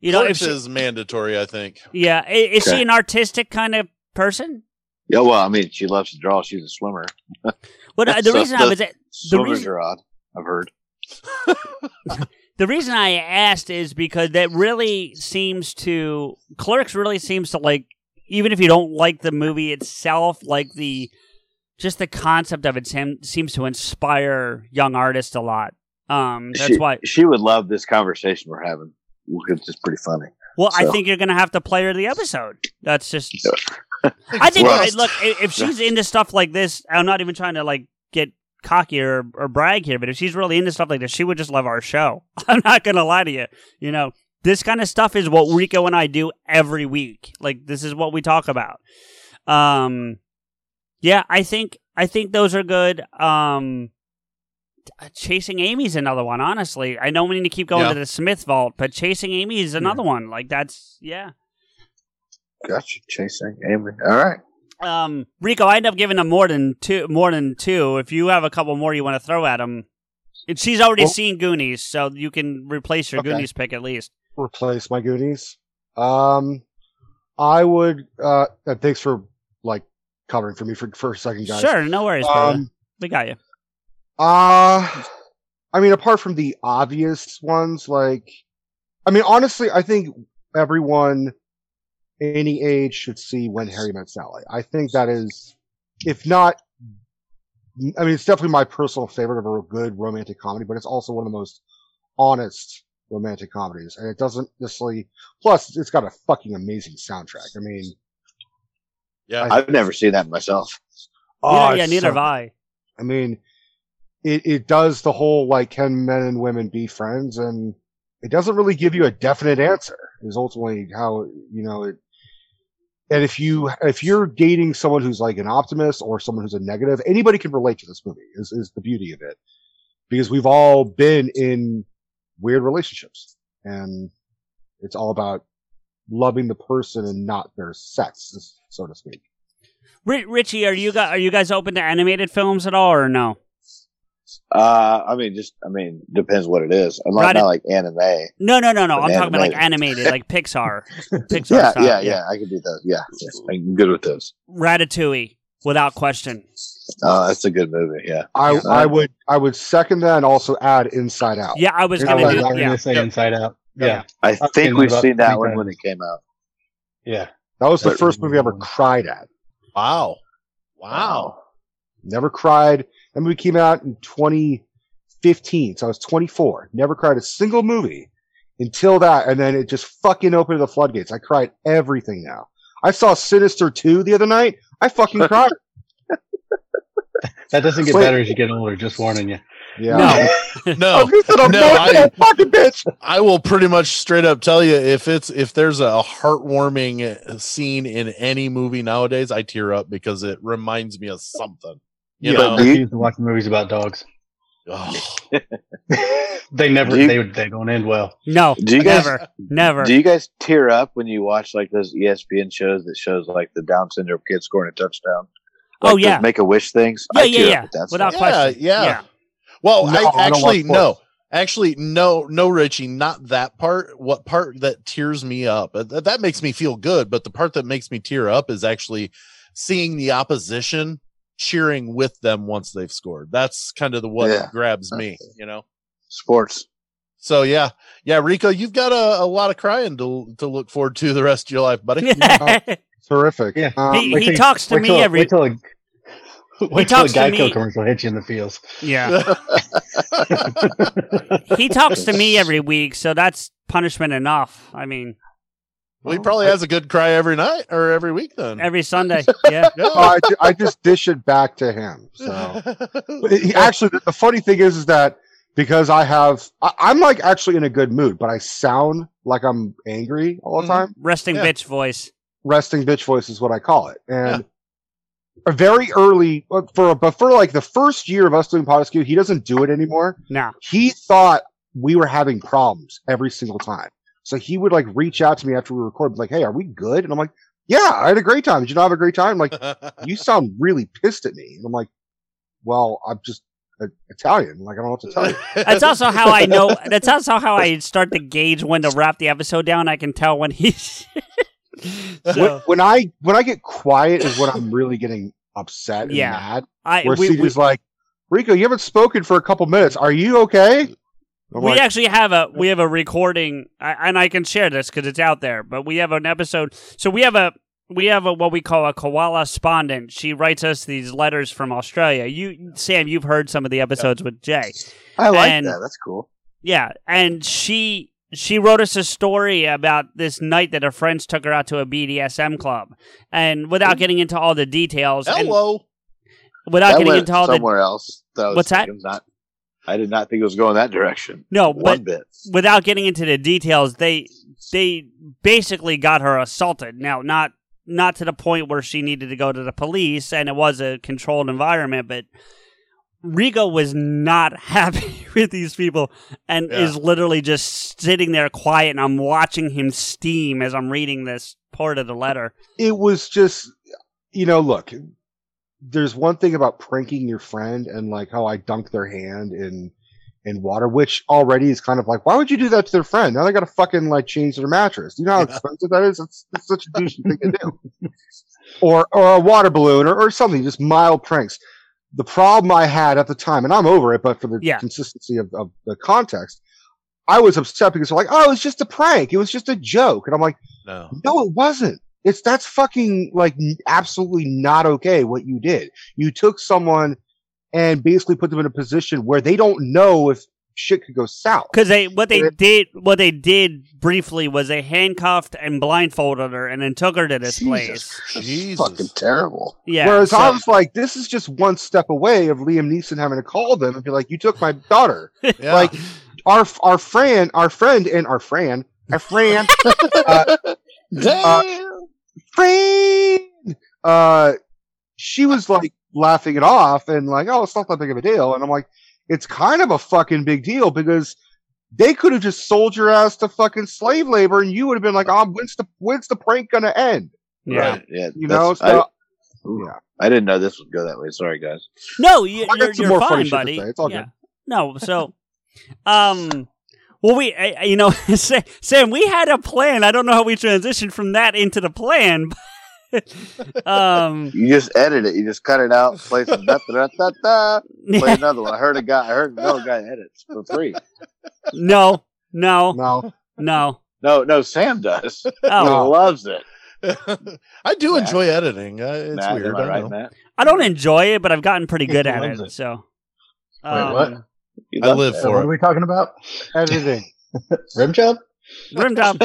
S1: you know
S3: Clerks
S1: if she,
S3: is mandatory, I think.
S1: yeah i- is
S4: Okay.
S1: she an artistic kind of person?
S4: Yeah, well, I mean, she loves to draw. She's a swimmer.
S1: What the reason I was the
S4: swimmers
S1: reason-
S4: are odd. I've heard.
S1: The reason I asked is because that really seems to Clerks really seems to like even if you don't like the movie itself, like the just the concept of it sem- seems to inspire young artists a lot. Um, that's
S4: she,
S1: why
S4: she would love this conversation we're having. It's just pretty funny.
S1: Well, I
S4: So-
S1: think you're going to have to play her the episode. That's just. <laughs> I think.
S4: Well-
S1: look, i-
S4: <laughs>
S1: if she's into stuff like this, I'm not even trying to like get cocky or, or brag here, but if she's really into stuff like this, she would just love our show. <laughs> I'm not going to lie to you. You know, this kind of stuff is what Rico and I do every week. Like this is what we talk about. Um, yeah, I think I think those are good. Um, uh, Chasing Amy's another one. Honestly, I know we need to keep going
S4: Yeah.
S1: to the Smith Vault, but Chasing Amy is another one. Like that's yeah.
S4: Gotcha. Chasing Amy. All right.
S1: Um, Rico, I end up giving them more than two. More than two. If you have a couple more you want to throw at them, and she's already
S2: Well-
S1: seen Goonies, so you can replace your
S2: Okay.
S1: Goonies pick at least.
S2: replace my Goonies. Um, I would. Uh, and thanks for like covering for me for, for a second, guys.
S1: Sure, no worries, brother.
S2: Um,
S1: We got you.
S2: Uh I mean, apart from the obvious ones, like, I mean, honestly, I think everyone, any age, should see When Harry Met Sally. I think that is, if not, I mean, it's definitely my personal favorite of a good romantic comedy, but it's also one of the most honest romantic comedies, and it doesn't necessarily. Plus, it's got a fucking amazing soundtrack. I mean,
S3: Yeah.
S4: I've never seen that myself. uh,
S2: Oh,
S1: yeah,
S2: it's
S1: neither
S2: so
S1: have I.
S2: I mean, it, it does the whole like can men and women be friends, and it doesn't really give you a definite answer. Is ultimately how you know it. And if you if you're dating someone who's like an optimist or someone who's a negative, anybody can relate to this movie. Is is the beauty of it, because we've all been in weird relationships, and it's all about loving the person and not their sex, so to speak.
S1: Ri Richie, are you gu- are you guys open to animated films at all or no?
S4: Uh, I mean, just I mean, depends what it is. I'm
S1: Right.
S4: not, not like anime.
S1: No, no, no, no.
S4: But
S1: I'm talking about like
S4: animated.
S1: animated, like
S4: <laughs>
S1: Pixar. Pixar
S4: yeah,
S1: style,
S4: yeah,
S1: yeah.
S4: yeah. I can do those. Yeah, yes, I'm good with those.
S1: Ratatouille, without question.
S4: Uh, that's a good movie. Yeah, Uh,
S2: I,
S4: Yeah.
S2: I would I would second that and also add Inside Out.
S1: Yeah, I was
S2: Inside
S1: gonna do.
S2: Out.
S1: Yeah.
S5: say Inside Out. Yeah.
S4: I
S5: I've seen
S4: think
S5: it
S4: we've
S5: about
S4: seen
S5: three
S4: that one when
S5: times.
S4: it came out.
S5: Yeah.
S2: That was the first movie I
S3: mm.
S2: ever cried at.
S3: Wow. Wow.
S2: Never cried. That movie came out in 2015, so I was 24. Never cried a single movie until that, and then it just fucking opened the floodgates. I cried everything now. I saw Sinister 2 the other night. I
S3: <laughs>
S2: fucking cried.
S5: That doesn't get
S2: Wait.
S5: better as you get older. Just warning you.
S2: Yeah. <laughs>
S3: No, <laughs> no, I, I will pretty much straight up tell you if it's if there's a heartwarming scene in any movie nowadays, I tear up because it reminds me of something. You
S5: yeah,
S3: know,
S5: I refuse to watch movies about dogs. they never.
S4: Do you-
S5: they they don't end well.
S1: No,
S4: Do you guys-
S1: never, never.
S4: Do you guys tear up when you watch like those E ESPN shows that shows like the Down syndrome kid scoring a touchdown?
S1: Oh,
S4: Like, those
S1: yeah.
S4: Make a wish things.
S1: Yeah,
S4: I
S1: yeah,
S4: tear up
S1: yeah.
S4: at that stuff.
S1: Without
S3: Yeah,
S1: question.
S3: yeah. Well,
S4: No, I don't
S3: I actually
S4: watch
S3: no. Actually, no, no, Richie, not that part. What part that tears me up? Uh, That, that makes me feel good, but the part that makes me tear up is actually seeing the opposition cheering with them once they've scored. That's kind of the what
S4: Yeah.
S3: grabs me, you know.
S4: Sports.
S3: So yeah, yeah, Rico, you've got a, a lot of crying to to look forward to the rest of your life, budty.
S2: Terrific.
S5: Yeah.
S1: <laughs>
S2: Um,
S1: He-
S5: Wait
S1: he
S5: till-
S1: talks to
S5: wait
S1: me
S5: till-
S1: every-
S5: Wait till, a- wait till
S1: talks
S5: a
S1: to
S5: Geico
S1: me-
S5: commercial hits you in the feels.
S1: <laughs> Yeah. he talks to
S2: <laughs>
S1: me every week, so that's punishment enough. I mean,
S3: <laughs> Well, he probably has a good cry every night or every week then.
S1: every
S2: <laughs>
S1: Sunday. Yeah.
S2: Oh, I, ju- I just dish it back to him.
S3: <laughs>
S2: So But he- actually, the- the funny thing is, is that because I have, I, I'm like actually in a good mood, but I sound like I'm angry all the time.
S1: Resting
S2: Yeah.
S1: bitch voice.
S2: Resting bitch voice is what I call it. And a very early but for, but for like the first year of us doing Podescu, he doesn't do it anymore.
S1: No.
S2: He thought we were having problems every single time. So he would like reach out to me after we record, like, Hey, are we good? And I'm like, yeah, I had a great time. Did you not have a great time? Like, you sound really pissed at me. And I'm like, well, I'm just uh, Italian. Like, I don't know what to tell you.
S1: That's also how I
S2: <laughs>
S1: know. That's also how I start to gauge when to wrap the episode down. I can tell when <laughs> he's. <laughs>
S2: when,
S1: so,
S2: when I when I get quiet is when I'm really getting upset and
S1: Yeah.
S2: mad.
S1: I-
S2: where
S1: we-
S2: CJ's like, Rico, you haven't spoken for a couple minutes. Are you okay? I'm
S1: we
S2: like,
S1: actually have a we have a recording, I, and I can share this because it's out there. But we have an episode. So we have a we have a what we call a koala spondent. She writes us these letters from Australia. You, Sam, you've heard some of the episodes with Jay.
S4: I like
S1: And-
S4: that. That's cool.
S1: Yeah, and she she wrote us a story about this night that her friends took her out to a BDSM club, and without getting into all the details, and
S3: <laughs> Hello.
S1: without
S4: Oh. That
S1: getting
S4: went
S1: into all
S4: somewhere
S1: the
S4: else. That was
S1: What's that?
S4: thinking Not, I did not think it was going that direction.
S1: no,
S4: one
S1: but
S4: bit.
S1: without getting into the details, they they basically got her assaulted. Now, not not to the point where she needed to go to the police, and it was a controlled environment, but Rigo was not <laughs> happy with these people and
S3: Yeah.
S1: is literally just sitting there quiet and I'm watching him steam as I'm reading this part of the letter.
S2: it was just you know look there's one thing about pranking your friend and like how i dunk their hand in in water which already is kind of like why would you do that to their friend now they gotta fucking like change their mattress do you know how expensive that is it's, it's such a douchey thing to do or or a water balloon or, or something just mild pranks the problem i had at the time and i'm over it but for the
S1: Yeah.
S2: consistency of, of the context i was upset because they're like oh it's just a prank it was just a joke and i'm like
S3: No.
S2: no, it wasn't. It's that's fucking like n- absolutely not okay what you did. You took someone and basically put them in a position where they don't know if shit could go south.
S1: Cuz they what they did what they did briefly was they handcuffed and blindfolded her and then took her to this place.
S3: Jesus. Fucking
S4: terrible.
S1: Yeah.
S2: Whereas
S1: so-
S2: I was like, this is just one step away of Liam Neeson having to call them and be like, "You took my daughter." Like our our friend, our friend, and our friend, our friend, uh, uh, friend. Uh, she was like laughing it off and like, "Oh, it's not that big of a deal." And I'm like, "It's kind of a fucking big deal because." They could have just sold your ass to fucking slave "Um, labor, and you would have been like, "Oh, when's the when's the prank gonna end?"
S1: Yeah.
S4: Right, yeah.
S2: You
S4: that's-
S2: know, so
S4: I- Yeah. I didn't know this would go that way. Sorry, guys.
S1: No, you,
S4: I got
S1: you're,
S4: some
S1: you're
S4: more funny
S1: fine,
S4: shit
S1: buddy.
S4: to say. It's all
S1: yeah.
S4: good.
S1: No, so, um, well, we, I, I- you know, <laughs> Sa- Sam, we had a plan. I don't know how we transitioned from that into the plan. <laughs> but, um, <laughs>
S4: You just edit it. You just cut it out. Play some da da da
S1: <laughs>
S4: da. Play another one. I heard a guy. I heard another guy edits for free.
S1: no, no,
S3: <laughs>
S2: no,
S1: no,
S4: no, no.
S1: <laughs>
S4: Sam does. he
S1: No.
S4: loves it.
S3: <laughs> I do enjoy editing. Uh, it's
S4: Matt,
S3: weird.
S4: am I
S3: I
S4: right,
S3: know.
S4: Matt?
S1: I don't enjoy it, but I've gotten pretty good at it.
S3: loves
S1: So, um,
S3: Wait, what?
S4: You
S3: I
S4: love
S3: live
S4: that.
S3: for
S5: What are
S3: it.
S5: we talking about?
S2: Editing.
S5: Rim job?
S1: Rim
S3: <laughs>
S1: job.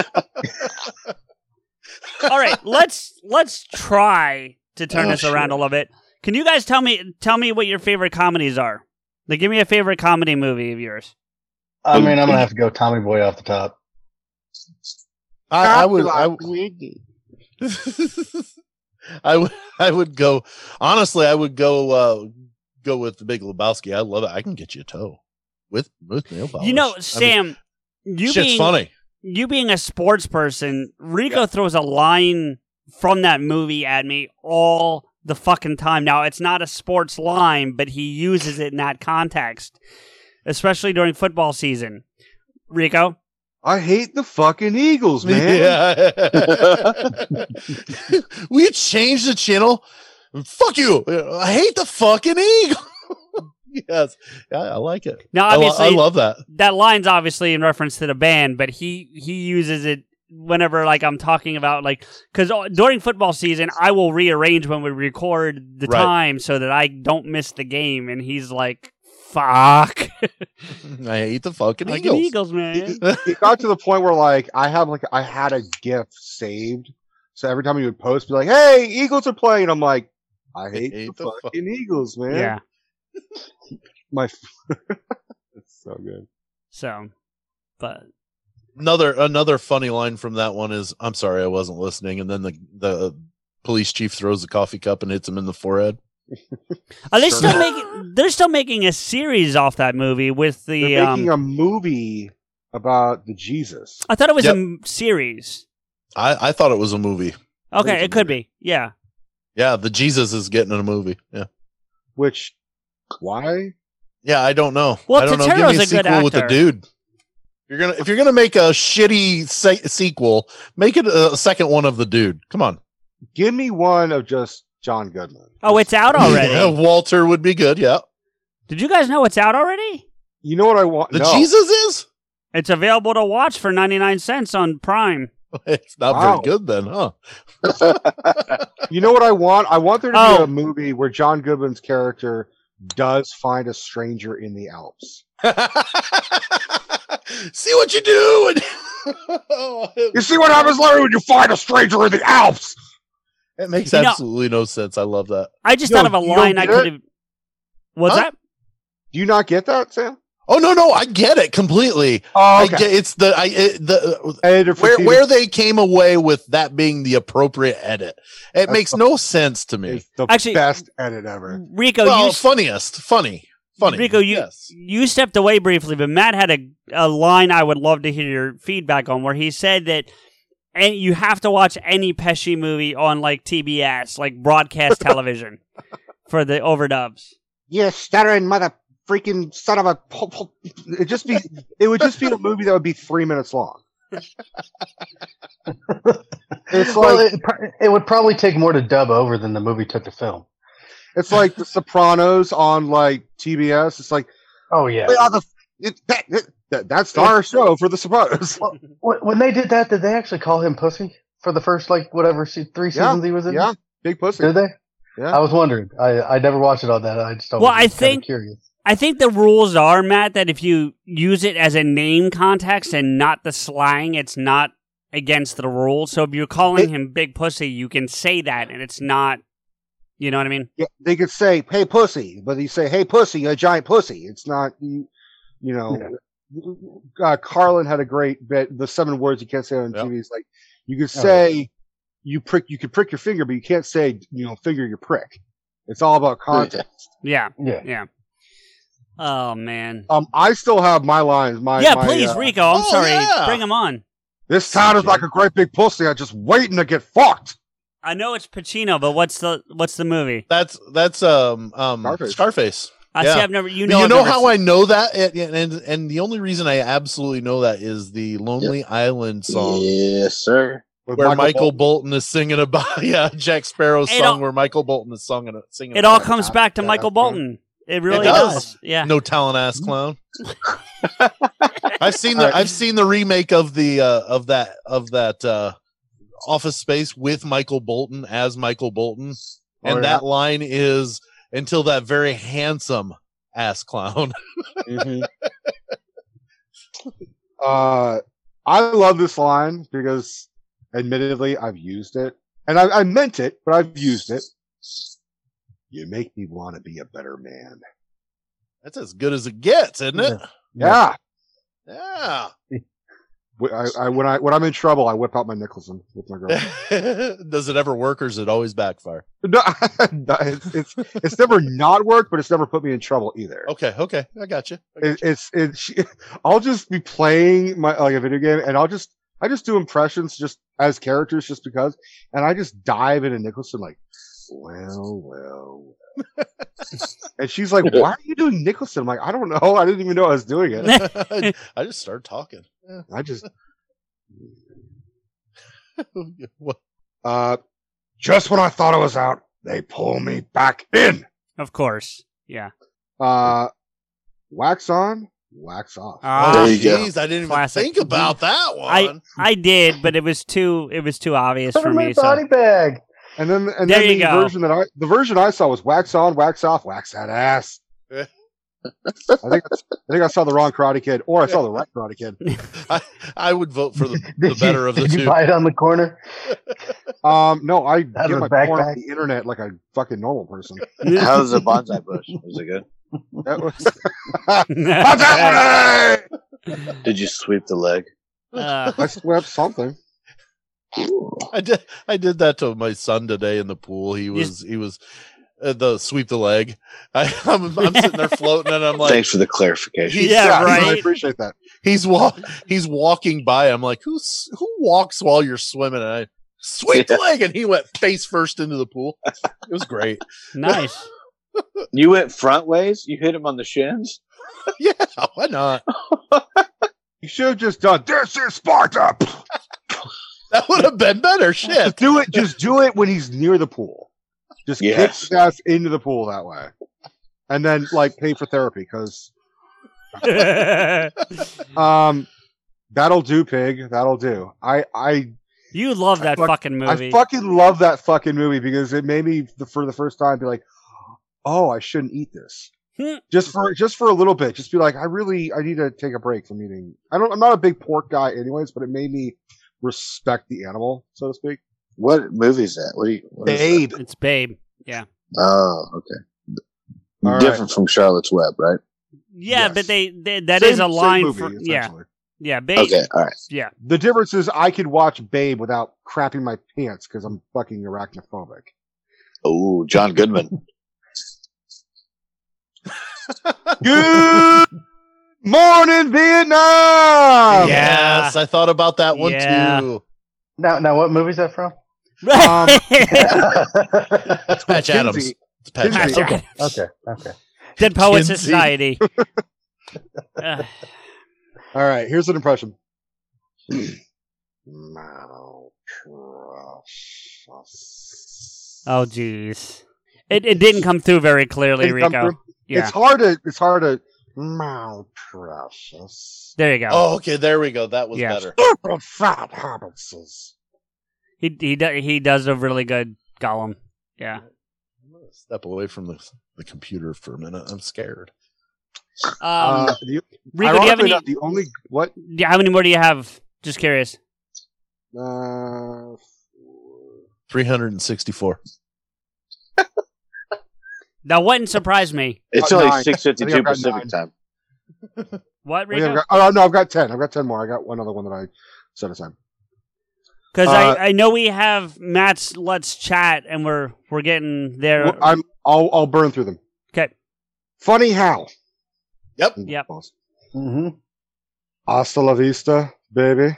S1: All right, let's let's try to turn
S4: Oh,
S1: this around
S4: shit.
S1: a little bit. Can you guys tell me tell me what your favorite comedies are? Like, give me a favorite comedy movie of yours.
S5: I mean, I'm gonna have to go Tommy Boy off the top.
S3: I, I would. I,
S11: Twiggy.
S3: <laughs> I would. I would go. Honestly, I would go. uh Go with the Big Lebowski. I love it. I can get you a toe with with nail polish.
S1: You know,
S3: I mean,
S1: Sam, you
S3: shit's
S1: being
S3: funny.
S1: you being a sports person, Rico throws a line from that movie at me all the fucking time. Now it's not a sports line, but he uses it in that context, especially during football season. Rico,
S2: I hate the fucking
S3: <laughs>
S2: Eagles, man.
S3: Yeah. we had changed the channel. Fuck you. I hate the fucking eagle. <laughs> yes. Yeah, I like it.
S1: Now,
S3: Oh, I lo-
S1: obviously-
S3: I, love that. <laughs>
S1: that line's obviously in reference to the band, but he he uses it whenever like I'm talking about like because during football season I will rearrange when we record the
S3: Right.
S1: time so that I don't miss the game, and he's like, "Fuck,
S3: I hate the fucking
S1: like
S3: eagle.
S1: Eagles.
S3: e-,
S1: man."
S2: it got to the point where like I had like I had a GIF saved, so every time he would post, be like, "Hey, Eagles are playing," I'm like, "I hate, the, fucking Eagles, man."
S1: yeah.
S2: my <laughs> it's so good.
S1: So, but
S3: <laughs> Another another funny line from that one is I'm sorry I wasn't listening and then the the police chief throws the coffee cup and hits him in the forehead.
S1: are they
S3: Sure.
S1: uh, still making? They're still making a series off that movie with the.
S2: They're making
S1: Um,
S2: a movie about the Jesus.
S1: I thought it was
S3: Yep.
S1: a m- series.
S3: I I thought it was a movie.
S1: Okay, it could be. Yeah,
S3: Yeah, the Jesus is getting in a movie. Yeah.
S2: Which why?
S3: Yeah, I don't know.
S1: Well,
S3: I don't know.
S1: Totoro's
S3: Give me
S1: a
S3: a
S1: good
S3: sequel with the
S1: actor.
S3: dude. You're gonna if you're gonna make a shitty se- sequel, make it a second one of the dude. Come on.
S2: Give me one of just John Goodman.
S1: Oh, it's out already.
S3: <laughs> Yeah, Walter would be good. Yeah.
S1: Did you guys know it's out already?
S2: You know what I want?
S3: The
S2: no.
S3: Jesus is. <laughs>
S1: It's available to watch for 99 cents on Prime.
S3: It's not
S2: Wow.
S3: very good then, huh? <laughs>
S2: You know what I want? I want there to be
S1: Oh.
S2: a movie where John Goodman's character does find a stranger in the Alps.
S3: See what you do. <laughs> and-
S2: You see what happens, Larry, when you find a stranger in the Alps.
S3: it makes
S1: You know-
S3: absolutely no sense. I love that.
S1: I just
S2: Yo,
S1: thought of a
S2: you don't
S1: line I
S2: get
S1: could have. What's
S3: Huh?
S1: that?
S2: Do you not get that, Sam?
S3: Oh no, no, I get it completely.
S2: Oh,
S3: I get, it's the I it, the
S1: <laughs>
S2: Edited for
S3: Uh, where
S2: TV.
S3: where they came away with that being the appropriate edit. It makes no sense to me.
S2: It's the
S1: Actually-
S2: best edit ever.
S1: Rico,
S3: well,
S1: you s-
S3: funniest, funny, funny.
S1: Rico, you
S3: yes.
S1: you stepped away briefly, but Matt had a a line I would love to hear your feedback on, where he said that. And you have to watch any Pesci movie on like TBS, like
S3: <laughs>
S1: broadcast television, for the overdubs.
S11: You stuttering mother freaking son of a.
S2: It just be it would just be a movie that would be three minutes <laughs> long. it's
S5: Well,
S2: like
S5: it, pr- it would probably take more to dub over than the movie took to film.
S2: it's like The Sopranos on like TBS. It's like
S5: Oh yeah.
S2: we are the it, that, that- that's our show for The Sopranos.
S5: Wh- When they did that, did they actually call him pussy for the first like whatever se- three
S2: Yeah,
S5: seasons he was in?
S2: yeah, big pussy.
S5: Did they?
S2: Yeah.
S5: I was wondering. I I never watched it on that. I just always
S1: Well, I
S5: was kinda
S1: think-
S5: curious.
S1: I think the rules are, Matt, that if you use it as a name context and not the slang, it's not against the rules. So if you're calling him Big Pussy, you can say that and it's not, you know what I mean?
S2: Yeah, they could say, "Hey, pussy," but you say, "Hey, pussy, you're a giant pussy." It's not you, you know. Uh, Carlin had a great bit. The seven words you can't say on
S3: Yeah.
S2: TV is like you could
S5: yeah.
S2: say you prick, you could prick your finger, but you can't say you know finger your prick. It's all about context.
S1: Yeah.
S5: Yeah.
S1: Yeah. Oh, man.
S2: Um, I still have my lines. My
S1: yeah,
S2: my,
S1: please,
S2: uh,
S1: Rico. I'm
S3: Oh,
S1: sorry.
S3: yeah.
S1: Bring him on.
S2: This town is like a great big pussy. I'm just waiting to get fucked.
S1: I know it's Pacino, but what's the what's the movie?
S3: That's that's um um Scarface.
S1: I see. I've never. You know.
S3: you
S1: I've
S3: know
S1: never
S3: how
S1: seen-
S3: I know that, and, and and the only reason I absolutely know that is the Lonely Island song.
S4: Yes, sir.
S3: Where
S4: With
S3: Michael,
S4: Michael
S3: Bolton. is singing about <laughs> yeah Jack Sparrow's
S1: It
S3: song,
S1: all-
S3: where Michael Bolton is singing singing.
S1: It all
S3: about
S1: comes
S3: that.
S1: back to
S3: Yeah.
S1: Michael Bolton. It really
S3: does.
S1: does. Yeah. Mm-hmm.
S3: No talent ass clown.
S1: <laughs>
S3: I've seen the I've seen the remake of the uh, of that of that uh, Office Space with Michael Bolton as Michael Bolton,
S1: Oh,
S3: and
S4: yeah.
S3: that line is until that very handsome ass clown. <laughs>
S2: Uh, I love this line because, admittedly, I've used it, and I, I meant it, but I've used it. You make me want to be a better man.
S3: That's as good as it gets, isn't it?
S2: Yeah.
S3: Yeah.
S2: Wh- I, I, when I when I'm in trouble, I whip out my Nicholson with my
S3: <laughs>
S2: girl. <laughs>
S3: Does it ever work or does it always backfire?
S2: No, <laughs> no, it's, it's it's never not worked, but it's never put me in trouble either.
S3: Okay, okay, I
S1: <laughs>
S3: got you.
S2: It, it's it's she- <laughs> I'll just be playing my like a video game, and I'll just I just do impressions just as characters, just because, and I just dive into Nicholson like, well, well, well." and she's like, why are you doing Nicholson? I'm like, I don't know, I didn't even know I was doing it.
S3: I just started talking. <laughs>
S2: I just
S3: What?
S2: uh, just when I thought I was out, they pull me back in.
S1: Of course. Yeah.
S2: Uh, wax on, wax off.
S1: Ah, There you go.
S3: Jeez, I didn't even
S1: Classic.
S3: think about that one.
S1: I I did, but it was too it was too obvious for me. So <laughs>
S2: bag. And then and
S1: There
S2: then
S1: you
S2: the
S1: go.
S2: version that I the version I saw was wax on, wax off, wax that ass. I think I think I saw the wrong Karate Kid, or I saw the right Karate Kid.
S3: <laughs> I, I would vote for the, the better of
S5: <laughs>
S3: the
S5: Did
S3: two.
S5: you buy it on the corner?
S2: Um, no, I
S5: Out of
S2: get
S5: the
S2: my porn
S5: backpack?
S2: on the internet like a fucking normal person.
S4: How's the bonsai bush? Was it good?
S2: That <laughs> was Bonsai!
S4: Did you sweep the leg?
S1: Uh,
S2: I
S1: <laughs>
S2: swept something.
S3: I did. I did that to my son today in the pool. He was. He was. Uh, the sweep the leg. <laughs> I, I'm, I'm sitting <laughs> there floating, and I'm like,
S4: Thanks for the clarification.
S3: He's- Yeah,
S2: I
S3: right.
S2: appreciate that.
S3: He's walk. He's walking by. I'm like, who's who walks while you're swimming? And I sweep the
S4: Yeah.
S3: leg, and he went face first into the pool. It was great. <laughs>
S2: <laughs>
S1: nice.
S4: You went front ways. You hit him on the shins.
S3: yeah, why not?
S2: You should have just done this is Sparta.
S3: that would have been better. Shit.
S2: do it. Just do it when he's near the pool. Just kick
S4: Yes.
S2: his ass into the pool that way, and then like pay for therapy because
S1: Mm-hmm.
S2: um, that'll do, pig. That'll do. I I
S1: you love that
S2: fuck-
S1: fucking movie.
S2: I fucking love that fucking movie because it made me the, for the first time be like, oh, I shouldn't eat this.
S1: Hmm.
S2: Just for just for a little bit, just be like, I really I need to take a break from eating. I don't. I'm not a big pork guy, anyways, but it made me respect the animal, so to speak.
S4: What movie is that? What do you? What is that?
S2: Babe,
S1: it's Babe. Yeah.
S4: Oh, okay.
S2: All right.
S4: Different from Charlotte's Web, right?
S1: Yeah,
S2: Yes.
S1: but they, they that is a
S2: Same- same
S1: line
S2: movie,
S1: for yeah.
S2: essentially.
S1: Yeah, Babe. <laughs>
S4: Okay, all right.
S1: Yeah.
S2: The difference is I could watch Babe without crapping my pants because I'm fucking arachnophobic.
S4: Oh,
S1: <laughs>
S4: John Goodman.
S2: Good morning,
S3: Um,
S2: Vietnam.
S3: Yes, I thought about that one
S1: Yeah.
S3: too.
S5: Now, now, what movie is that from?
S2: Um,
S1: <laughs>
S3: It's Patch
S2: Kinsey.
S3: Adams. It's Patch
S2: Kinsey.
S3: Adams.
S5: Okay, okay, okay.
S1: Dead Poets
S2: <laughs>
S3: Kinsey.
S1: Society. Uh,
S2: All right, here's an impression. Malpractice.
S1: oh jeez. It it didn't come through very clearly,
S2: Didn't come
S1: Rico.
S2: through?
S1: Yeah.
S2: It's hard to. It's hard to. Malpractice.
S1: there you go.
S3: Oh, okay. There we go. That was
S1: Yeah.
S3: better.
S2: Stupid fat Hobbitses.
S1: He he do, he does a really good Gollum. Yeah.
S3: Step away from the, the computer for a minute. I'm scared.
S1: Um,
S2: Uh, the,
S1: Rico, do you have
S2: ironically
S1: any?
S2: enough, the only what?
S1: do- how many more do you have? Just curious.
S2: Uh,
S3: 364.
S1: That wouldn't surprise me.
S4: It's
S2: Uh,
S4: only
S2: nine.
S4: six fifty
S2: I think
S4: two
S2: I've got
S4: Pacific
S2: nine.
S4: time.
S1: What
S2: Wait, I've
S1: Rico?
S2: got, oh no, I've got ten. I've got ten more. I got one other one that I set aside.
S1: Because
S2: uh,
S1: I, I know we have Matt's Let's Chat, and we're we're getting there.
S2: Well, I'm. I'll. I'll burn through them.
S1: Okay.
S2: Funny Mm-hmm. how.
S3: Yep.
S1: Yep.
S5: hmm
S2: Mm-hmm. Hasta la <laughs> vista, baby.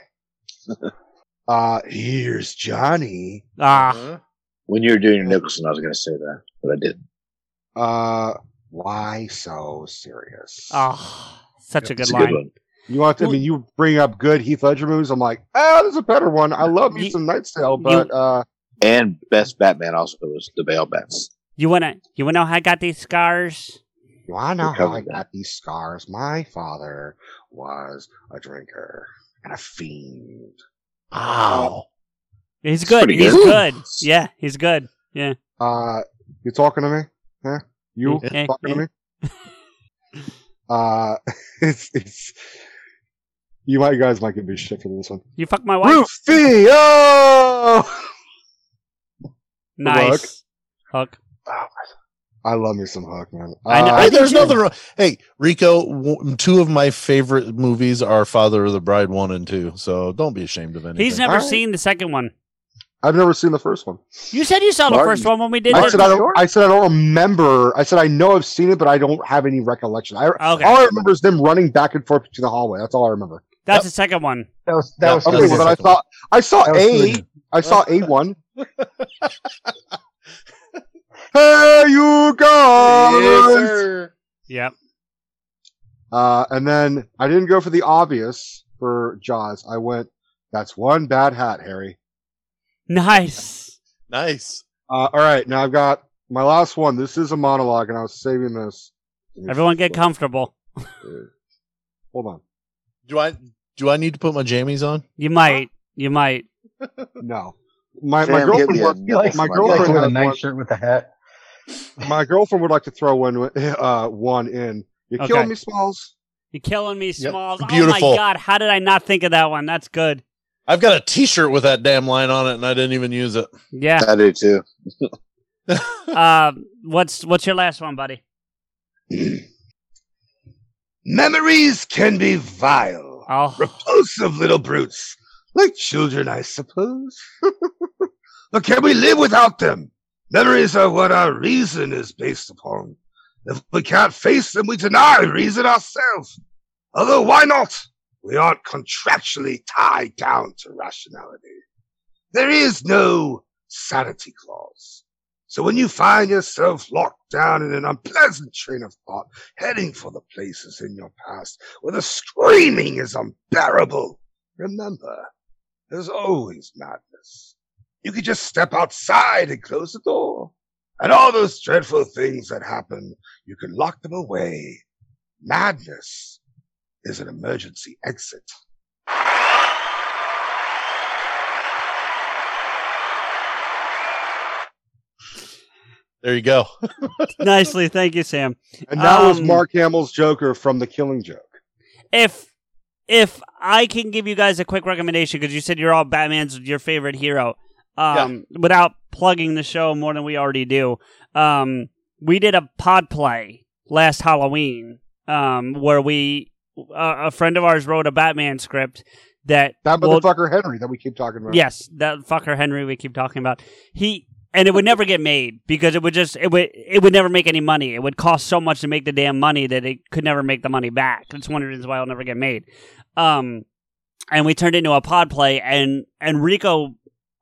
S2: uh here's Johnny.
S1: Ah,
S3: Huh?
S4: When you were doing your Nicholson, I was going to say that, but I didn't.
S2: Uh, why so serious?
S1: Oh, such a good
S4: It's a
S1: line.
S4: good one.
S2: You want? To, I mean, you bring up good Heath Ledger movies. I'm like, ah, there's a better one. I love you some Night's Tale, but uh,
S4: And best Batman also was the bail bats.
S1: You wanna you wanna know how I got these scars?
S2: well, I know how I got these scars. My father was a drinker and a fiend.
S1: Wow. He's
S2: It's
S1: good.
S2: pretty
S1: He's
S2: good.
S1: good. Yeah, he's good. Yeah.
S2: Uh, you talking to me? Huh? You
S1: Yeah.
S2: talking to
S1: Yeah.
S2: me?
S1: <laughs>
S2: Uh, <laughs> it's it's. You might you guys might give me shit for this one.
S1: You fuck my wife.
S2: Rufio.
S1: Nice. Hook.
S2: I love me some Hook, man. Uh,
S3: hey, there's nothing wrong. Hey, Rico, w- two of my favorite movies are Father of the Bride 1 and 2, so don't be ashamed of anything.
S1: He's never seen the second one.
S2: I've never seen the first one.
S1: You said you saw the
S2: Martin.
S1: first one when we did
S2: I
S1: the-
S2: said I don't. I said I don't remember. I said I know I've seen it, but I don't have any recollection. I, All I remember is them running back and forth to the hallway. That's all I remember.
S1: That's the second one.
S18: That was
S2: That was okay, well, then I saw I saw
S18: That was
S2: a
S18: good.
S2: I saw a one. hey, you guys!
S1: Yep.
S2: Uh, and then I didn't go for the obvious for Jaws. I went. That's one bad hat, Harry.
S1: Nice.
S3: Nice.
S2: Uh, all right, now I've got my last one. This is a monologue, and I was saving this.
S1: Everyone get comfortable.
S2: Hold on.
S3: Do I do I need to put my jammies on?
S1: You might. You might.
S2: No. My, my
S3: Sam, give
S2: girlfriend,
S3: me a
S2: worked-
S3: nipple
S2: my
S3: slap.
S2: girlfriend
S3: Like with a
S2: has
S3: nice
S2: one-
S18: shirt with a hat.
S2: My girlfriend would like to throw one uh, one in. You
S1: Okay.
S2: killed me, Smalls.
S1: You're killing me, Smalls. Oh
S3: Beautiful.
S1: my god, how did I not think of that one? That's good.
S3: I've got a T-shirt with that damn line on it, and I didn't even use it. <laughs>
S1: Yeah,
S4: I do too.
S1: uh, what's what's your last one, buddy?
S11: <clears throat> Memories can be vile, <laughs> repulsive little brutes, like children, I suppose. <laughs> but can we live without them? Memories are what our reason is based upon. If we can't face them, we deny reason ourselves. Although, why not? We aren't contractually tied down to rationality. There is no sanity clause. So when you find yourself locked down in an unpleasant train of thought, heading for the places in your past where the screaming is unbearable, remember, there's always madness. You could just step outside and close the door. And all those dreadful things that happen, you can lock them away. Madness is an emergency exit.
S3: There you go.
S1: <laughs> Nicely, thank you, Sam.
S2: And that was
S1: Um,
S2: Mark Hamill's Joker from The Killing Joke.
S1: If if I can give you guys a quick recommendation, because you said you're all Batman's your favorite hero, um, without plugging the show more than we already do, um, we did a pod play last Halloween, um, where we uh, a friend of ours wrote a Batman script that
S2: That
S1: will-
S2: motherfucker Henry that we keep talking about.
S1: Yes, that fucker Henry we keep talking about. He and it would never get made because it would just it would it would never make any money. It would cost so much to make the damn money that it could never make the money back. That's one of the reasons why it'll never get made. Um, and we turned it into a pod play, and and Rico.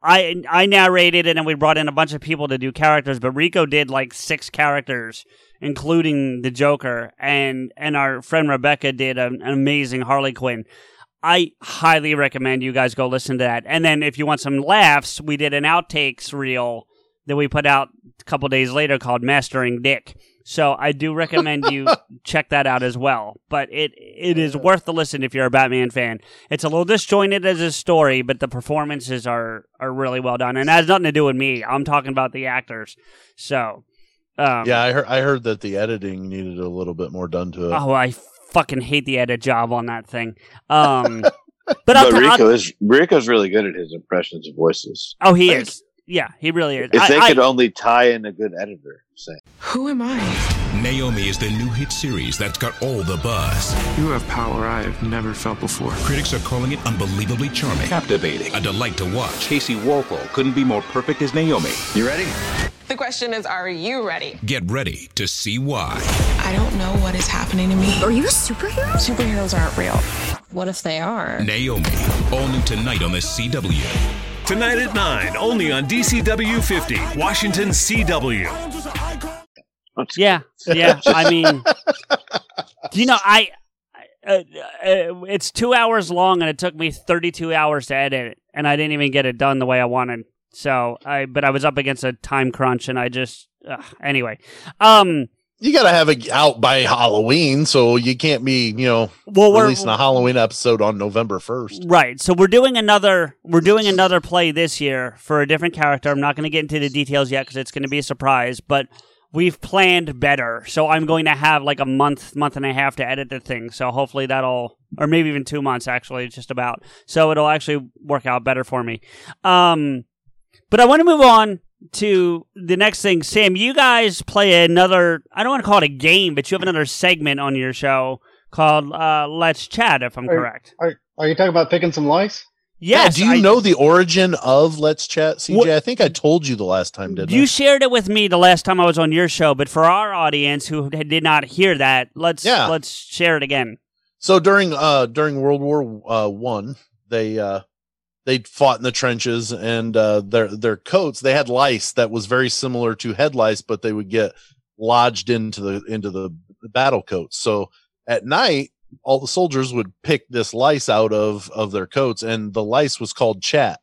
S1: I I narrated it and we brought in a bunch of people to do characters, but Rico did like six characters, including the Joker, and and our friend Rebecca did an, an amazing Harley Quinn. I highly recommend you guys go listen to that. And then if you want some laughs, we did an outtakes reel that we put out a couple days later called Mastering Dick. So I do recommend you check that out as well. But it it is worth the listen if you're a Batman fan. It's a little disjointed as a story, but the performances are are really well done. And that has nothing to do with me. I'm talking about the actors. So um,
S3: yeah, I heard. I heard that the editing needed a little bit more done to it.
S1: Oh, I fucking hate the edit job on that thing. Um, but I'll,
S4: But
S1: t- I'll-
S4: Rico is Rico's really good at his impressions of voices.
S1: Oh, he is. Yeah, he really is.
S4: If
S1: I-
S4: they
S1: I-
S4: could only tie in a good editor, say.
S19: Who am I? Naomi is the new hit series that's got all the buzz. You have power I have never felt before. Critics are calling it unbelievably charming, captivating, a delight to watch. Casey Walpole couldn't be more perfect as Naomi. You ready?
S20: The question is, are you ready?
S19: Get ready to see why.
S20: I don't know what is happening to me. Are you a superhero? Superheroes aren't real. What if they are?
S19: Naomi, all new tonight on the CW.
S18: Tonight at 9, only on DCW 50, Washington CW.
S1: <laughs> Yeah, yeah. I mean, you know, I uh, uh, it's two hours long, and it took me thirty-two hours to edit it, and I didn't even get it done the way I wanted. So I, but I was up against a time crunch, and I just uh, anyway. Um,
S3: you gotta have it out by Halloween, so you can't be, you know,
S1: Well, we're-
S3: releasing a Halloween episode on November first.
S1: Right. So we're doing another we're doing another play this year for a different character. I'm not going to get into the details yet because it's going to be a surprise, but we've planned better. So I'm going to have like a month month and a half to edit the thing. So hopefully that'll or maybe even 2 months actually just about. So it'll actually work out better for me. Um but I want to move on to the next thing. Sam, you guys play another I don't want to call it a game, but you have another segment on your show called uh Let's Chat if I'm
S5: Are-
S1: correct.
S5: Are, are you talking about picking some lice?
S1: Yes,
S3: do you know the origin of Let's Chat, CJ? I think I told you the last time, didn't
S1: You shared it with me the last time I was on your show, but for our audience who did not hear that, let's
S3: Yeah.
S1: let's share it again.
S3: So during uh during World War uh one, they uh they fought in the trenches and uh their their coats they had lice that was very similar to head lice, but they would get lodged into the into the battle coats. So at night all the soldiers would pick this lice out of of their coats and the lice was called chat.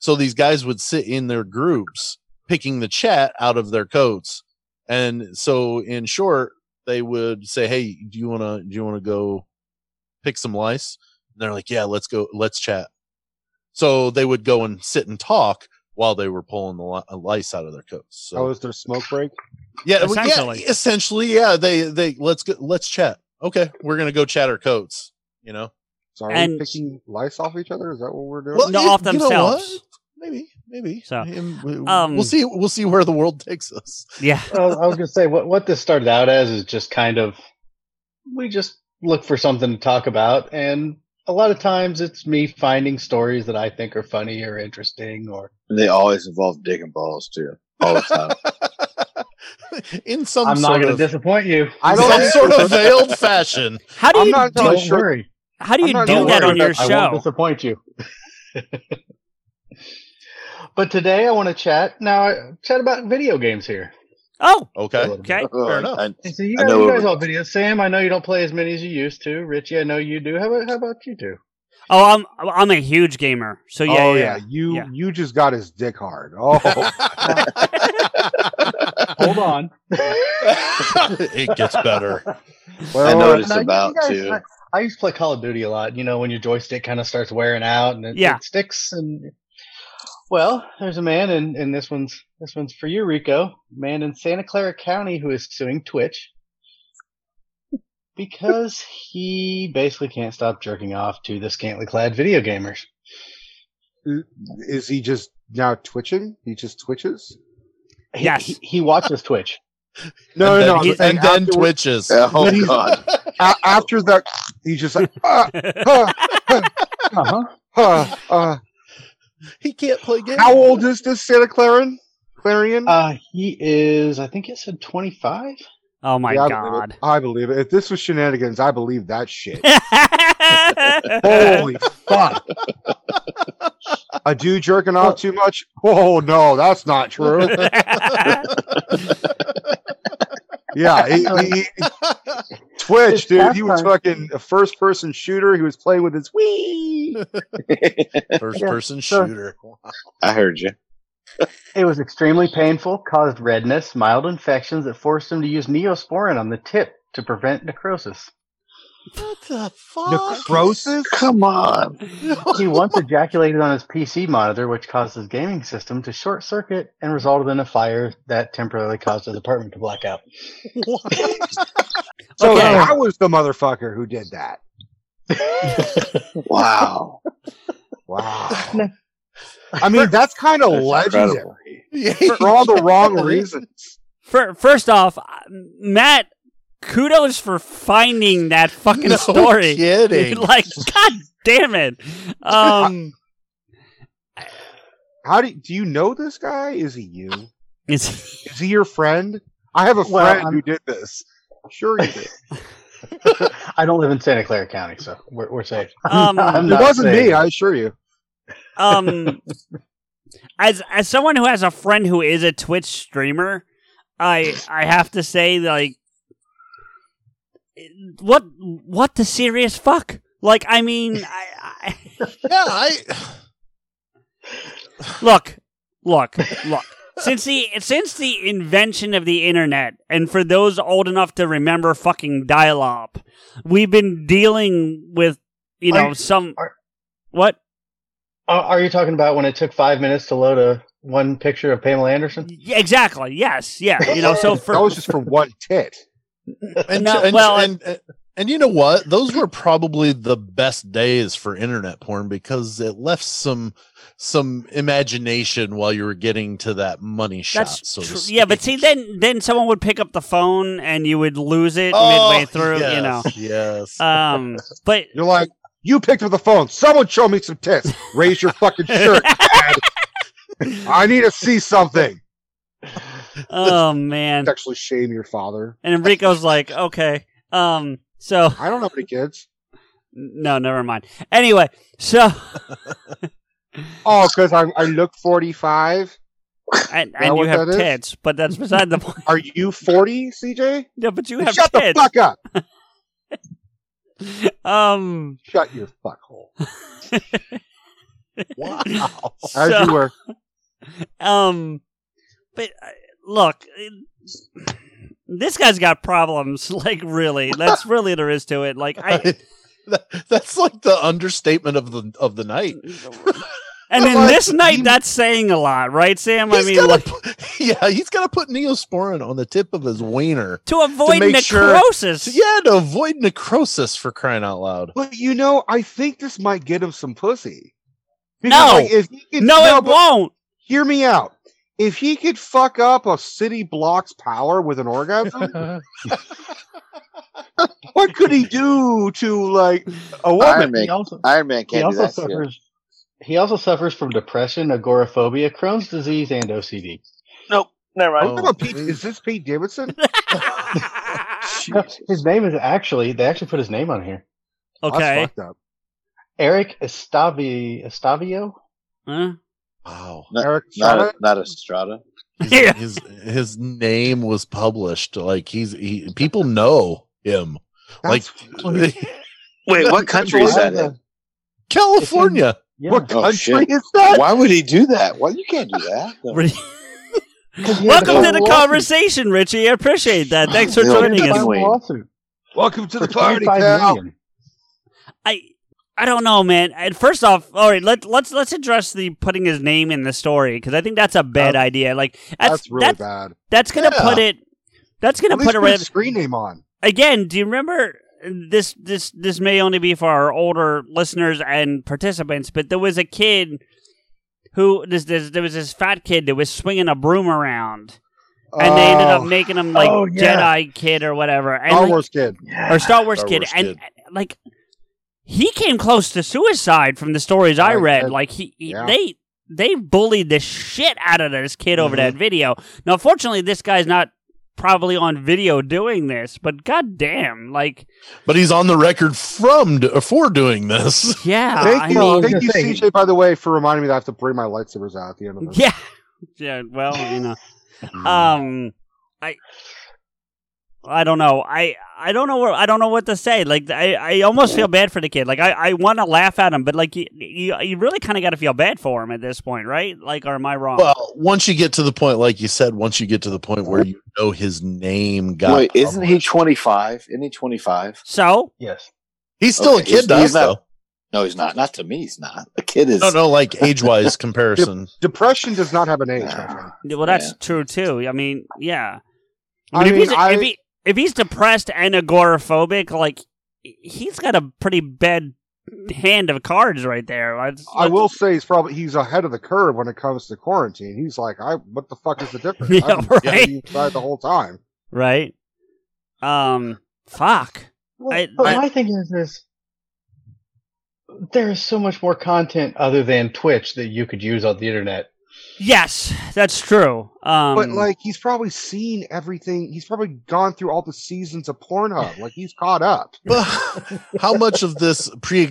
S3: So these guys would sit in their groups picking the chat out of their coats. And so in short, they would say, Hey, do you wanna do you wanna go pick some lice? And they're like, Yeah, let's go, let's chat. So they would go and sit and talk while they were pulling the li- lice out of their coats. So
S2: Oh, is there smoke break?
S3: yeah, well,
S2: Essentially.
S3: yeah, essentially, yeah. They they let's go, let's chat. Okay, we're gonna go chat our coats. You know,
S2: So are we picking lice off each other? Is that what we're doing?
S3: Well, No, you- off you know what? themselves.
S2: Maybe,
S3: maybe.
S1: So
S5: um,
S3: we'll see. We'll see where the world takes us.
S1: Yeah.
S5: I was gonna say what what this started out as is just kind of we just look for something to talk about, and a lot of times it's me finding stories that I think are funny or interesting or
S4: And they always involve dick and balls too. All the time.
S3: <laughs>
S1: <laughs>
S3: In some
S5: I'm not
S3: sort
S5: gonna
S3: of-
S5: disappoint you.
S3: I don't some sort of veiled fashion.
S1: How do
S5: I'm
S1: you
S5: not
S1: do,
S5: really sure.
S1: How do
S5: I'm
S1: you
S5: not
S1: do
S5: really
S1: that
S5: worried
S1: on your
S5: about- I won't
S1: show?
S5: disappoint you. <laughs> but today I want to chat now. I chat about video games here.
S1: Oh,
S3: okay,
S1: <laughs> okay,
S4: <laughs> fair enough. I,
S5: So you
S4: I
S5: guys,
S4: know
S5: you
S4: what
S5: guys
S4: we-
S5: all video. Sam, I know you don't play as many as you used to. Richie, I know you do. How about how about you do?
S1: Oh, I'm I'm a huge gamer. So yeah,
S2: oh
S1: yeah,
S2: yeah, you you just got his dick hard. Oh,
S3: <laughs>
S5: hold on.
S3: it gets
S2: <laughs>
S3: better.
S4: I know what it's about
S5: you
S4: too.
S5: I, I used to play Call of Duty a lot. You know when your joystick kind of starts wearing out and it,
S4: Yeah.
S5: it sticks. And well, there's a man, and and this one's this one's for you, Rico. Man in Santa Clara County who is suing Twitch because he basically can't stop jerking off to the scantily clad video gamers.
S2: is he just now twitching? He just twitches.
S5: He- he, he watches Twitch.
S2: No, no,
S5: And then
S2: no.
S5: he-
S2: I'm saying
S5: and then
S2: afterward-
S5: twitches.
S2: No,
S1: <laughs>
S5: Oh,
S2: he's-
S5: God.
S2: a- after that, he's just like, ah, ah,
S5: uh-huh.
S2: ah, ah.
S3: he can't play games.
S2: How old is this Santa Clarin? Clarion?
S5: Uh, he is. I think it said twenty five.
S1: <laughs> Oh my
S2: Yeah, I believe
S1: god.
S2: it. I believe it. If this was shenanigans, I believe
S1: <laughs>
S2: that shit. Holy fuck! A dude jerking off too much? Oh no, that's not true. yeah, he, he- Twitch, dude. He was fucking a first person shooter. He was playing with his wee.
S3: First
S5: Yeah,
S3: person
S5: sure.
S3: shooter.
S4: I heard you.
S5: It was extremely painful, caused redness, mild infections that forced him to use neosporin on the tip to prevent necrosis.
S3: What the fuck?
S2: Necrosis?
S4: Come on. <laughs>
S5: he once ejaculated on his PC monitor, which caused his gaming system to short circuit and resulted in a fire that temporarily caused his apartment to black out. <laughs>
S3: <laughs>
S2: So
S5: Okay.
S2: I was the motherfucker who did that.
S4: wow.
S2: Wow. I mean, that's kind of legendary <laughs> for
S3: <laughs>
S2: all the wrong reasons.
S1: Fir- first off, uh, Matt, kudos for finding that fucking <laughs>
S2: No
S1: story.
S2: kidding.
S1: like, god damn it. Um,
S2: How do do you know this guy? Is he you?
S1: Is
S2: is he your friend? I have a
S5: Well,
S2: friend
S5: I'm-
S2: who did this. Sure, you did.
S5: I don't live in Santa Clara County, so we're, we're safe.
S1: Um,
S5: <laughs> I'm
S2: it
S5: not
S2: wasn't
S5: safe.
S2: me. I assure you.
S1: um, as as someone who has a friend who is a Twitch streamer, I I have to say like what what the serious fuck? Like I mean, I,
S3: yeah, I
S1: look, look, look. Since the since the invention of the internet, and for those old enough to remember fucking dial up, we've been dealing with you know
S5: Are-
S1: some what
S5: Are, Uh, are you talking about when it took five minutes to load a one picture of Pamela Anderson?
S4: <laughs>
S1: Yeah, exactly. Yes. Yeah. You know.
S5: <laughs>
S1: So for
S5: That was
S2: just for one tit.
S3: <laughs> and,
S1: No,
S3: and,
S1: well,
S3: and, and, you know what? Those were probably the best days for internet porn because it left some some imagination while you were getting to that money shot.
S1: That's
S3: so to
S1: tr-
S3: speak.
S1: yeah, but see, then then someone would pick up the phone and you would lose it
S3: Oh,
S1: midway through. You know.
S3: Yes.
S1: Um. But
S2: you're like, you picked up the phone. Someone show me some tits. Raise your fucking shirt.
S3: <laughs>
S2: Dad. I need to see something.
S1: Oh man.
S2: Sexually shame your father.
S1: And Enrico's like, okay. Um. So
S2: I don't have any kids.
S1: No, never mind. Anyway, so
S2: Oh, because I I look forty five.
S1: and, and you have tits, but that's beside the <laughs> point.
S2: Are you forty, CJ?
S1: Yeah, but you
S2: Then
S1: have
S2: shut the
S1: tits.
S2: fuck up.
S1: Um.
S2: Shut your fuck hole.
S3: <laughs> wow.
S2: As you were.
S1: Um. But uh, look, it- this guy's got problems. <laughs> Like, really, that's really there is to it. Like,
S3: <laughs>
S1: I.
S3: That's like the understatement of the of the night.
S1: And then
S3: Like,
S1: this night, that's saying a lot, right, Sam? I
S3: He's
S1: mean,
S3: gotta
S1: like,
S3: yeah, he's got to put <laughs> neosporin on the tip of his wiener
S1: To avoid
S3: make sure-
S1: necrosis.
S3: yeah, to avoid necrosis for crying out loud.
S2: But you know, I think this might get him some pussy.
S3: No.
S2: if he could,
S3: No, it
S2: but-
S1: won't.
S2: Hear me out. If he could fuck up a city block's power with an <laughs> orgasm, what could he do to like a woman?
S4: Iron Man, Iron Man can't do that. shit.
S5: He also suffers from depression, agoraphobia, Crohn's disease, and OCD.
S4: Nope, never
S2: Are we talking about Pete- is this Pete Davidson?
S1: <laughs>
S5: <laughs> His name is actually they actually put his name on here.
S2: That's Okay. fucked up.
S5: Eric Estavi Estavio.
S3: <laughs> Wow.
S4: Not,
S5: Eric
S4: not,
S5: Estrada?
S4: not Estrada.
S3: His, his his name was published. Like he's he, people know him.
S2: <laughs>
S1: Oh,
S3: like
S4: Wait, what country is that in?
S3: <laughs> California.
S2: What
S4: Oh,
S2: country
S4: shit.
S2: is that?
S4: Why would he do that? Well, you can't do that.
S1: <laughs> welcome to the conversation, Richie. I appreciate that. Thanks for joining us.
S2: Welcome to the party,
S1: 25
S2: pal.
S1: million. I I don't know, man. And first off, all right, let let's let's address the putting his name in the story because I think that's a bad idea. Like that's,
S2: that's really
S1: that's-
S2: bad.
S1: That's gonna
S2: Yeah.
S1: put it. That's gonna
S2: At least
S1: put it
S2: put
S1: right
S2: his screen name on.
S1: again. Do you remember uh, this? This this may only be for our older listeners and participants, but there was a kid who this, this there was this fat kid that was swinging a broom around. And they ended up
S2: Oh.
S1: making him like
S2: Oh, yeah.
S1: Jedi Kid or whatever, and
S2: Star
S1: like-
S2: Wars kid.
S1: or Star Wars
S2: Star
S1: Kid,
S2: Wars
S1: and
S2: Kid.
S1: and, like he came close to suicide from the stories I read. Like he, he-
S2: Oh, Yeah.
S1: they they bullied the shit out of this kid over
S2: Mhm.
S1: that video. Now, fortunately, this guy's not probably on video doing this, but goddamn, like
S2: <laughs>
S3: But he's on the record from for doing this.
S1: Yeah,
S2: Thank you, thank you, CJ. By the way, for reminding me that I have to bring my lightsabers out at the end of this.
S1: yeah, yeah. Well, you know, um, I. I don't know. I I don't know where I don't know what to say. Like I, I almost feel bad for the kid. Like I, I want to laugh at him, but like you you, you really kind of got to feel bad for him at this point, right? Like, or am I wrong?
S3: Well, once you get to the point, like you said, once you get to the point where you know his name got
S4: Wait, isn't he 25? Isn't he 25?
S1: So?
S5: Yes.
S3: He's still a kid,
S4: he's,
S3: though.
S4: not, No, he's not. Not to me, he's not. A kid is.
S3: No, no,
S4: <laughs>
S3: like age-wise comparison.
S2: Depression does not have an age. my friend.
S1: Yeah, well, that's true too. I mean, yeah.
S2: I
S1: I mean,
S2: mean,
S1: if, he's,
S2: I-
S1: if, he, if he's depressed and agoraphobic, like he's got a pretty bad hand of cards right there. I,
S2: I will say he's probably he's ahead of the curve when it comes to quarantine. He's like, I what the fuck is the
S1: <laughs>
S2: difference?
S1: Yeah,
S2: I've been
S1: right.
S2: inside the whole time.
S1: right. Um, fuck. I-
S5: but
S1: I-
S5: my thing is, is there is so much more content other than Twitch that you could use on the internet.
S1: Yes, that's true. Um,
S2: but like he's probably seen everything. He's probably gone through all the seasons of Pornhub. Like he's caught up.
S3: how much of this pre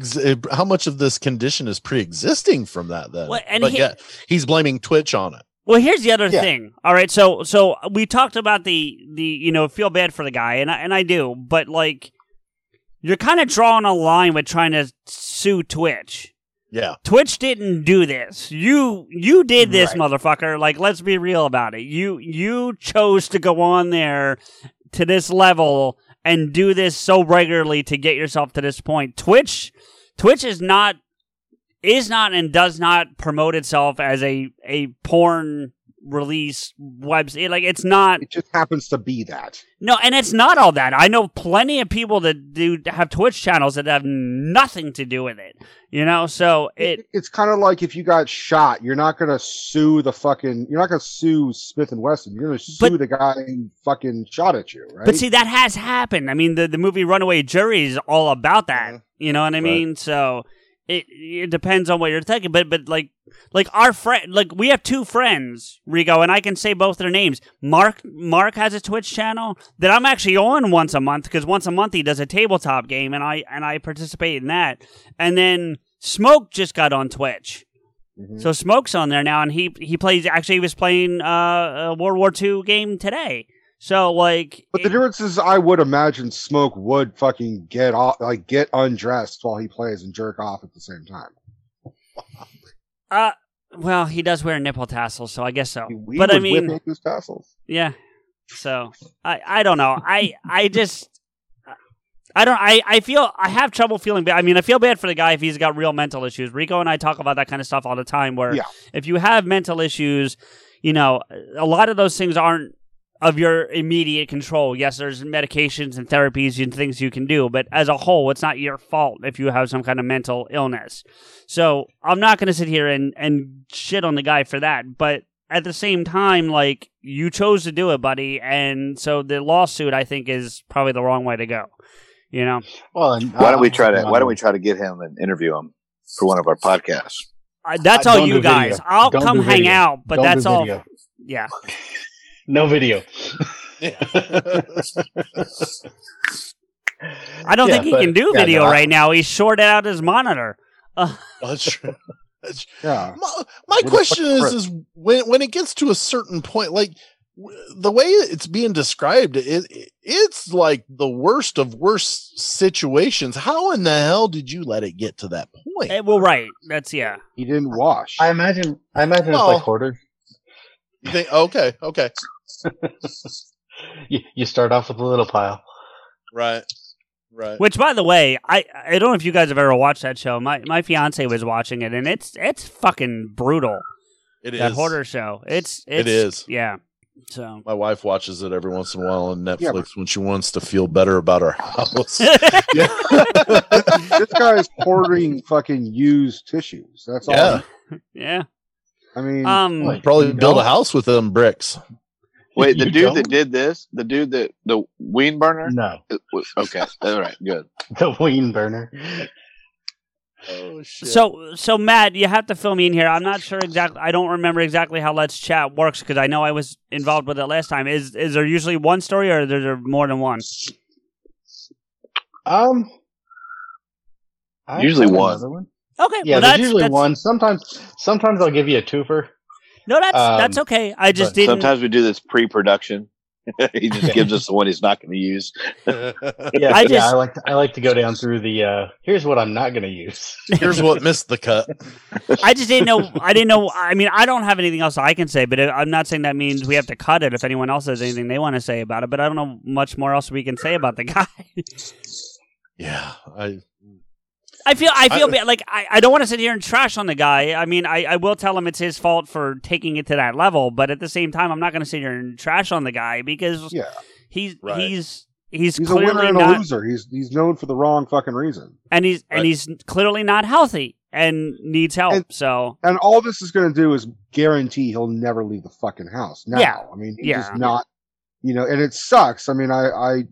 S3: how much of this condition is pre-existing from that then?
S1: Well, and
S3: but
S1: he-
S3: yet he's blaming Twitch on it.
S1: Well, here's the other
S3: Yeah.
S1: thing. All right, so so we talked about the the you know feel bad for the guy, and I, and I do, but like you're kind of drawing a line with trying to sue Twitch.
S3: Yeah.
S1: Twitch didn't do this. You you did this,
S3: Right.
S1: motherfucker. Like, let's be real about it. You you chose to go on there to this level and do this so regularly to get yourself to this point. Twitch Twitch is not is not and does not promote itself as a a porn release website. Like it's not. It
S2: just happens to be that.
S1: No, and it's not all that. I know plenty of people that do have Twitch channels that have nothing to do with it. You know, so it
S2: it's kind of like if you got shot, you're not gonna sue the fucking. You're not gonna sue Smith and Wesson. You're gonna sue the guy who fucking shot at you, right?
S1: But see, that has happened. I mean, the, the movie Runaway Jury is all about that. You know what I mean? So it it depends on what you're thinking. But but like like our friend, like we have two friends, Rigo, and I can say both their names. Mark Mark has a Twitch channel that I'm actually on once a month because once a month he does a tabletop game, and I and I participate in that. And then Smoke just got on Twitch.
S2: Mm-hmm.
S1: So Smoke's on there now, and he he plays. Actually, he was playing uh, a World War II game today. So like,
S2: But the difference is, I would imagine Smoke would fucking get off, like get undressed while he plays and jerk off at the same time.
S1: uh, well, he does wear nipple tassels, so I guess so.
S2: We
S1: but I
S2: would whip
S1: mean,
S2: out those tassels.
S1: yeah. So I I don't know. I I just I don't. I I feel I have trouble feeling bad. I mean, I feel bad for the guy if he's got real mental issues. Rico and I talk about that kind of stuff all the time. Where
S2: Yeah.
S1: if you have mental issues, you know, a lot of those things aren't of your immediate control. Yes, there's medications and therapies and things you can do, but as a whole, it's not your fault if you have some kind of mental illness. So I'm not going to sit here and and shit on the guy for that, but. At the same time, like you chose to do it, buddy, and so the lawsuit I think is probably the wrong way to go. You know,
S5: Well, and, uh,
S4: Why don't we try to Why don't we try to get him and interview him for one of our podcasts?
S1: I, that's
S5: I-
S1: all
S5: Uh, don't
S1: you
S5: do video.
S1: guys. I'll
S5: Don't
S1: come
S5: do
S1: hang
S5: video.
S1: out, but
S5: Don't do
S1: that's all.
S5: video.
S1: Yeah.
S5: No video.
S3: <laughs>
S1: I don't
S5: Yeah,
S1: think he
S5: but-
S1: can do
S5: yeah,
S1: video
S5: no, I-
S1: right now. He's shorted out his monitor. Uh,
S3: that's true.
S2: Yeah.
S3: My, my question is, is when when it gets to a certain point, like w- the way it's being described, it, it it's like the worst of worst situations. How in the hell did you let it get to that point?
S1: Eh, well, right. That's yeah.
S2: He didn't wash.
S5: I imagine. I imagine
S3: Well-
S5: it's like hoarder.
S3: You think, okay, okay,
S5: <laughs> You, you start off with a little pile.
S3: right, right.
S1: Which, by the way, I I don't know if you guys have ever watched that show. My my fiance was watching it, and it's it's fucking brutal.
S3: It
S1: that
S3: is.
S1: horror show. It's, it's
S3: It is.
S1: Yeah. So
S3: My wife watches it every once in a while on Netflix when she wants to feel better about
S1: <laughs>
S3: her house. yeah.
S2: <laughs> this guy is hoarding fucking used tissues. That's
S3: <laughs> Yeah.
S2: all.
S1: Yeah.
S2: I mean,
S1: Um,
S3: Probably build a house with them bricks.
S4: Wait, the
S3: You
S4: dude
S3: don't?
S4: that did this, the dude that the ween burner.
S5: No.
S4: Okay. All right. Good.
S5: The ween burner.
S3: Oh shit.
S1: So, so Matt, you have to fill me in here. I'm not sure exactly. I don't remember exactly how Let's Chat works because I know I was involved with it last time. Is is there usually one story or is there more than one?
S5: Um. I
S4: Usually
S5: have
S4: one.
S5: another
S1: Okay.
S5: Yeah,
S1: well,
S5: there's
S1: that's,
S5: usually
S1: that's-
S5: one. Sometimes, sometimes I'll give you a twofer.
S1: No, that's
S5: Um,
S1: that's okay. I just
S4: But
S1: didn't.
S4: Sometimes we do this pre-production. <laughs> he just gives us the one he's not going to use.
S5: Yeah,
S4: I
S5: I yeah,
S4: just-
S5: I like to, I like to go down through the. uh Here's what I'm not going to use.
S1: <laughs>
S3: Here's what missed the cut.
S1: I just didn't
S5: <laughs>
S1: know. I didn't know. I mean, I don't have anything else I can say, but I'm not saying that means we have to cut it if anyone else has anything they want to say about it. But I don't know much more else we can say about the guy.
S3: Yeah, I
S1: I feel. I feel
S3: I-
S1: bad. Like I, I don't want to sit here and trash on the guy. I mean, I, I will tell him it's his fault for taking it to that level, but at the same time, I'm not going to sit here and trash on the guy because
S2: Yeah.
S1: he's
S2: Right.
S1: he's he's
S2: he's a
S1: clearly
S2: winner and
S1: not
S2: a loser. He's he's known for the wrong fucking reason.
S1: and he's and he's clearly not healthy and needs help.
S2: And-
S1: so <laughs>
S2: And all this is going to do is guarantee he'll never leave the fucking house. Now,
S1: Yeah.
S2: I mean, he's
S1: Yeah.
S2: just not, you know, and it sucks. I mean, I, I,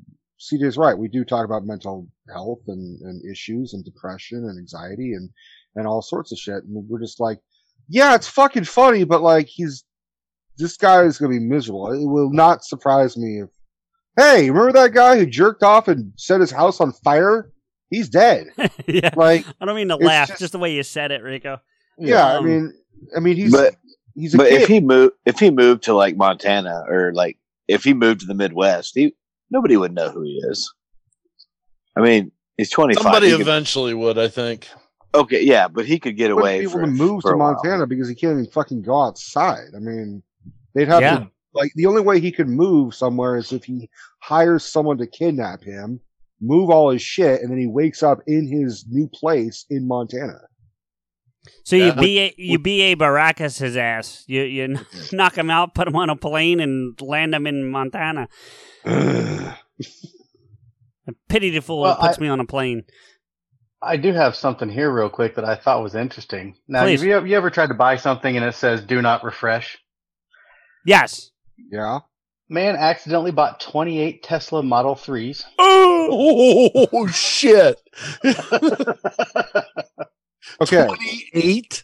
S2: CJ's right. We do talk about mental health and, and issues and depression and anxiety and, and all sorts of shit. And we're just like, yeah, it's fucking funny, but like he's this guy is gonna be miserable. It will not surprise me if hey, remember that guy who jerked off and set his house on fire? He's
S1: <laughs>
S2: dead.
S1: yeah.
S2: Like
S1: I don't mean to
S2: it's
S1: laugh,
S2: just-
S1: just, the way you said it, Rico.
S2: yeah, I
S1: Um,
S2: mean I mean he's
S4: but
S2: he's a
S4: but
S2: kid.
S4: if he moved if he moved to like Montana or like if he moved to the Midwest, he nobody would know who he is. I mean, he's twenty five.
S3: Somebody eventually would, I think.
S4: Okay, yeah, but he could get
S2: wouldn't
S4: away
S2: be able
S4: for,
S2: to move
S4: for
S2: to
S4: a while.
S2: Montana because he can't even fucking go outside. I mean, they'd have
S4: Yeah.
S2: to like the only way he could move somewhere is if he hires someone to kidnap him, move all his shit, and then he wakes up in his new place in
S4: <sighs>
S2: Montana.
S1: So you
S2: Yeah.
S1: ba you ba Baracus his ass. You you
S2: <laughs>
S1: kn- <laughs> knock him out, put him on a plane, and land him in Montana. Pity the fool
S5: Well,
S1: who puts
S5: I-
S1: me on a plane.
S5: I do have something here real quick that I thought was interesting. Now,
S1: Please.
S5: have you, have you ever tried to buy something and it says "Do not refresh"?
S2: <laughs>
S1: Yes.
S2: Yeah.
S5: Man accidentally bought 28 Tesla Model 3s.
S3: Oh, <laughs> shit.
S2: Okay.
S3: 28?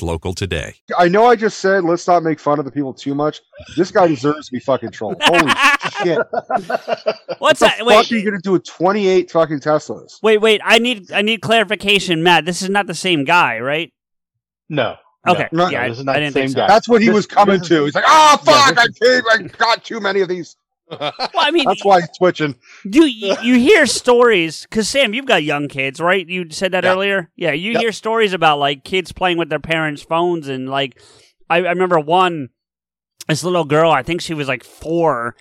S15: local today.
S2: I know I just said let's not make fun of the people too much. This guy deserves to be fucking trolled.
S1: <laughs>
S2: Holy shit!
S1: What's
S2: what the
S1: that? Wait.
S2: fuck are you gonna do with twenty eight fucking Teslas?
S1: Wait, wait. I need I need clarification, Matt. This is not the same guy, right?
S5: No.
S1: Okay.
S2: No,
S1: yeah,
S2: no,
S1: I-
S2: this is
S1: I
S2: not the
S1: didn't
S2: same
S1: think so.
S2: guy. That's what he was coming to. He's like, oh fuck, I came, I got too many of these.
S1: Well, <laughs> I mean,
S2: that's why he's twitching.
S1: Do you, you hear stories? Because Sam, you've got young kids, right? You said that
S2: Yeah.
S1: earlier. Yeah, you
S2: Yep.
S1: hear stories about like kids playing with their parents' phones, and like I, I remember one, this little girl. I think she was like four.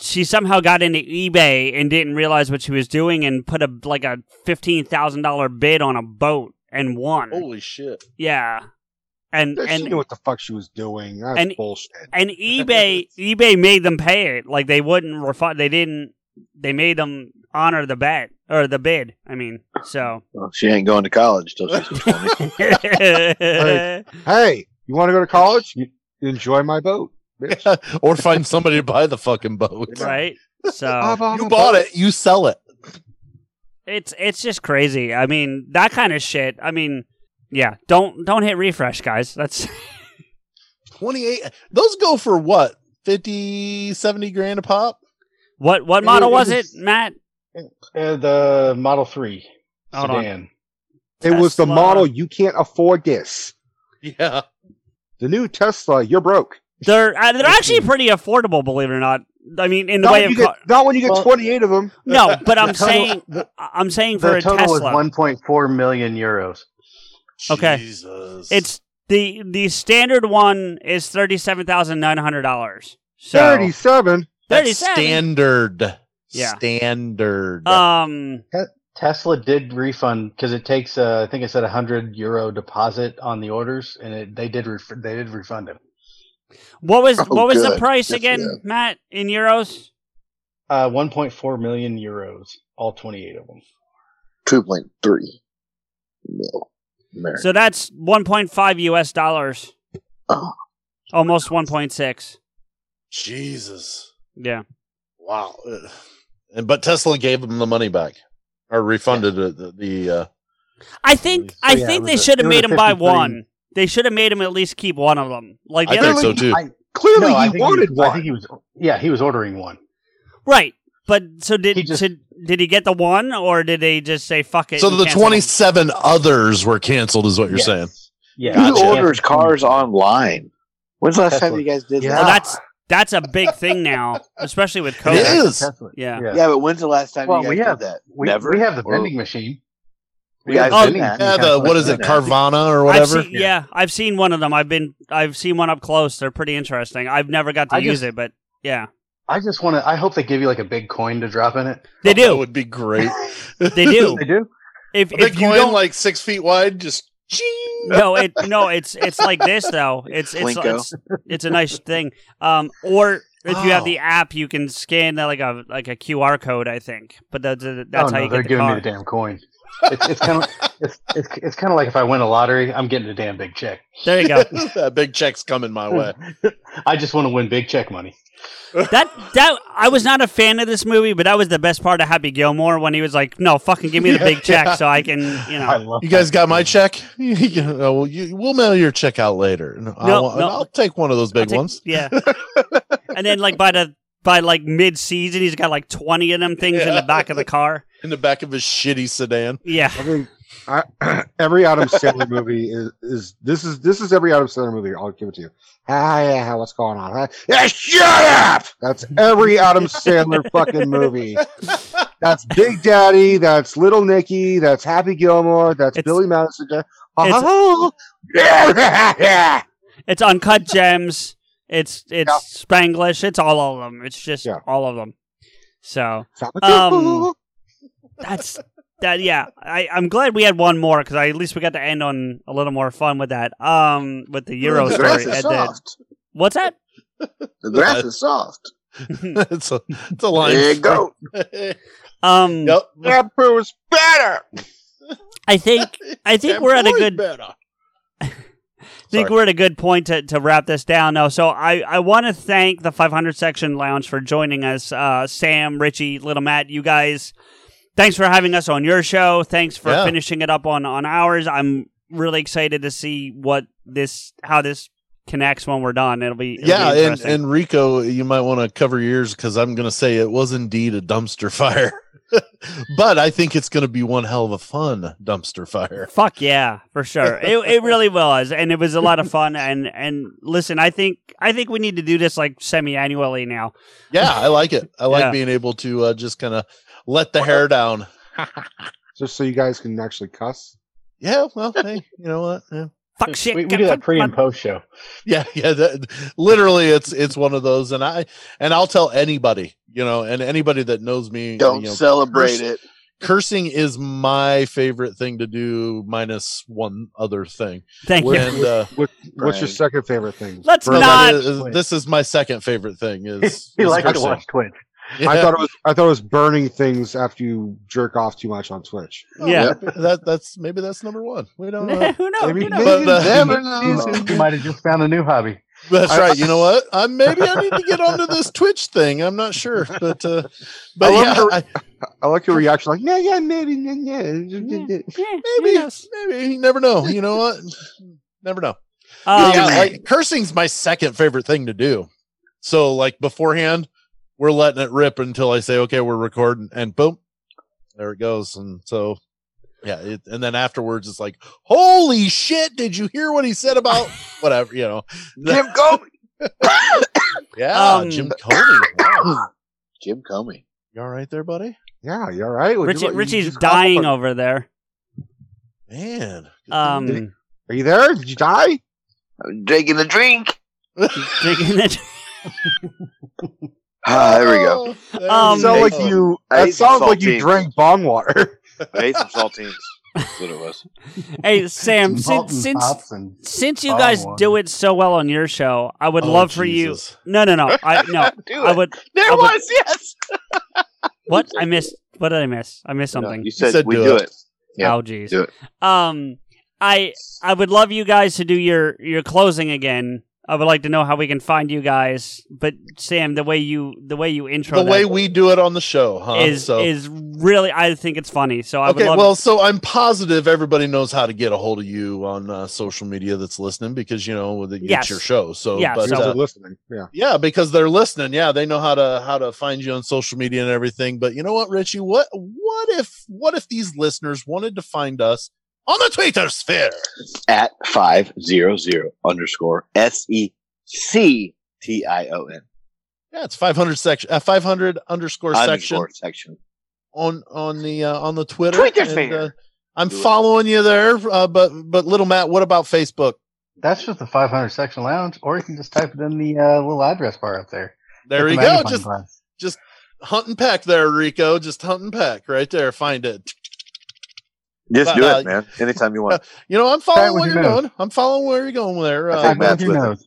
S1: She somehow got into eBay and didn't realize what she was doing, and put a like a fifteen thousand dollar bid on a boat and won.
S3: Holy shit.
S1: Yeah, and
S2: She
S1: and
S2: knew what the fuck she was doing. That's
S1: and-
S2: bullshit.
S1: and eBay eBay made them pay it. Like they wouldn't refund. They didn't. They made them honor the bet or the bid. I mean, so
S4: Well, she ain't going to college till
S1: <laughs>
S4: she's twenty.
S2: Hey, hey, you want to go to college? You- Enjoy my boat, <laughs> bitch.
S3: or find somebody to buy the fucking boat.
S1: right. So
S5: <laughs>
S2: I bought
S3: You bought it, you sell it.
S1: it's it's just crazy. I mean, that kind of shit. I mean, yeah. Don't don't hit refresh, guys. That's <laughs>
S3: 28. Those go for what? 50, 70 grand a pop?
S1: what what
S3: It
S1: model was it,
S3: is-
S1: Matt?
S5: Uh, the Model 3
S1: Hold on.
S5: sedan.
S2: It was the
S5: Tesla.
S2: model. You can't afford this.
S3: Yeah.
S2: The new Tesla. You're broke.
S1: They're uh, they're actually pretty affordable, believe it or not. I mean, in the
S2: Not
S1: way
S2: when
S1: of
S2: you
S1: co-
S2: get- not when you get 28 of them.
S1: no, but I'm
S5: <laughs> The total-
S1: saying I'm saying for
S5: the
S1: a
S5: total
S1: Tesla.
S5: was 1.4 million euros.
S1: Okay. It's the the standard one is thirty seven thousand nine hundred dollars. So
S2: Thirty-seven.
S3: That's
S1: 37.
S3: standard.
S1: Yeah.
S3: Standard.
S1: Um,
S5: Tesla did refund because it takes, uh, I think it said a hundred euro deposit on the orders, and it, they did ref- they did refund him.
S1: what was
S5: Oh,
S1: what was the
S5: good.
S1: price
S5: Yes,
S1: again,
S5: yeah.
S1: Matt, in euros?
S5: Uh, 1.4 million euros, all 28 of them.
S4: Two point three. No. America.
S1: So that's one point five US dollars. Almost one point six.
S3: Jesus.
S1: Yeah.
S3: Wow. Ugh. And but Tesla gave them the money back or refunded the, the, the uh
S1: I think I
S3: yeah, it
S1: think
S3: was
S1: they
S3: a-
S1: should
S3: it
S1: have
S3: was
S1: made
S3: a
S1: him buy
S3: 53.
S1: one. They should have made him at least keep one of them. Like the
S3: I think
S1: other-
S3: so too.
S2: Clearly,
S5: I
S2: he
S5: think
S2: wanted
S5: was,
S2: one.
S5: I think he was, yeah, he was ordering one.
S1: right. But so did so did he get the one or did they just say fuck it?
S3: So
S1: and
S3: the
S1: cancel them?
S3: 27 others were canceled is what you're saying.
S5: Yeah.
S4: Who
S3: Gotcha.
S4: orders cars online? When's the last time you guys did
S1: Yeah.
S4: that?
S1: Well, that's that's a big thing now, especially with COVID.
S4: is.
S1: Yeah.
S4: yeah. but when's the last time
S5: Well,
S4: you guys
S5: we have-
S4: did that?
S5: we-
S4: Never.
S5: we have the
S4: Or-
S5: vending machine.
S4: We have
S3: Oh,
S4: vending
S3: yeah,
S4: machines.
S3: the what is it, Carvana or whatever?
S1: I've seen, yeah. I've seen one of them. I've been I've seen one up close. They're pretty interesting. I've never got to
S5: I
S1: use
S5: just-
S1: it, but yeah.
S5: I just want to. I hope they give you like a big coin to drop in it.
S1: They do.
S3: <laughs> That would be great.
S1: They do.
S5: <laughs> <laughs> they do.
S1: If,
S3: Big
S1: if you
S3: coin,
S1: don't
S3: like six feet wide, just
S1: <laughs>
S3: <laughs>
S1: no, it no, it's it's like this though. It's it's
S4: Flinko.
S1: it's, it's a nice thing. Um, or if you have
S4: Oh.
S1: the app, you can scan that like a like a QR code, I think. But that's that's
S5: oh,
S1: how
S5: no,
S1: you
S5: they're
S1: get the
S5: giving
S1: car.
S5: me the damn coin. It's, it's kind of it's, it's, it's kind of like if I win a lottery, I'm getting a damn big check.
S1: There you go.
S3: <laughs> that big check's coming my way.
S5: I just want to win big check money.
S1: that that I was not a fan of this movie, but that was the best part of Happy Gilmore when he was like, "No, fucking give me the
S5: <laughs>
S1: big check so I can, you know."
S3: You guys got my check? <laughs> you know, well, you, we'll mail your check out later. No, I
S1: No,
S3: want-
S1: no.
S3: I'll take one of those big
S1: Take-
S3: ones. <laughs>
S1: Yeah. and then like by the by like mid season, he's got like twenty of them things in the back of the car.
S3: In the back of his shitty sedan.
S1: Yeah.
S2: I mean, I, <clears throat> every Adam Sandler movie is, is this is this is every Adam Sandler movie. I'll give it to you. Ah, yeah, what's going on? Ah, yeah, shut up. That's every Adam Sandler fucking movie. That's Big Daddy. That's Little Nicky. That's Happy Gilmore. That's Billy Madison. Oh,
S1: It's
S3: <laughs>
S1: uncut gems. It's it's Spanglish. It's all of them. It's just all of them. So um, that's that. Yeah, I, I'm glad we had one more because at least we got to end on a little more fun with that. Um, with the Euro
S4: The grass
S1: story.
S4: is
S1: at the-
S4: soft.
S1: what's that?
S4: The grass is soft.
S3: <laughs> it's a it's a line.
S4: There you
S3: <laughs>
S4: go.
S1: Um,
S2: that proves better.
S1: I think I think we're at a good think we're at a good point to, to wrap this down now. So I, I want to thank the 500 Section Lounge for joining us. Uh, Sam, Richie, Little Matt, you guys, thanks for having us on your show. Thanks for
S3: Yeah.
S1: finishing it up on, on ours. I'm really excited to see what this how this connects when we're done. It'll be it'll
S3: Yeah,
S1: be
S3: and,
S1: interesting.
S3: and Rico, you might want to cover your ears because I'm going to say it was indeed a dumpster fire, <laughs> but I think it's going to be one hell of a fun dumpster fire.
S1: Fuck yeah, for sure. It,
S3: <laughs>
S1: it really was, and it was a lot of fun. And and listen, I think I think we need to do this like semi annually now.
S3: Yeah, I like it. I like
S1: Yeah.
S3: being able to uh, just kind of let the hair down.
S2: Just so you guys can actually cuss.
S3: Yeah, well, hey, you know what? Yeah.
S1: Fuck shit.
S5: We, we do that pre and post show.
S3: Yeah, yeah. That, literally, it's it's one of those, and I and I'll tell anybody, you know, and anybody that knows me,
S4: Don't
S3: you know,
S4: celebrate
S3: curse-
S4: it.
S3: Cursing is my favorite thing to do, minus one other thing.
S1: Thank you.
S3: And, uh,
S2: What- what's your
S3: Frank.
S2: second favorite thing?
S1: Let's
S3: Bro,
S1: not-
S3: that is- this is my second
S2: <laughs>
S3: favorite thing. Is
S5: He
S3: is
S5: likes to
S3: cursing.
S5: watch Twitch.
S2: I
S3: Yeah.
S2: thought it was I thought it was burning things after you jerk off too much on Twitch.
S1: <laughs>
S3: Oh, <laughs> that that's maybe that's number one. We don't
S1: <laughs>
S3: know. <laughs>
S1: Who knows?
S3: Maybe-
S1: Who knows?
S3: maybe But, uh, never
S5: You might have just found a new hobby.
S3: That's
S5: I-
S3: right. You know what? I maybe I need to get onto this Twitch thing. I'm not sure, but uh, but
S2: I love
S3: yeah,
S2: her-
S3: I-
S2: I like your reaction, like yeah, yeah, maybe, yeah, yeah, yeah.
S3: maybe maybe you never know. You know what? Never know.
S1: Um,
S3: yeah, like cursing's my second favorite thing to do. So like beforehand, we're letting it rip until I say, okay, we're recording, and boom, there it goes. And so, yeah, it, and then afterwards, it's like, holy shit, did you hear what he
S1: <laughs>
S3: said about whatever? You know, Jim <laughs>
S4: Comey.
S3: yeah,
S4: Um,
S3: Jim Comey. Wow.
S4: Jim Comey.
S3: You all right there, buddy?
S2: Yeah, you're right.
S3: oh,
S1: Richie, Richie's dying over
S3: <laughs>
S1: there.
S3: Man,
S1: Um,
S2: are you there? Did you die?
S4: I'm drinking a drink.
S1: taking it.
S4: Ah, there we go.
S3: Oh,
S2: Um, sound like you.
S4: I
S2: That
S4: ate some
S2: sounds like you
S4: saltines.
S2: drank bong water. <laughs>
S4: I ate some saltines. That's what it was.
S3: <laughs>
S1: Hey Sam,
S4: Malton
S1: since since,
S4: hops and
S1: since you
S4: palm
S1: guys
S4: wine.
S1: do it so well on your show, I would
S3: Oh,
S1: love for
S3: Jesus.
S1: you. No, no, no. I
S3: <laughs>
S1: no.
S4: Do
S1: I
S4: it.
S1: would.
S4: There
S1: I would-
S4: was yes.
S1: What I missed? What did I miss? I missed something.
S4: You said, we do it.
S1: Oh, geez.
S4: Do it.
S1: Um, I I would love you guys to do your your closing again. I would like to know how we can find you guys. But Sam, the way you the way you intro
S3: the
S1: that
S3: way we do it on the show, huh?
S1: is is really I think it's funny. So I
S3: okay,
S1: would love
S3: well, so I'm positive everybody knows how to get a hold of you on uh, social media that's listening because you know that it's
S1: Yes.
S3: your show. So
S1: Yeah,
S3: but,
S1: so-
S3: uh,
S2: listening. Yeah.
S3: yeah, because they're listening. Yeah, they know how to how to find you on social media and everything. But you know what, Richie? What what if what if these listeners wanted to find us on the Twitter sphere?
S4: At five zero zero underscore S E C T I O N.
S3: Yeah, it's 500 section uh, 500 underscore section
S4: Underscore section.
S3: on on the uh, on the Twitter.
S4: Twitter
S3: And,
S4: sphere.
S3: uh, I'm
S4: Do it.
S3: following you there, uh, but but little Matt, what about Facebook?
S5: That's just the 500 section lounge, or you can just type it in the uh, little address bar up there.
S3: There
S5: Hit
S3: you
S5: the
S3: go.
S5: magnifying
S3: Just
S5: glass.
S3: just hunt and peck there, Rico. Just hunt and peck right there. Find it.
S4: Just
S3: But,
S4: do
S3: uh,
S4: it, man. Anytime you want.
S3: You know, I'm
S4: Try it
S3: following
S4: with
S3: what
S4: your
S3: you're
S4: nose.
S3: doing. I'm following where you're going there.
S4: I
S3: Uh,
S4: think Matt's with
S5: nose.
S4: it.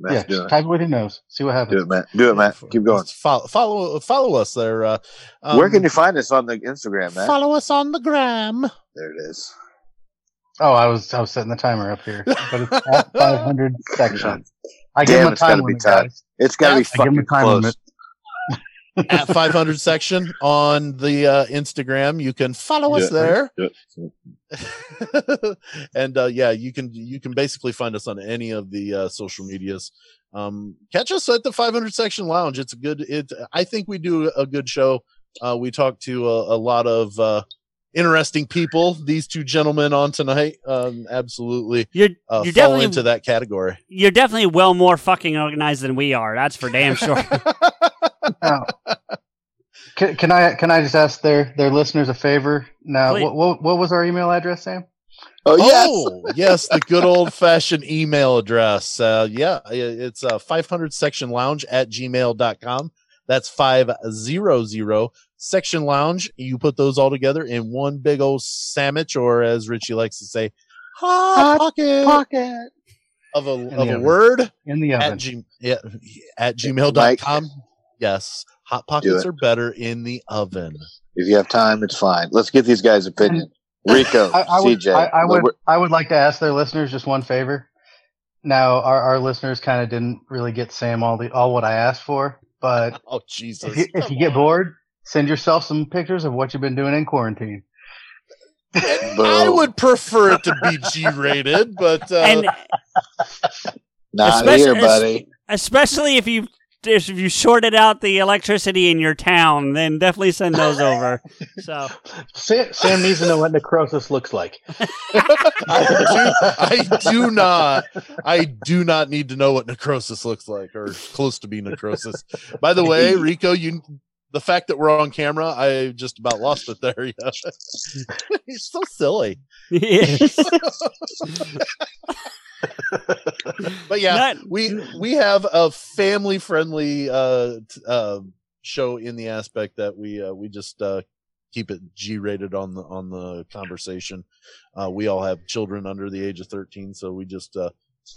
S4: Matt's
S5: yeah,
S4: doing
S5: just
S4: it.
S5: type it with your nose. See what happens.
S4: Do it, Matt. Do it, Matt. Keep going.
S3: Follow, follow, follow us there. Uh, um,
S4: Where can you find us on the Instagram, Matt?
S3: follow us on the gram?
S4: There it is.
S5: Oh, I was I was setting the timer up here, but it's at 500 sections. I give
S4: Damn,
S5: him a
S4: it's gotta
S5: time
S4: be
S5: limit,
S4: tight.
S5: guys.
S4: It's gotta be
S5: I give him a
S4: fucking
S5: time
S4: close.
S5: limit.
S3: at 500 section on the uh, Instagram. You can follow us
S4: Do it.
S3: there,
S4: Do it.
S3: <laughs> and uh, yeah, you can you can basically find us on any of the uh, social medias. Um, catch us at the 500 section lounge. It's a good. It I think we do a good show. Uh, we talk to a, a lot of uh, interesting people. These two gentlemen on tonight, um, absolutely.
S1: You're,
S3: uh,
S1: you're
S3: fall
S1: definitely-
S3: into that category.
S1: You're definitely well more fucking organized than we are. That's for damn sure.
S5: Can, can I can I just ask their their listeners a favor? Now,
S3: Please.
S5: what, what what was our email address, Sam?
S3: Oh, yes, the good old fashioned email address. Uh, yeah, i- it's uh, 500 section lounge at gmail.com. That's 500 section lounge. You put those all together in one big old sandwich, or as Richie likes to say, hot, pocket,
S5: pocket
S3: of a,
S5: the
S3: of a
S5: oven.
S3: word
S5: in the
S3: at,
S5: oven.
S3: g- yeah, at gmail.com. Yes, hot pockets
S4: it.
S3: are better in the oven.
S4: If you have time, it's fine. Let's get these guys' opinion. Rico,
S5: <laughs> I, I would,
S4: CJ,
S5: I, I would,
S4: Lobert-
S5: I would like to ask their listeners just one favor. Now, our, our listeners kind of didn't really get Sam all the all what I asked for, but
S3: oh Jesus!
S5: <laughs> If you, if you get bored, send yourself some pictures of what you've been doing in quarantine.
S3: I would prefer it to be G rated, but uh,
S1: And-
S4: not
S1: Especially-
S4: here, <laughs> buddy.
S1: Especially if you if you sorted out the electricity in your town, then definitely send those over. So
S5: Sam, Sam needs to know what necrosis looks like.
S3: I <laughs> do, I do not. I do not need to know what necrosis looks like or close to be necrosis. By the <laughs> way, Rico, you the fact that we're on camera, I just about lost it there. <laughs> Yeah. He's so silly. <laughs> but yeah, we we have a family friendly uh, t- uh, show in the aspect that we uh, we just uh, keep it G rated on the on the conversation. Uh, we all have children under the age of thirteen, so we just uh,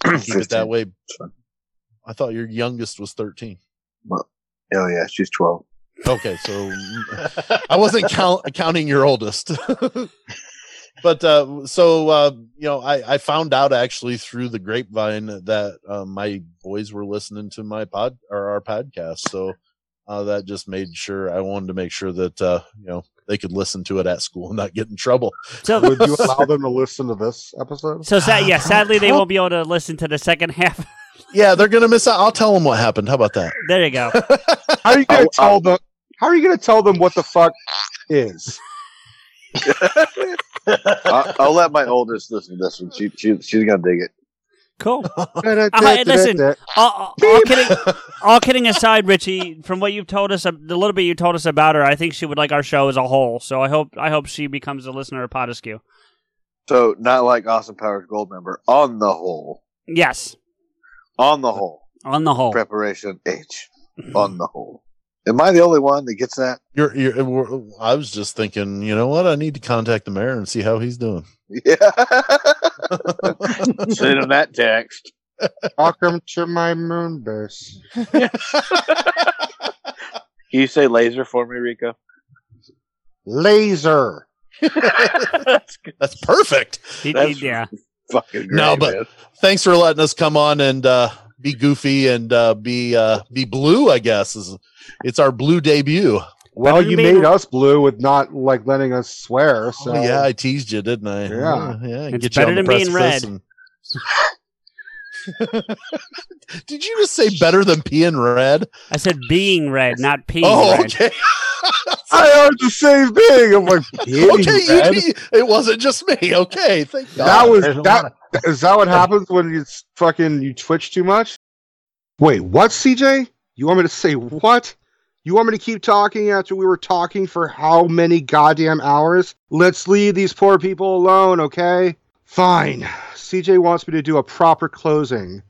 S3: keep it
S4: 15.
S3: that way. I thought your youngest was thirteen.
S4: Well, oh yeah, she's <laughs> twelve.
S3: Okay, so mm, I wasn't count, <laughs> counting your oldest. <laughs> but uh, so uh, you know, I, I found out actually through the grapevine that uh, my boys were listening to my pod or our podcast. So uh, that just made sure I wanted to make sure that uh, you know they could listen to it at school and not get in trouble.
S2: Would you allow them to listen to this
S1: <laughs>
S2: episode?
S1: so sad. Yeah, sadly they won't be able to listen to the second half. <laughs>
S3: yeah, they're gonna miss out. I'll tell them what happened. How about that?
S1: There you go.
S2: How are you
S3: Oh,
S2: gonna
S3: um,
S2: tell them? How are you gonna tell them what the fuck
S1: <laughs>
S2: is?
S4: I'll, I'll let my oldest listen to this one. She, she, she's gonna dig it.
S1: Cool. Uh, hey,
S2: <laughs>
S1: listen, all, all- all kidding, all kidding aside, Richie, from what you've told us, a- the little bit you told us about her, I think she would like our show as a whole. So I hope I hope she becomes a listener of Podeskew.
S4: So not like Austin Powers Gold member. On the whole,
S1: Yes,
S4: on the whole,
S1: on the
S4: Oh.
S1: whole.
S4: preparation H. On the whole, am I the only one that gets that?
S3: You're, you're, we're- I was just thinking, you know what? I need to contact the mayor and see how he's doing.
S4: Yeah. <laughs> Send him that <laughs> text.
S2: Welcome to my moon base.
S4: Can you say laser for me, Rico?
S2: Laser.
S3: That's perfect.
S4: That's
S1: yeah.
S4: Fucking great,
S3: no, but
S4: man.
S3: thanks for letting us come on and uh, be goofy and uh, be uh, be blue. I guess is it's our blue debut.
S2: Well, you made us blue with not like letting us swear. So
S3: Oh, yeah, I teased you, didn't I?
S2: Yeah.
S3: yeah.
S2: It's
S3: you on
S2: better
S3: the
S2: than being
S3: precipice
S2: red.
S3: and- <laughs> Did you just say better than peeing red?
S1: I said being red, not peeing
S3: Oh,
S1: red.
S3: okay.
S2: I heard the same thing. I'm like,
S3: <laughs> okay, you pee- it wasn't just me. Okay, thank God.
S2: that was that. <laughs> Is that what happens when you s- fucking you twitch too much? Wait, what, CJ? You want me to say what? You want me to keep talking after we were talking for how many goddamn hours? Let's leave these poor people alone, okay? Fine. CJ wants me to do a proper closing,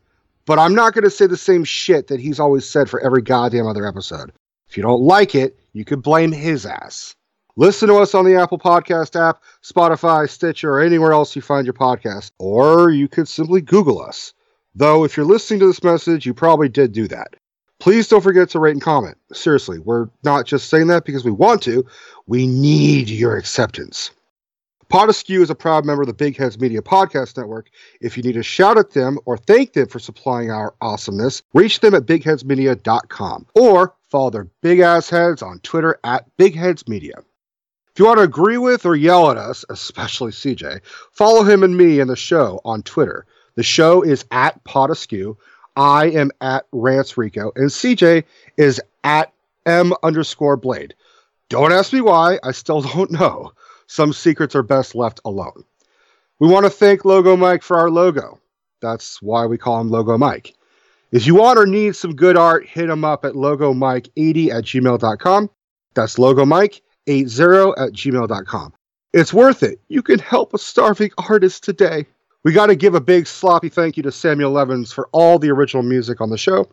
S2: but I'm not going to say the same shit that he's always said for every goddamn other episode. If you don't like it, you could blame his ass. Listen to us on the Apple Podcast app, Spotify, Stitcher, or anywhere else you find your podcast. Or you could simply Google us. Though, if you're listening to this message, you probably did do that. Please don't forget to rate and comment. Seriously, we're not just saying that because we want to, we need your acceptance. Pod Askew is a proud member of the Big Heads Media Podcast Network. If you need to shout at them or thank them for supplying our awesomeness, reach them at bigheadsmedia.com or follow their big ass heads on Twitter at Big Heads Media. If you want to agree with or yell at us, especially CJ, follow him and me and the show on Twitter. The show is at Pod Askew. I am at Rance Rico, and CJ is at M underscore Blade. Don't ask me why, I still <laughs> don't know. Some secrets are best left alone. We want to thank Logo Mike for our logo. That's why we call him Logo Mike. If you want or need some good art, hit him up at logomike80 at gmail.com. That's logomike80 at gmail.com. It's worth it. You can help a starving artist today. We got to give a big sloppy thank you to Samuel Levins for all the original music on the show,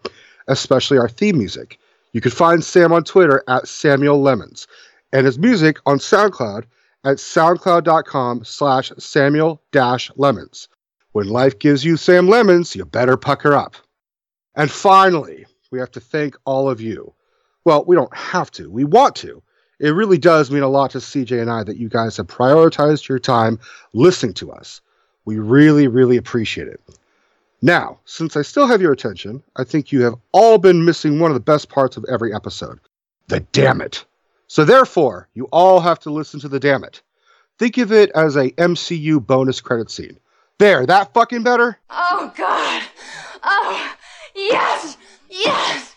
S2: especially our theme music. You can find Sam on Twitter at Samuel Lemons and his music on SoundCloud at soundcloud.com slash Samuel dash Lemons. When life gives you Sam Lemons, you better pucker up. And finally, we have to thank all of you. Well, we don't have to, we want to. It really does mean a lot to CJ and I that you guys have prioritized your time listening to us. We really, really appreciate it. Now, since I still have your attention, I think you have all been missing one of the best parts of every episode the damn it. So, therefore, you all have to listen to the damn it. Think of it as a MCU bonus credit scene. There, that fucking better?
S8: Oh, God. Oh, yes. Yes. Ah, oh, Oh,